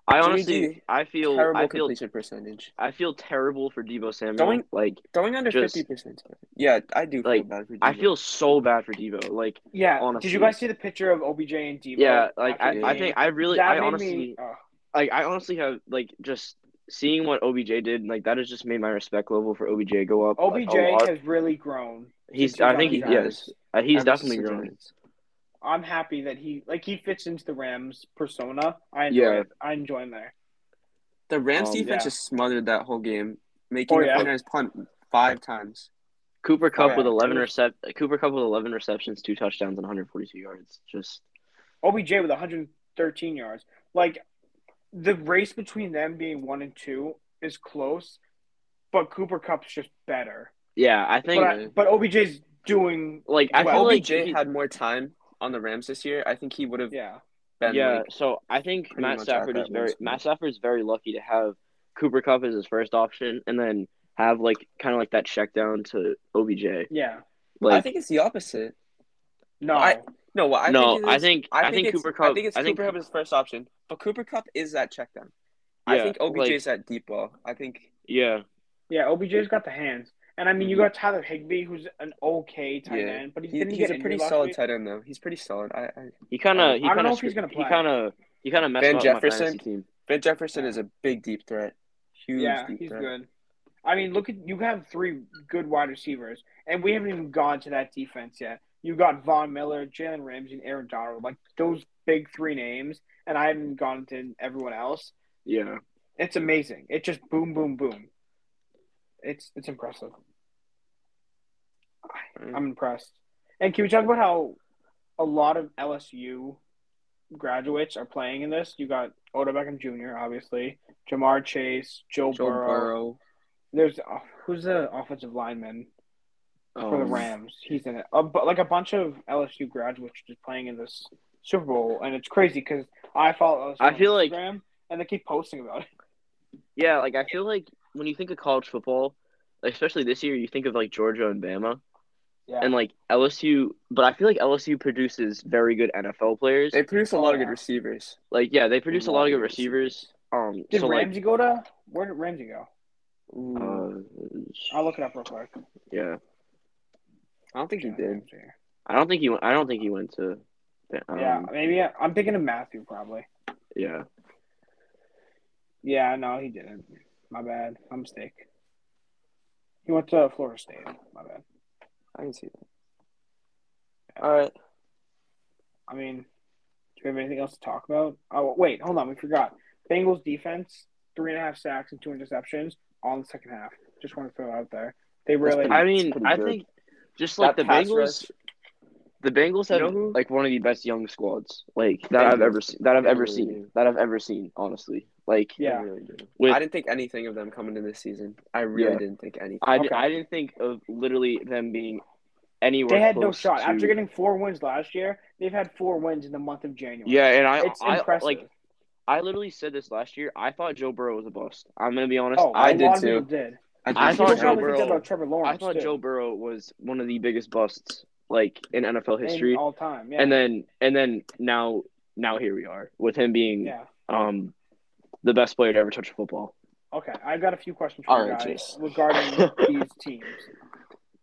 Speaker 3: I
Speaker 2: Jimmy
Speaker 3: honestly
Speaker 2: G,
Speaker 3: I feel
Speaker 2: terrible
Speaker 3: I feel
Speaker 2: completion percentage.
Speaker 3: I feel terrible for Debo Samuel.
Speaker 2: Going-
Speaker 3: like
Speaker 2: Going under
Speaker 3: Just-
Speaker 2: fifty percent. Yeah, I do feel
Speaker 3: Like,
Speaker 2: bad. For
Speaker 3: I
Speaker 2: Debo.
Speaker 3: feel so bad for Debo. Like
Speaker 1: Yeah. Did
Speaker 3: Honestly.
Speaker 1: you guys see the picture of OBJ and Debo?
Speaker 3: yeah, like
Speaker 1: after
Speaker 3: I,
Speaker 1: the
Speaker 3: I
Speaker 1: game?
Speaker 3: think I really
Speaker 1: that
Speaker 3: I
Speaker 1: made
Speaker 3: honestly
Speaker 1: me. uh, ugh.
Speaker 3: like I honestly have like just seeing what OBJ did like that has just made my respect level for OBJ go up. like,
Speaker 1: OBJ
Speaker 3: a lot.
Speaker 1: has really grown.
Speaker 3: he's
Speaker 1: since
Speaker 3: I think he,
Speaker 1: got drafted.
Speaker 3: yes Uh, he's
Speaker 2: Ever
Speaker 3: definitely
Speaker 2: since the
Speaker 3: growing.
Speaker 2: Giants.
Speaker 1: I'm happy that he like he fits into the Rams persona. I enjoy
Speaker 3: Yeah.
Speaker 1: it. I enjoy him there.
Speaker 2: The Rams
Speaker 3: Um,
Speaker 2: defense
Speaker 1: yeah.
Speaker 2: just smothered that whole game, making
Speaker 1: Oh,
Speaker 2: the
Speaker 1: yeah.
Speaker 2: 49ers punt five times.
Speaker 3: Cooper Cup
Speaker 1: yeah,
Speaker 3: with eleven
Speaker 1: it
Speaker 3: recep Cooper Cup with eleven receptions, two touchdowns, and 142 yards. Just
Speaker 1: OBJ with 113 yards. Like the race between them being one and two is close, but Cooper Cup's just better.
Speaker 3: yeah, I think
Speaker 1: But, I, but OBJ's doing
Speaker 3: like I
Speaker 2: If
Speaker 1: Well,
Speaker 3: feel like
Speaker 2: OBJ
Speaker 3: he-
Speaker 2: had more time on the Rams this year, I think he would have
Speaker 1: yeah.
Speaker 2: been
Speaker 3: yeah,
Speaker 2: like
Speaker 3: so I think
Speaker 2: pretty
Speaker 3: Matt
Speaker 2: much at
Speaker 3: Stafford
Speaker 2: that
Speaker 3: is very
Speaker 2: lowest point.
Speaker 3: Matt Stafford is very lucky to have Cooper Cup as his first option, and then have like kind of like that check down to OBJ.
Speaker 1: Yeah.
Speaker 3: Like
Speaker 2: I think it's the opposite.
Speaker 1: No.
Speaker 2: I- No, what I
Speaker 3: no,
Speaker 2: think it
Speaker 3: I
Speaker 2: is-
Speaker 3: think
Speaker 2: I think, it's,
Speaker 3: Cooper Cup.
Speaker 2: I think it's Cooper Cup is first option, but Cooper Cup is that check down. I
Speaker 3: Yeah,
Speaker 2: think OBJ is that deep ball. I think
Speaker 3: yeah,
Speaker 1: Yeah, OBJ's got the hands. And I mean, you got Tyler Higby, who's an okay tight
Speaker 2: Mm-hmm. Yeah.
Speaker 1: end, but he
Speaker 2: he-
Speaker 1: didn't
Speaker 2: he's
Speaker 1: get
Speaker 2: a pretty
Speaker 1: injured last
Speaker 2: solid
Speaker 1: week.
Speaker 2: tight end though. He's pretty solid. I, I
Speaker 3: he kind of he
Speaker 1: I don't
Speaker 3: kind
Speaker 1: know
Speaker 3: of
Speaker 1: if he's gonna
Speaker 3: he
Speaker 1: play.
Speaker 3: kind of he kind of messed
Speaker 2: Van
Speaker 3: up
Speaker 2: Jefferson?
Speaker 3: my fantasy team.
Speaker 2: Ben Jefferson is a big deep threat. Huge
Speaker 1: Yeah,
Speaker 2: deep
Speaker 1: he's
Speaker 2: threat.
Speaker 1: good. I mean, look at you have three good wide receivers, and we haven't even gone to that defense yet. You got Von Miller, Jalen Ramsey, and Aaron Donald, like those big three names, and I haven't gone to everyone else.
Speaker 3: Yeah,
Speaker 1: It's amazing. It just boom, boom, boom. It's it's impressive.
Speaker 3: Mm.
Speaker 1: I'm impressed. And can we talk about how a lot of LSU graduates are playing in this? You got Odell Beckham Jr., obviously, Jamar Chase, Joe,
Speaker 2: Joe
Speaker 1: Burrow.
Speaker 2: Burrow.
Speaker 1: There's uh, who's the offensive lineman for the
Speaker 3: Um,
Speaker 1: Rams? He's in it. A, bu- like a bunch of LSU graduates are just playing in this Super Bowl, and it's crazy because I follow LSU
Speaker 3: I
Speaker 1: on
Speaker 3: feel like-
Speaker 1: Instagram, and they keep posting about it.
Speaker 3: Yeah, like I feel like when you think of college football, like, especially this year, you think of like Georgia and Bama
Speaker 1: Yeah,
Speaker 3: and like LSU, but I feel like LSU produces very good NFL players.
Speaker 2: They produce a lot of
Speaker 1: yeah.
Speaker 2: good receivers.
Speaker 3: like yeah, they produce a lot of good
Speaker 2: Love
Speaker 3: receivers. Um,
Speaker 1: did
Speaker 3: so
Speaker 1: Ramsey go to? Where did Ramsey go?
Speaker 2: Ooh,
Speaker 3: like uh,
Speaker 1: I'll look it up real quick.
Speaker 3: yeah,
Speaker 2: I don't think he did.
Speaker 3: I don't think he went. I don't think he went to. Um,
Speaker 1: Yeah, maybe I, I'm thinking of Matthew probably.
Speaker 3: yeah.
Speaker 1: Yeah, no, he didn't. My bad. My mistake. He went to Florida State. My bad.
Speaker 2: I can see that. All right.
Speaker 1: I mean, do we have anything else to talk about? Oh, wait, hold on. We forgot. Bengals defense, three and a half sacks and two interceptions on the second half. Just want to throw it out there. They really.
Speaker 3: I
Speaker 2: It's
Speaker 3: mean,
Speaker 2: pretty
Speaker 3: I
Speaker 2: good.
Speaker 3: think just like
Speaker 2: That
Speaker 3: the
Speaker 2: pass
Speaker 3: Bengals,
Speaker 2: rush-
Speaker 3: the Bengals
Speaker 2: You
Speaker 3: have
Speaker 2: know who-
Speaker 3: like one of the best young squads like that I've
Speaker 2: Bengals.
Speaker 3: ever seen. That I've ever
Speaker 2: They really
Speaker 3: seen.
Speaker 2: do.
Speaker 3: That I've ever seen. Honestly, like
Speaker 2: They
Speaker 1: Yeah.
Speaker 2: really do.
Speaker 3: with
Speaker 2: I didn't think anything of them coming in this season. I really
Speaker 3: Yeah.
Speaker 2: didn't think anything.
Speaker 3: I, di-
Speaker 1: Okay.
Speaker 3: I didn't think of literally them being anywhere.
Speaker 1: They had no
Speaker 3: close
Speaker 1: shot.
Speaker 3: to-
Speaker 1: After getting four wins last year, they've had four wins in the month of January.
Speaker 3: Yeah, and I,
Speaker 1: It's
Speaker 3: I
Speaker 1: impressive.
Speaker 3: like I literally said this last year. I thought Joe Burrow was a bust. I'm gonna be honest.
Speaker 1: oh,
Speaker 3: I,
Speaker 1: I
Speaker 2: I did
Speaker 1: did
Speaker 2: too.
Speaker 1: Did.
Speaker 3: I
Speaker 1: People
Speaker 3: thought Joe
Speaker 1: probably
Speaker 3: Burrow-
Speaker 1: think that about Trevor Lawrence.
Speaker 3: I thought
Speaker 1: too.
Speaker 3: Joe Burrow was one of the biggest busts like in NFL
Speaker 1: In
Speaker 3: history.
Speaker 1: all time. Yeah.
Speaker 3: And then and then now now here we are with him being
Speaker 1: yeah.
Speaker 3: um the best player to ever touch football.
Speaker 1: Okay, I've got a few questions for
Speaker 2: All
Speaker 1: you
Speaker 2: right,
Speaker 1: guys
Speaker 2: Jason.
Speaker 1: regarding these teams.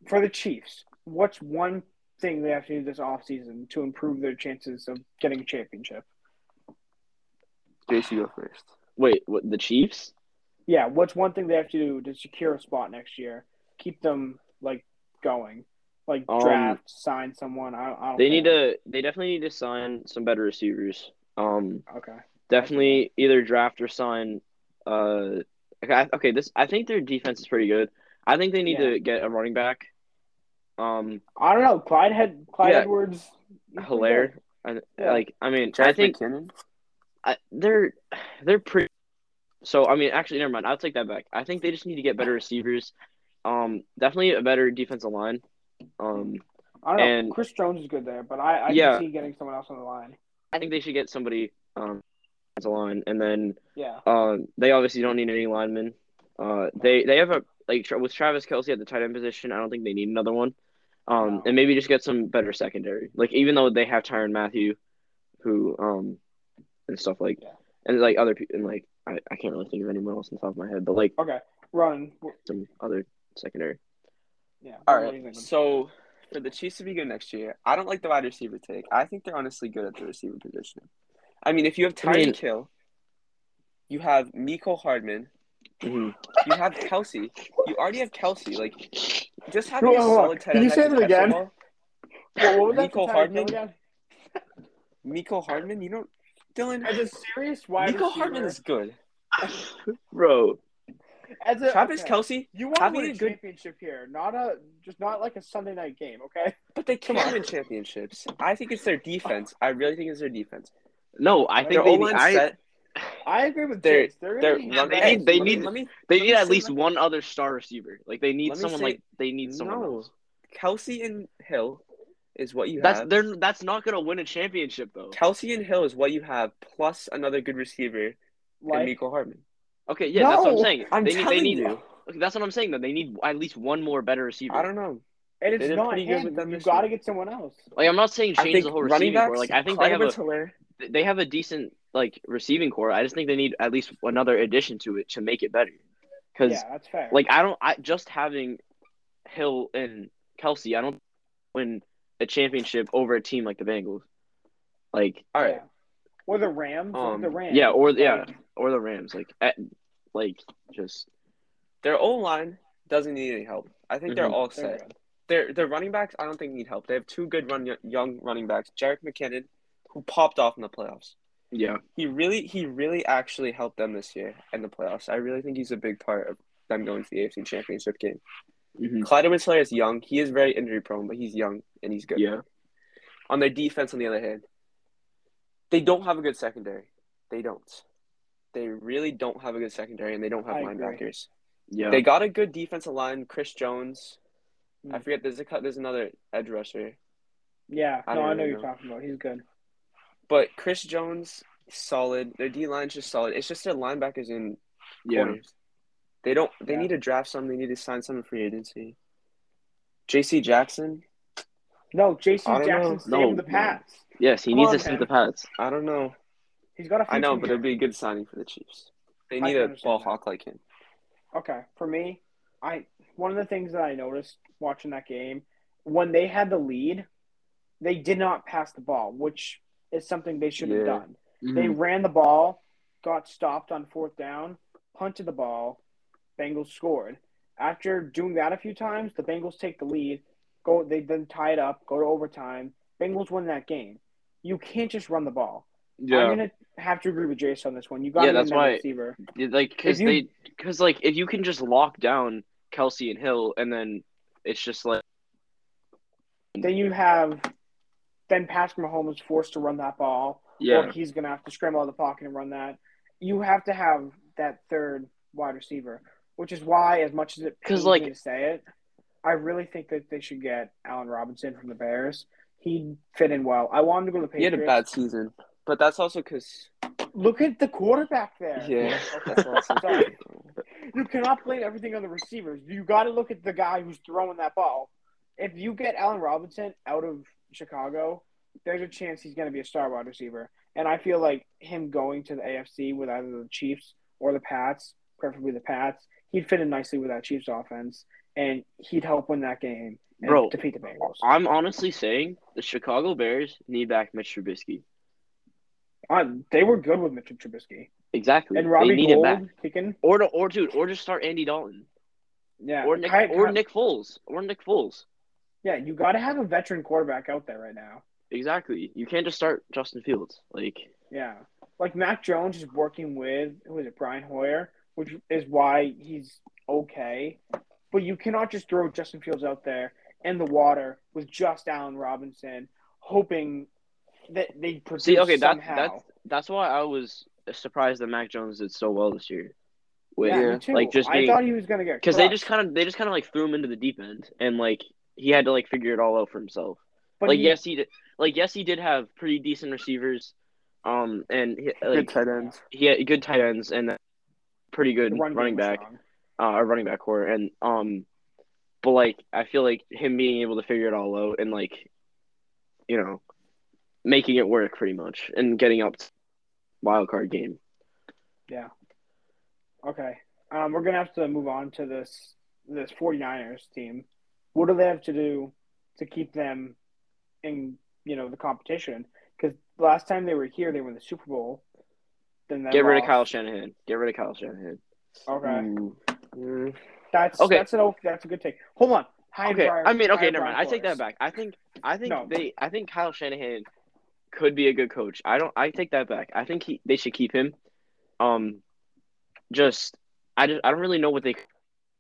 Speaker 1: For the Chiefs, what's one thing they have to do this offseason to improve their chances of getting a championship?
Speaker 2: JC go first.
Speaker 3: Wait, what, the Chiefs?
Speaker 1: Yeah, what's one thing they have to do to secure a spot next year? Keep them like going, like
Speaker 3: Um,
Speaker 1: draft, sign someone. I, I don't.
Speaker 3: They
Speaker 1: care.
Speaker 3: need to they definitely need to sign some better receivers. Um
Speaker 1: Okay.
Speaker 3: definitely either draft or sign. Uh, okay, I- okay, this I think their defense is pretty good. I think they need
Speaker 1: Yeah.
Speaker 3: to get a running back. Um,
Speaker 1: I don't know. Clyde had Clyde
Speaker 3: Yeah.
Speaker 1: Edwards.
Speaker 3: Hilaire. I,
Speaker 1: Yeah.
Speaker 3: Like, I mean, I
Speaker 2: Jarek
Speaker 3: think
Speaker 2: McKinnon.
Speaker 3: I, they're they're pretty. So I mean, actually, never mind. I'll take that back. I think they just need to get better receivers. Um, definitely a better defensive line. Um,
Speaker 1: I don't know.
Speaker 3: And-
Speaker 1: Chris Jones is good there, but I, I
Speaker 3: Yeah.
Speaker 1: can see getting someone else on the line.
Speaker 3: I think they should get somebody um defensive line, and then
Speaker 1: Yeah.
Speaker 3: Um, they obviously don't need any linemen. Uh, they they have a like tra- with Travis Kelsey at the tight end position. I don't think they need another one. Um,
Speaker 1: No.
Speaker 3: and maybe just get some better secondary. Like even though they have Tyron Matthew, who um, and stuff like,
Speaker 1: Yeah.
Speaker 3: and like other people, and like I, I can't really think of anyone else on top of my head, but like
Speaker 1: Okay. Run.
Speaker 3: some other secondary.
Speaker 1: Yeah.
Speaker 2: All
Speaker 1: what do you
Speaker 2: right.
Speaker 1: think?
Speaker 2: So for the Chiefs to be good next year, I don't like the wide receiver take. I think they're honestly good at the receiver position. I mean, if you have
Speaker 3: I mean-
Speaker 2: Tyreek Kill, you have Miko Hardman, you have Kelsey. You already have Kelsey. Like, just having
Speaker 1: Hold on, hold
Speaker 2: a
Speaker 1: on.
Speaker 2: solid tight
Speaker 1: Can
Speaker 2: end.
Speaker 1: you say
Speaker 2: can
Speaker 1: that
Speaker 2: catch the
Speaker 1: again?
Speaker 2: ball-
Speaker 1: Well, what was that
Speaker 2: Mecole
Speaker 1: for Tyreek
Speaker 2: Hardman?
Speaker 1: Hill again?
Speaker 2: Miko Hardman, you don't. Dylan,
Speaker 1: As a serious wide
Speaker 2: Miko
Speaker 1: receiver.
Speaker 2: Hardman is good.
Speaker 3: Bro,
Speaker 1: as a,
Speaker 2: Travis
Speaker 1: okay.
Speaker 2: Kelsey,
Speaker 1: You want to
Speaker 2: having
Speaker 1: win a
Speaker 2: a good-
Speaker 1: championship here, not a just not like a Sunday night game, okay?
Speaker 2: but they
Speaker 1: Come
Speaker 2: can't
Speaker 1: on.
Speaker 2: win championships. I think it's their defense. I really think it's their defense.
Speaker 3: no, I
Speaker 1: They're
Speaker 2: Their
Speaker 3: think they
Speaker 2: O
Speaker 3: need,
Speaker 2: line
Speaker 3: I,
Speaker 2: set.
Speaker 1: I agree with
Speaker 2: They're-
Speaker 1: Jace. They're,
Speaker 2: Their
Speaker 1: really
Speaker 2: run
Speaker 3: They
Speaker 2: back-
Speaker 3: need- they
Speaker 2: let me-
Speaker 3: need-
Speaker 2: Let me
Speaker 3: they
Speaker 2: let
Speaker 3: need
Speaker 2: me
Speaker 3: at
Speaker 2: say
Speaker 3: least
Speaker 2: my-
Speaker 3: one other star receiver. Like they need
Speaker 2: Let me
Speaker 3: someone
Speaker 2: say-
Speaker 3: like they need someone
Speaker 2: No.
Speaker 3: else.
Speaker 2: Kelsey and Hill is what you
Speaker 3: That's
Speaker 2: have.
Speaker 3: they're that's not gonna win a championship though.
Speaker 2: Kelsey and Hill is what you have, plus another good receiver and
Speaker 1: Like,
Speaker 2: Miko Hartman.
Speaker 3: Okay, yeah, that's what I'm
Speaker 1: No,
Speaker 3: saying.
Speaker 2: I'm
Speaker 3: they need, they
Speaker 2: telling
Speaker 3: need
Speaker 2: you.
Speaker 3: okay, that's what I'm saying though. They need at least one more better receiver.
Speaker 2: I don't know.
Speaker 1: and
Speaker 2: They
Speaker 1: it's
Speaker 2: did
Speaker 1: not
Speaker 2: pretty good
Speaker 1: him.
Speaker 2: with them
Speaker 1: You
Speaker 2: this
Speaker 1: got to
Speaker 2: year.
Speaker 1: get someone else.
Speaker 3: like I'm not saying
Speaker 2: I
Speaker 3: change
Speaker 2: think
Speaker 3: the whole
Speaker 2: running
Speaker 3: receiving
Speaker 2: backs,
Speaker 3: core. Like I think they have a
Speaker 2: Clyde Edwards-Helaire,
Speaker 3: they have a decent like receiving core. I just think they need at least another addition to it to make it better. Because
Speaker 1: Yeah, that's fair.
Speaker 3: like I don't I just having Hill and Kelsey, I don't win a championship over a team like the Bengals, like
Speaker 2: All right.
Speaker 1: Yeah. Or the Rams.
Speaker 2: Um,
Speaker 1: the Rams.
Speaker 3: yeah, or yeah,
Speaker 1: Like,
Speaker 3: or the Rams, like at, like just
Speaker 2: Their O line doesn't need any help. I think they're
Speaker 3: Mhm.
Speaker 2: all
Speaker 1: they're
Speaker 2: set.
Speaker 1: good.
Speaker 2: Their their running backs, I don't think need help. They have two good run young running backs, Jarek McKinnon, who popped off in the playoffs.
Speaker 3: yeah,
Speaker 2: He really he really actually helped them this year in the playoffs. I really think he's a big part of them going to the AFC Championship game.
Speaker 3: mhm,
Speaker 2: Clyde Edwards-Helaire is young. He is very injury prone, but he's young and he's good.
Speaker 3: yeah.
Speaker 2: On their defense, on the other hand, they don't have a good secondary. They don't. They really don't have a good secondary, and they don't have
Speaker 1: I agree.
Speaker 2: linebackers.
Speaker 3: Yeah,
Speaker 2: They got a good defensive line. Chris Jones. I
Speaker 1: Mm.
Speaker 2: forget. There's a cut. There's another edge rusher,
Speaker 1: Yeah,
Speaker 2: I
Speaker 1: no,
Speaker 2: don't
Speaker 1: I know
Speaker 2: really
Speaker 1: you're
Speaker 2: know.
Speaker 1: talking about. He's good.
Speaker 2: but Chris Jones solid. Their D line's just solid. It's just their linebackers and
Speaker 3: yeah.
Speaker 2: corners. They don't. They
Speaker 1: Yeah.
Speaker 2: need to draft some. They need to sign some in free agency. J.C. Jackson.
Speaker 1: No, J.C.
Speaker 2: I don't know.
Speaker 1: Jackson stayed
Speaker 3: No,
Speaker 1: with the
Speaker 3: no.
Speaker 1: Pats.
Speaker 3: Yes, he
Speaker 1: Come
Speaker 3: needs
Speaker 1: on,
Speaker 3: to send
Speaker 1: man.
Speaker 3: the pads.
Speaker 2: I don't know.
Speaker 1: He's got a.
Speaker 2: I know, but
Speaker 1: future.
Speaker 2: it'd be a good signing for the Chiefs. They
Speaker 1: I
Speaker 2: need
Speaker 1: can
Speaker 2: a
Speaker 1: understand
Speaker 2: ball
Speaker 1: that.
Speaker 2: hawk like him.
Speaker 1: Okay, for me, I one of the things that I noticed watching that game when they had the lead, they did not pass the ball, which is something they should
Speaker 2: Yeah.
Speaker 1: have done.
Speaker 3: Mm-hmm.
Speaker 1: They ran the ball, got stopped on fourth down, punted the ball, Bengals scored. After doing that a few times, the Bengals take the lead, go they then tie it up, go to overtime. Bengals win that game. You can't just run the ball. I'm gonna have to agree with Jason on this one. You got
Speaker 3: Yeah,
Speaker 1: to
Speaker 3: that's why-
Speaker 1: receiver.
Speaker 3: Yeah, like because
Speaker 1: you-
Speaker 3: they because like if you can just lock down Kelsey and Hill and then it's just like
Speaker 1: Then you have then Patrick Mahomes forced to run that ball,
Speaker 3: yeah
Speaker 1: or he's going to have to scramble out of the pocket and run that. You have to have that third wide receiver, which is why, as much as it
Speaker 3: 'Cause,
Speaker 1: pains
Speaker 3: like-
Speaker 1: me to say it, I really think that they should get Allen Robinson from the Bears. He'd fit in well. I want him to go to the
Speaker 2: He had
Speaker 1: Patriots.
Speaker 2: a bad season, but that's also because
Speaker 1: Look at the quarterback there.
Speaker 2: yeah.
Speaker 1: Okay, so- you cannot blame everything on the receivers. You got to look at the guy who's throwing that ball. If you get Allen Robinson out of Chicago, there's a chance he's going to be a star wide receiver. And I feel like him going to the AFC with either the Chiefs or the Pats, preferably the Pats, he'd fit in nicely with that Chiefs offense, and he'd help win that game and
Speaker 3: Bro,
Speaker 1: defeat the Bengals.
Speaker 3: I'm honestly saying the Chicago Bears need back Mitch Trubisky
Speaker 1: Um, they were good with Mitchell Trubisky
Speaker 3: exactly
Speaker 1: and
Speaker 3: they
Speaker 1: Robbie
Speaker 3: need it back
Speaker 1: Gold kicking.
Speaker 3: or to, or dude or just start Andy Dalton
Speaker 1: Yeah,
Speaker 3: or Nick
Speaker 1: Kai-
Speaker 3: or
Speaker 1: Kai-
Speaker 3: Nick Foles or Nick Foles
Speaker 1: Yeah, you got to have a veteran quarterback out there right now.
Speaker 3: exactly you can't just start Justin Fields like
Speaker 1: Yeah. Like Mac Jones is working with who is it, Brian Hoyer, which is why he's okay. But you cannot just throw Justin Fields out there in the water with just Allen Robinson, hoping that they produce
Speaker 3: see okay that's
Speaker 1: somehow.
Speaker 3: that's that's why I was surprised that Mac Jones did so well this year with
Speaker 1: yeah, me
Speaker 2: yeah,
Speaker 1: too.
Speaker 3: like, just
Speaker 1: I
Speaker 3: being-
Speaker 1: thought he was gonna get
Speaker 3: because they
Speaker 1: crushed,
Speaker 3: just kind of they just kind of like threw him into the deep end and like he had to like figure it all out for himself.
Speaker 1: but
Speaker 3: like
Speaker 1: he-
Speaker 3: yes, he did. Like yes, he did have pretty decent receivers, um, and he,
Speaker 2: Good
Speaker 3: like
Speaker 2: tight ends.
Speaker 3: he had good tight ends and a pretty
Speaker 1: the
Speaker 3: good
Speaker 1: run game
Speaker 3: running
Speaker 1: was
Speaker 3: back,
Speaker 1: strong.
Speaker 3: uh, a running back core, and um, but like I feel like him being able to figure it all out and like, you know, making it work pretty much and getting up to wild card game.
Speaker 1: Okay. Um, we're gonna have to move on to this this 49ers team. What do they have to do to keep them in you know the competition? Because last time they were here, they were in the Super Bowl. Then they
Speaker 3: Get rid of Kyle
Speaker 1: lost.
Speaker 3: Shanahan. Get rid of Kyle Shanahan.
Speaker 1: Okay,
Speaker 2: Mm.
Speaker 1: that's
Speaker 3: Okay.
Speaker 1: that's an o- that's a good take. Hold on. Hi,
Speaker 3: Okay,
Speaker 1: Brian-
Speaker 3: I mean, okay,
Speaker 1: Brian
Speaker 3: never mind. I take that
Speaker 1: Flores.
Speaker 3: back. I think, I think
Speaker 1: No.
Speaker 3: they, I think Kyle Shanahan could be a good coach. I don't. I take that back. I think he, they should keep him. Um, just, I just, I don't really know what they could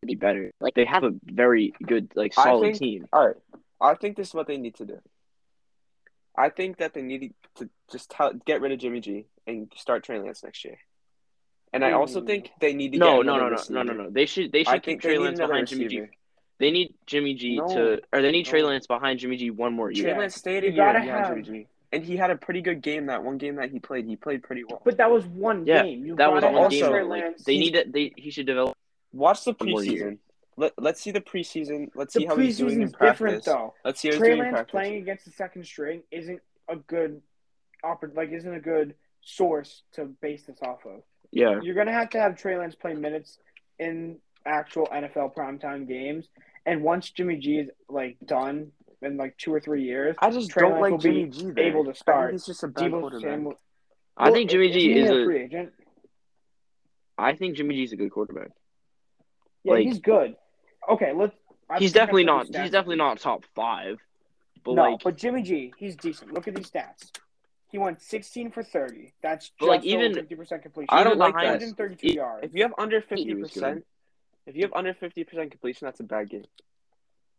Speaker 3: be better. Like they have a very good, like
Speaker 2: I
Speaker 3: solid
Speaker 2: think-
Speaker 3: team.
Speaker 2: All right. I think this is what they need to do. I think that they need to just tell, get rid of Jimmy G and start Trey Lance next year. And I also
Speaker 1: Ooh.
Speaker 2: think they need to
Speaker 3: No,
Speaker 2: get
Speaker 1: Hmm.
Speaker 3: no, no,
Speaker 2: another
Speaker 3: no, no,
Speaker 2: receiver.
Speaker 3: no, no. They should, they
Speaker 2: I
Speaker 3: should
Speaker 2: think
Speaker 3: keep
Speaker 2: they
Speaker 3: Trey
Speaker 2: need
Speaker 3: Lance
Speaker 2: another
Speaker 3: behind Jimmy G.
Speaker 2: receiver.
Speaker 3: They need Jimmy G
Speaker 2: No.
Speaker 3: to, or they need Trey
Speaker 2: No.
Speaker 3: Lance behind Jimmy G one more year.
Speaker 2: Trey Lance stayed a
Speaker 1: You
Speaker 2: year
Speaker 1: gotta
Speaker 2: behind
Speaker 1: have-
Speaker 2: Jimmy G, and he had a pretty good game that one game that he played. He played pretty well.
Speaker 1: But that was one
Speaker 3: Yeah,
Speaker 1: game. You
Speaker 3: that was
Speaker 1: gotta
Speaker 3: one
Speaker 1: have
Speaker 2: also-
Speaker 3: game.
Speaker 1: Trey
Speaker 3: like,
Speaker 1: Lance.
Speaker 3: they need to, they he should develop.
Speaker 2: Watch the
Speaker 3: One more year.
Speaker 2: preseason. Let Let's see the preseason. Let's
Speaker 1: the
Speaker 2: see how he's doing in
Speaker 1: preseason's
Speaker 2: practice.
Speaker 1: different though.
Speaker 2: Let's see how he's
Speaker 1: Trey
Speaker 2: doing in
Speaker 1: Lance
Speaker 2: practice.
Speaker 1: playing against the second string isn't a good oppor- like isn't a good source to base this off of.
Speaker 3: Yeah,
Speaker 1: You're gonna have to have Trey Lance play minutes in actual NFL primetime games, and once Jimmy G is like done in like two or three years,
Speaker 2: I just
Speaker 1: Trey
Speaker 2: don't
Speaker 1: Lance will
Speaker 2: like
Speaker 1: be
Speaker 2: Jimmy G. There.
Speaker 1: able to
Speaker 2: I think
Speaker 1: start.
Speaker 2: He's just a bad
Speaker 1: Debo
Speaker 2: quarterback.
Speaker 1: Samuel.
Speaker 3: I think Jimmy G
Speaker 1: isn't
Speaker 3: is
Speaker 1: he
Speaker 3: a.
Speaker 1: free agent.
Speaker 3: I think Jimmy G is a good quarterback.
Speaker 1: Yeah,
Speaker 3: like-
Speaker 1: he's good. Okay, let's. I'm
Speaker 3: he's
Speaker 1: just gonna
Speaker 3: definitely
Speaker 1: look at
Speaker 3: not.
Speaker 1: these
Speaker 3: He's
Speaker 1: stats.
Speaker 3: definitely not top five. But
Speaker 1: no,
Speaker 3: like,
Speaker 1: but Jimmy G, he's decent. Look at these stats. He went 16 for 30. That's
Speaker 3: But,
Speaker 1: just
Speaker 3: like,
Speaker 1: like
Speaker 3: even-
Speaker 1: even 50 percent completion.
Speaker 2: I don't
Speaker 1: He had
Speaker 2: like that.
Speaker 1: 132
Speaker 3: If-
Speaker 1: yards.
Speaker 2: If you have under
Speaker 3: he
Speaker 2: fifty
Speaker 3: was
Speaker 2: percent,
Speaker 3: good.
Speaker 2: if you have under fifty percent completion, that's a bad game.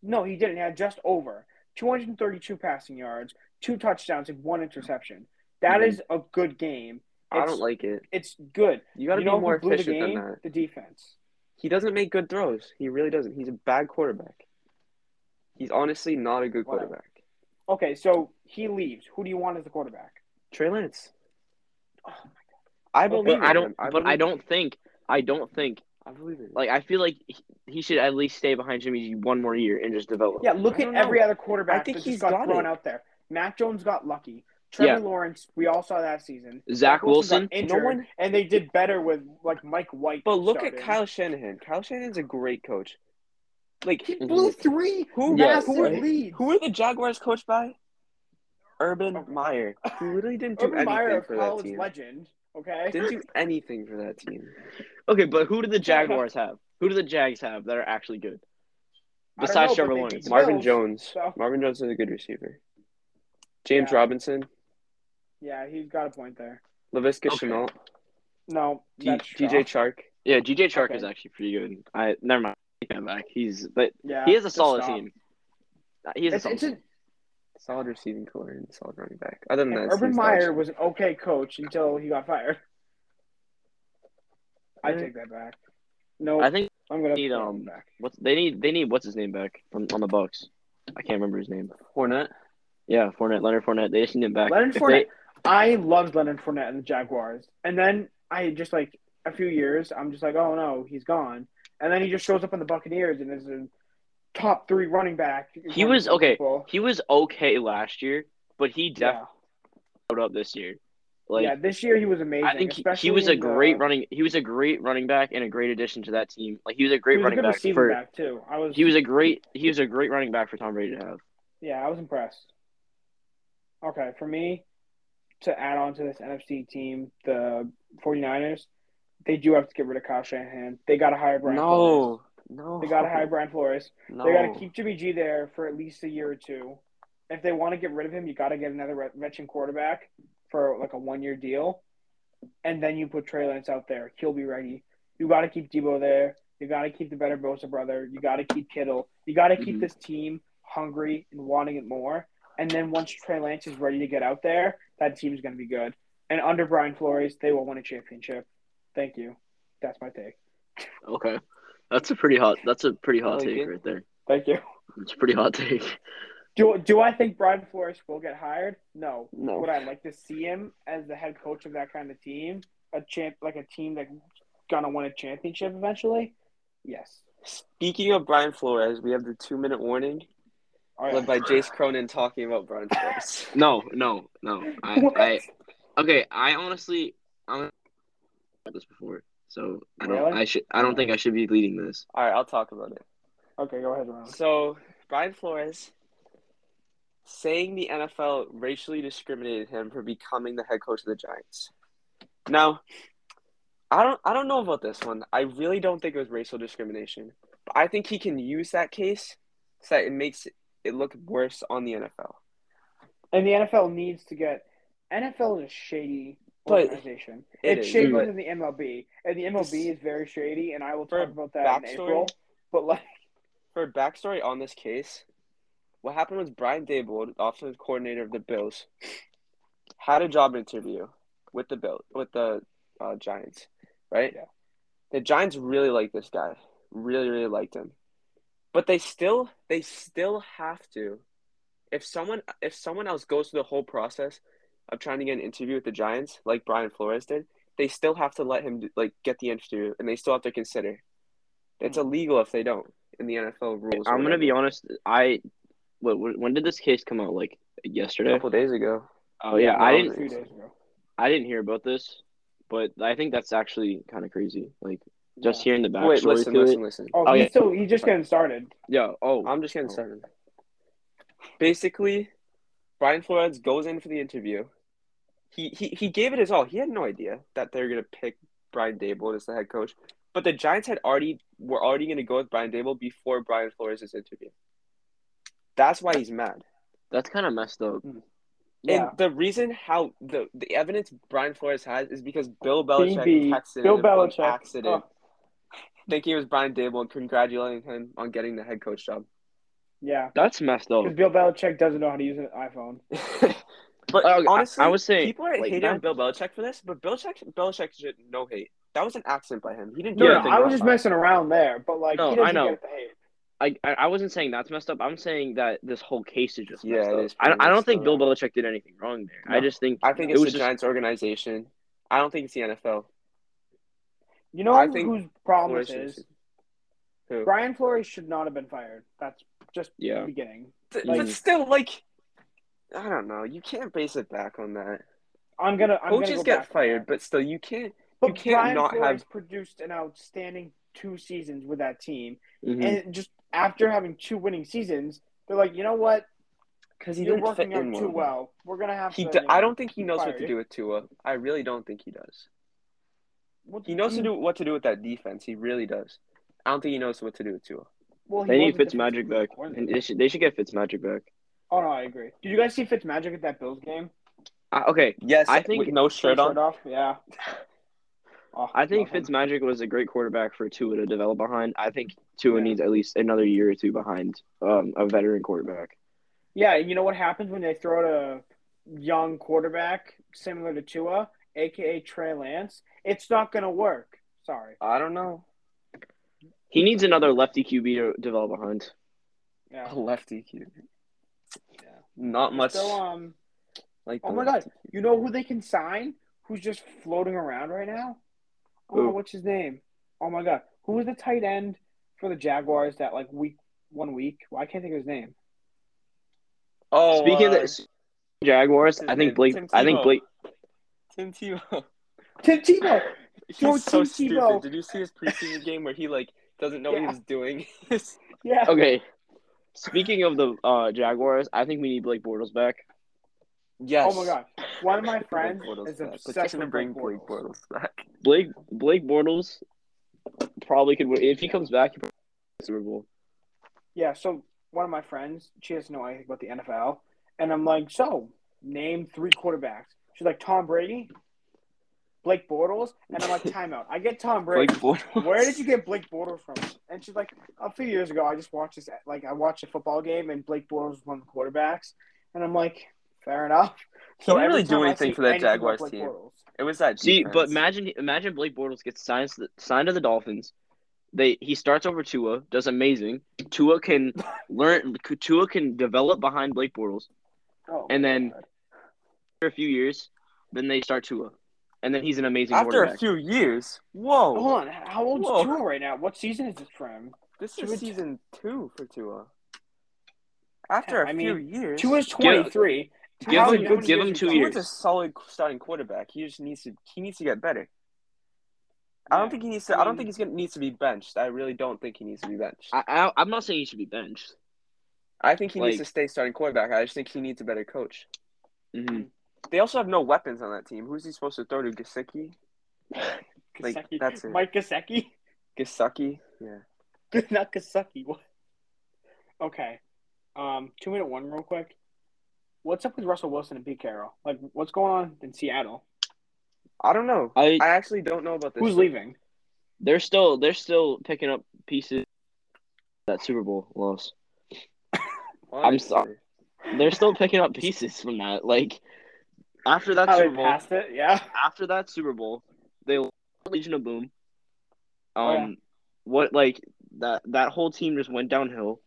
Speaker 1: no, he didn't. He had just over 232 passing yards, two touchdowns, and one interception. That
Speaker 3: Mhm.
Speaker 1: is a good game.
Speaker 2: Mm-hmm. I
Speaker 1: It's-
Speaker 2: don't like it.
Speaker 1: It's good.
Speaker 2: You got to
Speaker 1: you know
Speaker 2: be more
Speaker 1: who blew the
Speaker 2: efficient than
Speaker 1: game?
Speaker 2: that.
Speaker 1: The defense.
Speaker 2: He doesn't make good throws. He really doesn't. He's a bad quarterback. He's honestly not a good
Speaker 1: Whatever.
Speaker 2: quarterback.
Speaker 1: Okay, so he leaves. Who do you want as the quarterback?
Speaker 2: Trey Lance.
Speaker 1: Oh my
Speaker 2: I
Speaker 1: But
Speaker 2: believe.
Speaker 3: but I
Speaker 2: in
Speaker 3: don't.
Speaker 2: him. I
Speaker 3: but I
Speaker 2: believe-
Speaker 3: don't think. I don't think.
Speaker 2: I believe it.
Speaker 3: Like, I feel like he, he should at least stay behind Jimmy G one more year and just develop.
Speaker 1: Yeah, look at
Speaker 2: I don't
Speaker 1: every
Speaker 2: know.
Speaker 1: other quarterback
Speaker 2: I think
Speaker 1: that
Speaker 2: he's
Speaker 1: just got,
Speaker 2: got
Speaker 1: thrown
Speaker 2: it.
Speaker 1: out there. Matt Jones got lucky. Trevor
Speaker 3: Yeah.
Speaker 1: Lawrence, we all saw that season.
Speaker 3: Zach Wilson.
Speaker 1: got injured,
Speaker 2: No one-
Speaker 1: and they did better with like Mike White.
Speaker 2: But look at
Speaker 1: starting.
Speaker 2: Kyle Shanahan. Kyle Shanahan's a great coach. Like
Speaker 1: He blew three
Speaker 2: who?
Speaker 3: Yeah.
Speaker 1: massive
Speaker 2: Who, are,
Speaker 1: leads.
Speaker 2: who are the Jaguars coached by? Urban Meyer. Who literally didn't do
Speaker 1: Oh. Urban
Speaker 2: anything
Speaker 1: Meyer, a
Speaker 2: for that
Speaker 1: college
Speaker 2: team.
Speaker 1: legend. Okay,
Speaker 2: Didn't do anything for that team.
Speaker 3: Okay, but who do the Jaguars have? Who do the Jags have that are actually good?
Speaker 1: I don't
Speaker 3: Besides
Speaker 1: know,
Speaker 3: Trevor
Speaker 1: but they
Speaker 3: Lawrence.
Speaker 1: beat the
Speaker 2: Marvin
Speaker 1: Bills,
Speaker 2: Jones.
Speaker 1: so-
Speaker 2: Marvin Jones is a good receiver. James
Speaker 1: Yeah.
Speaker 2: Robinson.
Speaker 1: Yeah, he's got a point there.
Speaker 2: LaVisca
Speaker 3: Okay.
Speaker 2: Chenault.
Speaker 1: No,
Speaker 2: D-
Speaker 1: that's
Speaker 2: DJ Chark.
Speaker 3: Yeah, DJ Chark
Speaker 1: Okay.
Speaker 3: is actually pretty good. I never mind. Take that back. He's but
Speaker 1: Yeah,
Speaker 3: he is a
Speaker 1: just
Speaker 3: solid
Speaker 1: stop.
Speaker 3: team. Uh, He is a
Speaker 1: It's,
Speaker 3: solid
Speaker 1: it's a,
Speaker 3: team.
Speaker 2: Solid receiving core and solid running back. Other than
Speaker 1: and
Speaker 2: that, it's-
Speaker 1: Urban
Speaker 2: it's
Speaker 1: Meyer
Speaker 2: not-
Speaker 1: was an okay coach until he got fired. I
Speaker 2: Mm.
Speaker 1: take that back. No,
Speaker 3: I think
Speaker 1: I'm gonna
Speaker 3: need,
Speaker 1: throw
Speaker 3: um,
Speaker 1: him back.
Speaker 3: what's they need they need what's his name back on, on the Bucks. I can't remember his name.
Speaker 2: Fournette.
Speaker 3: Yeah, Fournette, Leonard Fournette. They just need him back.
Speaker 1: Leonard
Speaker 3: They-
Speaker 1: Fournette. I loved Leonard Fournette and the Jaguars, and then I just like a few years. I'm just like, oh no, he's gone. And then he just shows up on the Buccaneers and is a top three running back.
Speaker 3: He was- okay. he was okay last year, but he definitely
Speaker 1: yeah.
Speaker 3: showed up this year. Like
Speaker 1: yeah, this year he was amazing.
Speaker 3: I think he, he
Speaker 1: especially
Speaker 3: was a
Speaker 1: in uh, the-
Speaker 3: great running. He was a great running back and a great addition to that team. Like he was a
Speaker 1: he
Speaker 3: great
Speaker 1: was a
Speaker 3: running
Speaker 1: good
Speaker 3: back
Speaker 1: receiving
Speaker 3: for.
Speaker 1: back too. I was
Speaker 3: He was a great. He was a great running back for Tom Brady to have.
Speaker 1: Yeah, I was impressed. Okay, for me, to add on to this NFC team, the 49ers, they do have to get rid of Kyle Shanahan. They got to hire Brian Flores.
Speaker 2: No. No.
Speaker 1: They got to hire Brian Flores.
Speaker 2: No.
Speaker 1: They got to keep Jimmy G there for at least a year or two. If they want to get rid of him, you got to get another ret- veteran quarterback for like a one year deal. And then you put Trey Lance out there. He'll be ready. You got to keep Debo there. You got to keep the better Bosa brother. You got to keep Kittle. You got to keep
Speaker 3: Mhm.
Speaker 1: this team hungry and wanting it more. And then once Trey Lance is ready to get out there, that team's going to be good. And under Brian Flores, they will win a championship. Thank you. That's my take.
Speaker 3: Okay, that's a pretty hot. That's a pretty hot
Speaker 2: I like
Speaker 3: take
Speaker 2: it.
Speaker 3: right there.
Speaker 1: Thank you.
Speaker 3: It's a pretty hot take.
Speaker 1: Do, do I think Brian Flores will get hired? No.
Speaker 2: No.
Speaker 1: Would I like to see him as the head coach of that kind of team? A champ, like a team that's gonna win a championship eventually? Yes.
Speaker 2: Speaking of Brian Flores, we have the two minute warning
Speaker 1: All
Speaker 2: led by Jace Cronin talking about Brian Flores.
Speaker 3: No, no, no. I,
Speaker 1: What?
Speaker 3: I okay. I honestly, I'm about this before, so I don't.
Speaker 1: Really?
Speaker 3: I should. I don't think I should be leading this.
Speaker 2: All right, I'll talk about it.
Speaker 1: okay, go ahead, Ron.
Speaker 2: So Brian Flores saying the NFL racially discriminated him for becoming the head coach of the Giants. Now, I don't I don't know about this one. I really don't think it was racial discrimination. But I think he can use that case so that it makes it look worse on the NFL.
Speaker 1: And the NFL needs to get NFL is a shady
Speaker 2: But
Speaker 1: organization.
Speaker 2: it
Speaker 1: it's
Speaker 2: is,
Speaker 1: shadier
Speaker 2: but-
Speaker 1: than the MLB, and the MLB is very shady. And I will
Speaker 2: For
Speaker 1: talk about that in
Speaker 2: backstory-
Speaker 1: April. But like,
Speaker 2: For backstory on this case, what happened was Brian Dable, the offensive coordinator of the Bills, had a job interview with the Bill with the uh, Giants, right?
Speaker 1: Yeah.
Speaker 2: The Giants really liked this guy, really really liked him, But they still they still have to. If someone if someone else goes through the whole process of trying to get an interview with the Giants, like Brian Flores did, they still have to let him like get the interview, and they still have to consider. It's illegal if they don't in the NFL rules.
Speaker 3: Hmm. I'm gonna be honest. I what, what- when did this case come out? Like
Speaker 2: a
Speaker 3: yesterday?
Speaker 2: couple days ago.
Speaker 3: Oh yeah, I
Speaker 2: no,
Speaker 1: A
Speaker 3: didn't.
Speaker 1: few days ago.
Speaker 3: I didn't hear about this, but I think that's actually kind of crazy. Like just
Speaker 1: Yeah.
Speaker 3: hearing the backstory
Speaker 2: Wait, listen,
Speaker 3: to
Speaker 2: listen,
Speaker 3: it.
Speaker 2: listen.
Speaker 1: Oh,
Speaker 3: Oh,
Speaker 1: he's
Speaker 3: yeah.
Speaker 1: still he's just getting started.
Speaker 3: Yeah. Oh,
Speaker 2: I'm just getting started. Basically, Brian Flores goes in for the interview. He he, he gave it his all. He had no idea that they were gonna pick Brian Dable as the head coach. But the Giants had already were already gonna go with Brian Dable before Brian Flores' interview. That's why he's mad.
Speaker 3: that's kind of messed up.
Speaker 1: Yeah.
Speaker 2: And the reason how the the evidence Brian Flores has is because Bill Belichick
Speaker 1: BB,
Speaker 2: texted
Speaker 1: Bill
Speaker 2: him on
Speaker 1: Belichick.
Speaker 2: accident,
Speaker 1: Oh,
Speaker 2: thinking it was Brian Dable and congratulating him on getting the head coach job.
Speaker 1: yeah.
Speaker 3: That's messed up.
Speaker 1: Because Bill Belichick doesn't know how to use an iPhone.
Speaker 2: but
Speaker 3: Oh, I-
Speaker 2: honestly,
Speaker 3: I was saying,
Speaker 2: people are
Speaker 3: like,
Speaker 2: hating on
Speaker 3: that-
Speaker 2: Bill Belichick for this, but Belichick Belichick should no hate. That was an accident by him. He didn't do
Speaker 1: No,
Speaker 3: Yeah,
Speaker 1: no,
Speaker 2: anything.
Speaker 1: I was
Speaker 2: wrong.
Speaker 1: just messing around there, but like
Speaker 3: No,
Speaker 1: he doesn't
Speaker 3: I know.
Speaker 1: get the hate.
Speaker 3: I, I I wasn't saying that's messed up. I'm saying that this whole case is just
Speaker 2: Yeah,
Speaker 3: messed
Speaker 2: it
Speaker 3: up.
Speaker 2: is
Speaker 3: I,
Speaker 2: pretty
Speaker 3: I don't
Speaker 2: messed
Speaker 3: think
Speaker 2: up.
Speaker 3: Bill Belichick did anything wrong there. I
Speaker 2: No.
Speaker 3: just think
Speaker 2: I think
Speaker 3: It
Speaker 2: it's the
Speaker 3: was just-
Speaker 2: Giants organization. I don't think it's the NFL.
Speaker 1: You know
Speaker 2: I
Speaker 1: who-
Speaker 2: think
Speaker 1: whose problem
Speaker 2: Flores
Speaker 1: this is?
Speaker 2: Who?
Speaker 1: Brian Flores should not have been fired. That's just
Speaker 3: yeah.
Speaker 1: the beginning.
Speaker 2: Th-
Speaker 3: like-
Speaker 2: but still, like, I don't know. You can't base it back on that.
Speaker 1: I'm gonna. I'm
Speaker 2: Coaches
Speaker 1: gonna go
Speaker 2: get
Speaker 1: back on
Speaker 2: fired,
Speaker 1: that.
Speaker 2: but still, you can't.
Speaker 1: but
Speaker 2: you can't
Speaker 1: Brian
Speaker 2: not
Speaker 1: Flores
Speaker 2: have-
Speaker 1: produced an outstanding two seasons with that team,
Speaker 2: Hmm.
Speaker 3: Mhm.
Speaker 1: and just after having two winning seasons, they're like, you know what?
Speaker 2: Because he
Speaker 1: You're
Speaker 2: didn't fit
Speaker 1: working out
Speaker 2: in
Speaker 1: too
Speaker 2: well.
Speaker 1: well. We're gonna have
Speaker 2: He,
Speaker 1: to.
Speaker 2: d-
Speaker 1: you
Speaker 2: I
Speaker 1: know,
Speaker 2: don't think he knows what
Speaker 1: fired.
Speaker 2: to do with Tua. I really don't think he does.
Speaker 1: what-
Speaker 2: He
Speaker 3: Mm.
Speaker 2: knows to do what to do with that defense. He really does. I don't think he knows what to do with Tua.
Speaker 1: Well, he
Speaker 3: They need
Speaker 1: was a defensive
Speaker 3: Fitzmagic back,
Speaker 1: coordinator.
Speaker 3: and they should, they should get Fitzmagic back.
Speaker 1: Oh no, I agree. Did you guys see Fitzmagic at that Bills game?
Speaker 3: I, okay,
Speaker 2: Yes,
Speaker 3: I think-
Speaker 2: with no shirt on.
Speaker 1: off. Yeah. Oh,
Speaker 3: I think
Speaker 1: love him.
Speaker 3: Fitzmagic was a great quarterback for Tua to develop behind. I think Tua
Speaker 1: Yeah.
Speaker 3: needs at least another year or two behind um, a veteran quarterback.
Speaker 1: Yeah, you know what happens when they throw to a young quarterback similar to Tua, aka Trey Lance? It's not gonna work. Sorry.
Speaker 2: I don't know.
Speaker 3: He needs another lefty QB to develop behind.
Speaker 1: Yeah.
Speaker 2: A lefty QB.
Speaker 1: Yeah.
Speaker 2: Not much
Speaker 1: So um,
Speaker 2: like.
Speaker 1: oh
Speaker 2: the
Speaker 1: my
Speaker 2: lefty.
Speaker 1: God, you know who they can sign? Who's just floating around right now? Oh,
Speaker 3: Who?
Speaker 1: what's his name? Oh my God, who was the tight end for the Jaguars that like week one week? Well, I can't think of his name.
Speaker 2: Oh,
Speaker 3: Speaking of
Speaker 2: uh,
Speaker 3: the Jaguars,
Speaker 2: his
Speaker 3: I
Speaker 2: name?
Speaker 3: think Blake.
Speaker 2: Tim
Speaker 3: I think
Speaker 2: Tebow.
Speaker 3: Blake.
Speaker 2: Tim Tebow.
Speaker 1: Tim Tebow.
Speaker 2: He's
Speaker 1: Yo,
Speaker 2: so
Speaker 1: Tim
Speaker 2: stupid.
Speaker 1: Tebow.
Speaker 2: Did you see his preseason game where he like doesn't know what he
Speaker 1: Yeah.
Speaker 2: was doing?
Speaker 1: Yeah.
Speaker 3: Okay. Speaking of the uh, Jaguars, I think we need Blake Bortles back.
Speaker 2: yes.
Speaker 1: Oh my God, one of my friends
Speaker 2: Blake Bortles
Speaker 1: is
Speaker 2: back. They're
Speaker 1: obsessed
Speaker 2: gonna
Speaker 1: with
Speaker 2: bring
Speaker 1: Blake
Speaker 2: Blake
Speaker 1: Bortles.
Speaker 2: Bortles back.
Speaker 3: Blake Blake Bortles probably could win if he comes back. He probably wins the Super Bowl.
Speaker 1: Yeah, so one of my friends, she has no idea about the NFL, and I'm like, so name three quarterbacks. She's like Tom Brady, Blake Bortles, and I'm like, timeout. I get Tom Brady.
Speaker 2: Blake Bortles.
Speaker 1: Where did you get Blake Bortles from? And she's like, a few years ago, I just watched this. Like, I watched a football game, and Blake Bortles was one of the quarterbacks, and I'm like, fair enough.
Speaker 2: He didn't
Speaker 1: every
Speaker 2: really do
Speaker 1: time I
Speaker 2: anything
Speaker 1: see
Speaker 2: for that
Speaker 1: anything about
Speaker 2: Jaguars
Speaker 1: Blake
Speaker 2: team.
Speaker 1: Bortles-
Speaker 2: It was that.
Speaker 3: See,
Speaker 2: defense.
Speaker 3: but imagine imagine Blake Bortles gets signed to the, signed to the Dolphins. They he starts over Tua, does amazing. Tua can learn. Tua can develop behind Blake Bortles
Speaker 1: Oh,
Speaker 3: And
Speaker 1: my
Speaker 3: then-
Speaker 1: God.
Speaker 3: for a few years. Then they start Tua, and then he's an amazing
Speaker 2: after a
Speaker 3: quarterback.
Speaker 2: few years, whoa,
Speaker 1: hold on, how old
Speaker 2: Whoa.
Speaker 1: is Tua right now? What season is this from?
Speaker 2: this
Speaker 1: Tua-
Speaker 2: is season two for Tua. After a
Speaker 1: I
Speaker 2: few
Speaker 1: mean,
Speaker 2: years,
Speaker 1: Tua's 23.
Speaker 3: give
Speaker 1: How-
Speaker 3: him
Speaker 1: how many
Speaker 3: give him
Speaker 1: years
Speaker 3: two
Speaker 1: ago?
Speaker 3: years.
Speaker 2: Tua's a solid starting quarterback. He just needs to he needs to get better. I
Speaker 1: Yeah.
Speaker 2: don't think he needs to. I don't think he's gonna needs to be benched. I really don't think he needs to be benched. I,
Speaker 3: I, I I'm not saying he should be benched.
Speaker 2: think he
Speaker 3: like-
Speaker 2: needs to stay starting quarterback. I just think he needs a better coach. Mm-hmm.
Speaker 3: hmm
Speaker 2: They also have no weapons on that team. Who's he supposed to throw to? Gasicki, Like,
Speaker 1: Gesicki.
Speaker 2: that's it.
Speaker 1: Mike Gasecki?
Speaker 2: Gasicki. Yeah.
Speaker 1: Not Gasecki. What? Okay. Um, two minute one, real quick. What's up with Russell Wilson and Pete Carroll? Like, what's going on in Seattle?
Speaker 2: I don't know. I,
Speaker 3: I
Speaker 2: actually don't know about this.
Speaker 1: Who's leaving?
Speaker 3: they're still they're still picking up pieces. That Super Bowl loss. I'm sorry. They're still picking up pieces from that. Like after that
Speaker 1: How they
Speaker 3: Super Bowl,
Speaker 1: passed it? Yeah.
Speaker 3: after that Super Bowl, they lost Legion of Boom. Um,
Speaker 1: Oh, yeah.
Speaker 3: what like that that whole team just went downhill.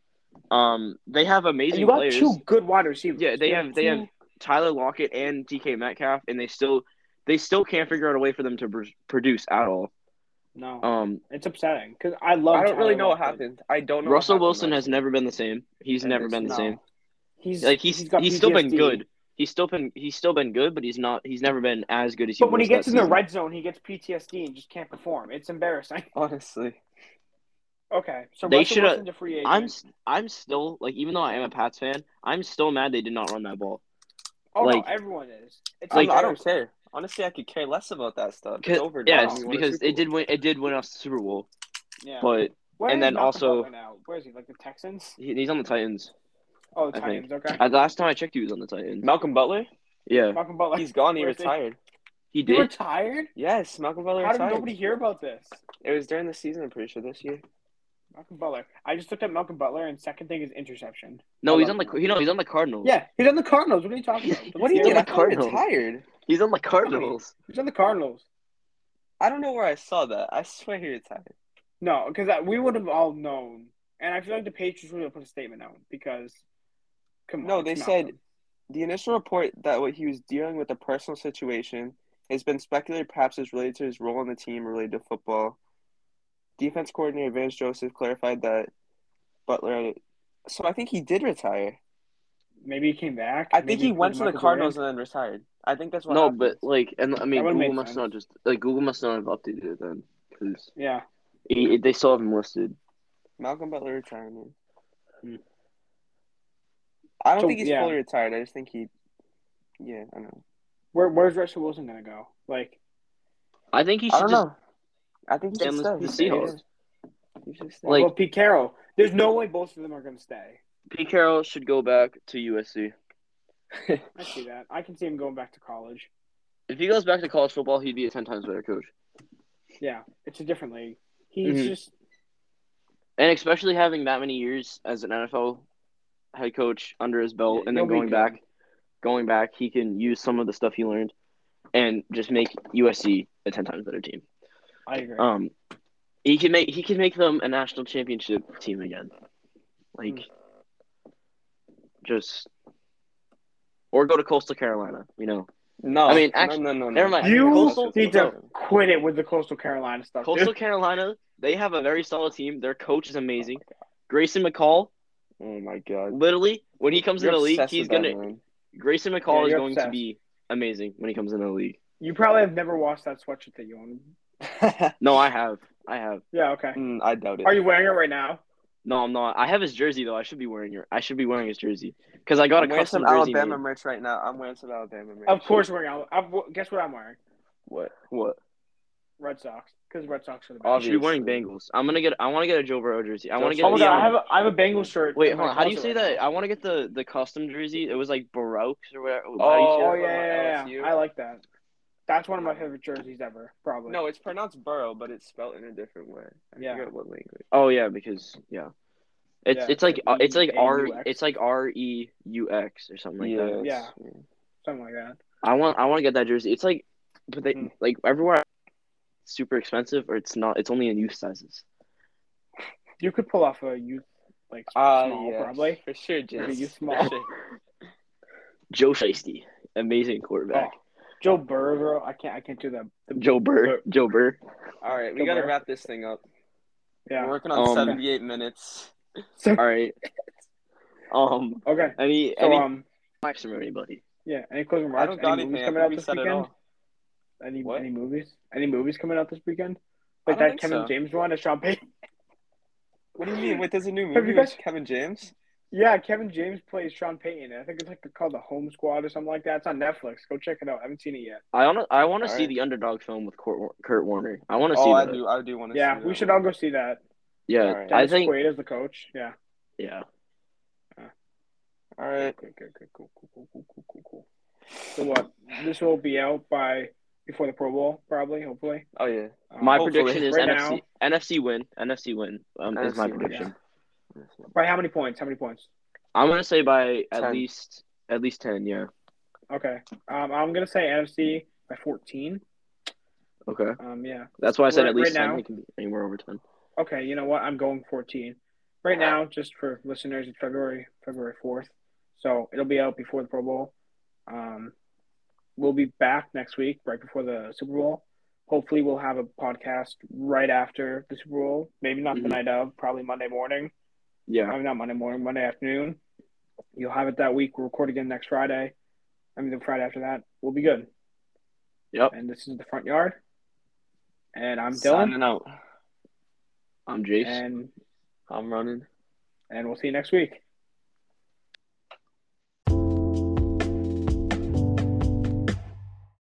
Speaker 3: Um, they have amazing
Speaker 1: you got
Speaker 3: players.
Speaker 1: two good wide receivers.
Speaker 3: Yeah, they have they have Tyler Lockett and DK Metcalf, and they still they still can't figure out a way for them to pr- produce at all.
Speaker 1: No,
Speaker 3: Um,
Speaker 1: it's upsetting because I love.
Speaker 2: I don't really
Speaker 1: Tyler
Speaker 2: know what
Speaker 1: Lockett.
Speaker 2: happened. I don't know. what
Speaker 3: Russell
Speaker 2: happened
Speaker 3: Wilson
Speaker 2: last
Speaker 3: has
Speaker 2: year.
Speaker 3: never been the same. He's
Speaker 2: And
Speaker 3: never
Speaker 2: it's
Speaker 3: been the
Speaker 1: No.
Speaker 3: same.
Speaker 1: He's
Speaker 3: Like he's
Speaker 1: he's
Speaker 3: he's,
Speaker 1: got
Speaker 3: still been
Speaker 1: PTSD.
Speaker 3: good. He's still been he's still been good, but he's not he's never been as good as he
Speaker 1: But when
Speaker 3: was
Speaker 1: he gets
Speaker 3: that
Speaker 1: in the
Speaker 3: season.
Speaker 1: red zone, he gets PTSD and just can't perform. It's embarrassing.
Speaker 2: Honestly,
Speaker 1: Okay, so
Speaker 3: They
Speaker 1: Russell
Speaker 3: shoulda-
Speaker 1: Wilson's a free agent.
Speaker 3: I'm s- I'm still like even though I am a Pats fan, I'm still mad they did not run that ball.
Speaker 1: oh
Speaker 3: like-
Speaker 1: no, everyone is. It's
Speaker 3: Like-
Speaker 2: I
Speaker 1: embarrassing.
Speaker 2: don't care. Honestly, I could care less about that stuff. It's
Speaker 3: 'Cause-
Speaker 2: over. now.
Speaker 3: Yes,
Speaker 1: We
Speaker 2: We won a
Speaker 3: because
Speaker 2: Super
Speaker 3: it
Speaker 2: Bowl.
Speaker 3: did win it did win us the Super Bowl,
Speaker 1: Yeah.
Speaker 3: but
Speaker 1: Where
Speaker 3: and
Speaker 1: is
Speaker 3: then
Speaker 1: Malcolm
Speaker 3: also-
Speaker 1: Butler now? Where is he? Like the Texans?
Speaker 3: he, he's on the Titans.
Speaker 1: Oh, the
Speaker 3: I think.
Speaker 1: Titans. Okay.
Speaker 3: Uh, last time I checked, he was on the Titans.
Speaker 2: Malcolm Butler,
Speaker 3: Yeah,
Speaker 1: Malcolm Butler.
Speaker 2: he's gone. He
Speaker 1: Where's he?
Speaker 2: retired.
Speaker 3: he
Speaker 1: He
Speaker 3: did.
Speaker 1: retired?
Speaker 2: Yes, Malcolm Butler
Speaker 1: How did
Speaker 2: retired.
Speaker 1: nobody hear about this?
Speaker 2: It was during the season. I'm pretty sure this year.
Speaker 1: Malcolm Butler. I just looked at Malcolm Butler, and second thing is interception.
Speaker 3: No,
Speaker 1: I
Speaker 3: he's
Speaker 1: love
Speaker 3: on the
Speaker 1: him.
Speaker 3: Car- he, no, he's on the Cardinals.
Speaker 1: Yeah, he's on the Cardinals. What are you talking about?
Speaker 2: What do you
Speaker 3: He's
Speaker 2: mean?
Speaker 3: on
Speaker 2: I thought
Speaker 3: the
Speaker 2: he
Speaker 3: Cardinals.
Speaker 2: retired.
Speaker 3: he's on the Cardinals.
Speaker 1: He's on the Cardinals.
Speaker 2: I don't know where I saw that. I swear he retired.
Speaker 1: No, because we would have all known, and I feel like the Patriots would have put a statement out because. Come on,
Speaker 2: No, they
Speaker 1: it's
Speaker 2: said-
Speaker 1: Malcolm.
Speaker 2: The initial report that what he was dealing with a personal situation has been speculated perhaps is related to his role on the team related to football. Defense coordinator Vance Joseph clarified that Butler. So I think he did retire.
Speaker 1: maybe he came back.
Speaker 2: I
Speaker 1: Maybe
Speaker 2: think he went
Speaker 1: proved
Speaker 2: to the
Speaker 1: Michael
Speaker 2: Cardinals
Speaker 1: Jordan.
Speaker 2: and then retired. I think that's what.
Speaker 3: No,
Speaker 2: happened.
Speaker 3: but like, and I mean,
Speaker 1: That would've
Speaker 3: Google
Speaker 1: made
Speaker 3: must not
Speaker 1: sense.
Speaker 3: just like Google must not have updated it then because
Speaker 1: Yeah,
Speaker 3: they still have him listed.
Speaker 2: Malcolm Butler retirement.
Speaker 3: Hmm.
Speaker 2: I don't
Speaker 1: So,
Speaker 2: think he's
Speaker 1: yeah.
Speaker 2: fully retired. I just think he. Yeah, I know.
Speaker 1: where where's Russell Wilson gonna go? Like,
Speaker 3: I think he
Speaker 2: I
Speaker 3: should
Speaker 2: don't
Speaker 3: just
Speaker 2: know. I think he
Speaker 3: stay
Speaker 2: should
Speaker 3: on
Speaker 2: stay.
Speaker 3: the,
Speaker 2: He
Speaker 3: the
Speaker 2: should-
Speaker 3: Seahawks.
Speaker 2: yeah, he should stay.
Speaker 3: Like-
Speaker 1: well, Pete Carroll. There's no way both of them are gonna stay.
Speaker 3: Pete Carroll should go back to USC.
Speaker 1: I see that. I can see him going back to college.
Speaker 3: If he goes back to college football, he'd be a ten times better coach.
Speaker 1: Yeah, it's a different league. He's
Speaker 3: Mhm.
Speaker 1: just
Speaker 3: And especially having that many years as an NFL head coach under his belt
Speaker 1: Yeah,
Speaker 3: and then
Speaker 1: he'll be
Speaker 3: going
Speaker 1: good.
Speaker 3: back going back, he can use some of the stuff he learned and just make USC a ten times better team.
Speaker 1: I agree.
Speaker 3: Um he can make he can make them a national championship team again. Like
Speaker 2: Hmm.
Speaker 3: just or go to Coastal Carolina, you know.
Speaker 2: no,
Speaker 3: I mean,
Speaker 2: no,
Speaker 3: actually-
Speaker 2: no, no, no.
Speaker 3: never mind.
Speaker 1: you
Speaker 3: Coastal-
Speaker 1: need to quit it with the Coastal Carolina stuff. dude.
Speaker 3: Coastal Carolina, they have a very solid team. Their coach is amazing. Grayson McCall,
Speaker 2: Oh my god.
Speaker 3: literally, when he comes
Speaker 2: You're
Speaker 3: in the league,
Speaker 2: obsessed
Speaker 3: he's
Speaker 2: with that
Speaker 3: gonna
Speaker 2: man.
Speaker 3: Grayson McCall
Speaker 1: Yeah,
Speaker 3: is
Speaker 1: you're
Speaker 3: going to
Speaker 1: obsessed.
Speaker 3: be amazing when he comes in the league.
Speaker 1: You probably have never washed that sweatshirt that you own.
Speaker 3: No, I have. I have.
Speaker 1: Yeah, okay.
Speaker 2: Mm, I doubt it.
Speaker 1: Are you wearing it right now?
Speaker 3: No, I'm not. I have his jersey though. I should be wearing your. I should be wearing his jersey because I
Speaker 2: I'm
Speaker 3: got a
Speaker 2: wearing
Speaker 3: custom
Speaker 2: some
Speaker 3: jersey.
Speaker 2: Alabama
Speaker 3: made.
Speaker 2: merch right now. I'm wearing some Alabama merch.
Speaker 1: Of course, wearing. Al- I've, guess what I'm wearing?
Speaker 2: What? What?
Speaker 1: Red Sox, because Red Sox are the
Speaker 3: I
Speaker 1: best.
Speaker 3: should be wearing
Speaker 2: obviously.
Speaker 3: Bengals. I'm gonna get. I want to get a Joe Burrow jersey. I want
Speaker 2: Josh-
Speaker 3: to get.
Speaker 1: Oh my
Speaker 3: the,
Speaker 1: god,
Speaker 3: um,
Speaker 1: I have a, I have a Bengals shirt.
Speaker 3: Wait,
Speaker 1: in
Speaker 3: hold
Speaker 1: my
Speaker 3: on. How do you say
Speaker 1: closet
Speaker 3: that?
Speaker 1: right now.
Speaker 3: I want to get the the custom jersey. It was like Baroques or whatever.
Speaker 2: Oh,
Speaker 1: Oh yeah, yeah, yeah,
Speaker 2: LSU?
Speaker 1: yeah. I like that. That's one of my favorite jerseys ever, probably.
Speaker 2: No, it's pronounced Burrow, but it's spelled in a different way. I
Speaker 1: Yeah.
Speaker 2: forget what language.
Speaker 3: oh yeah, because yeah, it's
Speaker 1: Yeah,
Speaker 3: it's like
Speaker 1: it's
Speaker 3: uh,
Speaker 1: like
Speaker 3: it's like R
Speaker 1: E-A-U-X.
Speaker 3: it's like R E U X or something like that.
Speaker 1: Yeah.
Speaker 2: it's-
Speaker 1: something like that.
Speaker 3: I want I want to get that jersey. It's like, but they
Speaker 1: Hmm.
Speaker 3: like everywhere, it's super expensive or it's not. It's only in youth sizes.
Speaker 1: You could pull off a youth like
Speaker 2: Uh,
Speaker 1: small,
Speaker 2: yes,
Speaker 1: probably.
Speaker 2: for sure,
Speaker 1: It'd be
Speaker 2: Jess.
Speaker 1: youth
Speaker 2: For
Speaker 1: small.
Speaker 2: sure.
Speaker 3: Joe Shiesty, amazing
Speaker 1: Oh,
Speaker 3: quarterback.
Speaker 1: Joe Burrow, bro. I can't. I can't do that. The-
Speaker 3: Joe Burr, Joe Burr.
Speaker 2: All right, we
Speaker 1: Good
Speaker 2: gotta
Speaker 1: work.
Speaker 2: wrap this thing up. We're
Speaker 1: Yeah.
Speaker 2: working on
Speaker 3: Um,
Speaker 2: 78 minutes.
Speaker 1: So,
Speaker 3: All right. Um.
Speaker 1: okay.
Speaker 3: Any
Speaker 1: So
Speaker 3: any
Speaker 1: um,
Speaker 3: facts from anybody?
Speaker 1: yeah. Any closing
Speaker 2: I
Speaker 1: remarks?
Speaker 2: don't got
Speaker 1: any
Speaker 2: anything.
Speaker 1: movies
Speaker 2: I
Speaker 1: coming
Speaker 2: think
Speaker 1: out
Speaker 2: we
Speaker 1: this
Speaker 2: said it
Speaker 1: weekend?
Speaker 2: all.
Speaker 1: Any
Speaker 2: What?
Speaker 1: any movies? Any movies coming out this weekend?
Speaker 2: I
Speaker 1: Like
Speaker 2: don't
Speaker 1: that
Speaker 2: think
Speaker 1: Kevin
Speaker 2: so.
Speaker 1: James one, a Sean Payton.
Speaker 2: What do you mean? Wait, there's a new
Speaker 1: Have
Speaker 2: movie
Speaker 1: you guys-
Speaker 2: with Kevin James?
Speaker 1: Yeah, Kevin James plays Sean Payton. I think it's like called the Home Squad or something like that. It's on Netflix. Go check it out. I haven't seen it yet.
Speaker 3: I want I want to
Speaker 2: All
Speaker 3: see
Speaker 2: right.
Speaker 3: the underdog film with Kurt, War- Kurt Warner. I want to see
Speaker 2: Oh, I
Speaker 3: that.
Speaker 2: do. I do want to.
Speaker 1: Yeah,
Speaker 2: see
Speaker 1: we
Speaker 2: that
Speaker 1: should
Speaker 2: one.
Speaker 1: all go see that.
Speaker 3: Yeah,
Speaker 2: All right.
Speaker 3: I
Speaker 1: Dennis
Speaker 3: think.
Speaker 1: Quaid is the coach. Yeah.
Speaker 3: Yeah.
Speaker 2: All right.
Speaker 1: Good, good, good, cool, cool, cool, cool, cool, cool, cool. So what? This will be out by before the Pro Bowl, probably, hopefully.
Speaker 2: Oh yeah.
Speaker 1: Um,
Speaker 3: My
Speaker 2: Hopefully.
Speaker 3: prediction is
Speaker 1: Right
Speaker 3: NFC NFC win. NFC win um, is my
Speaker 2: NFC win,
Speaker 3: prediction.
Speaker 1: by how many points? How many points?
Speaker 3: I'm gonna say by at
Speaker 2: 10.
Speaker 3: least at least ten. Yeah.
Speaker 1: Okay. Um, I'm gonna say NFC by 14.
Speaker 3: Okay.
Speaker 1: Um, yeah.
Speaker 3: That's why I said
Speaker 1: Right-
Speaker 3: at least
Speaker 1: right
Speaker 3: ten.
Speaker 1: now-
Speaker 3: It can be anywhere over ten.
Speaker 1: Um, Okay, you know what? I'm going 14. Right now, just for listeners, it's February February 4th, so it'll be out before the Pro Bowl. Um, we'll be back next week, right before the Super Bowl. Hopefully, we'll have a podcast right after the Super Bowl. Maybe not the
Speaker 3: Mhm.
Speaker 1: night of, probably Monday morning.
Speaker 3: Yeah.
Speaker 1: I mean, not Monday morning, Monday afternoon. You'll have it that week. We'll record again next Friday. I mean, the Friday after that, we'll be good.
Speaker 3: Yep.
Speaker 1: And this is the front yard. And I'm Dylan,
Speaker 2: Signing out.
Speaker 3: I'm Jace.
Speaker 1: and
Speaker 2: I'm running.
Speaker 1: and we'll see you next week.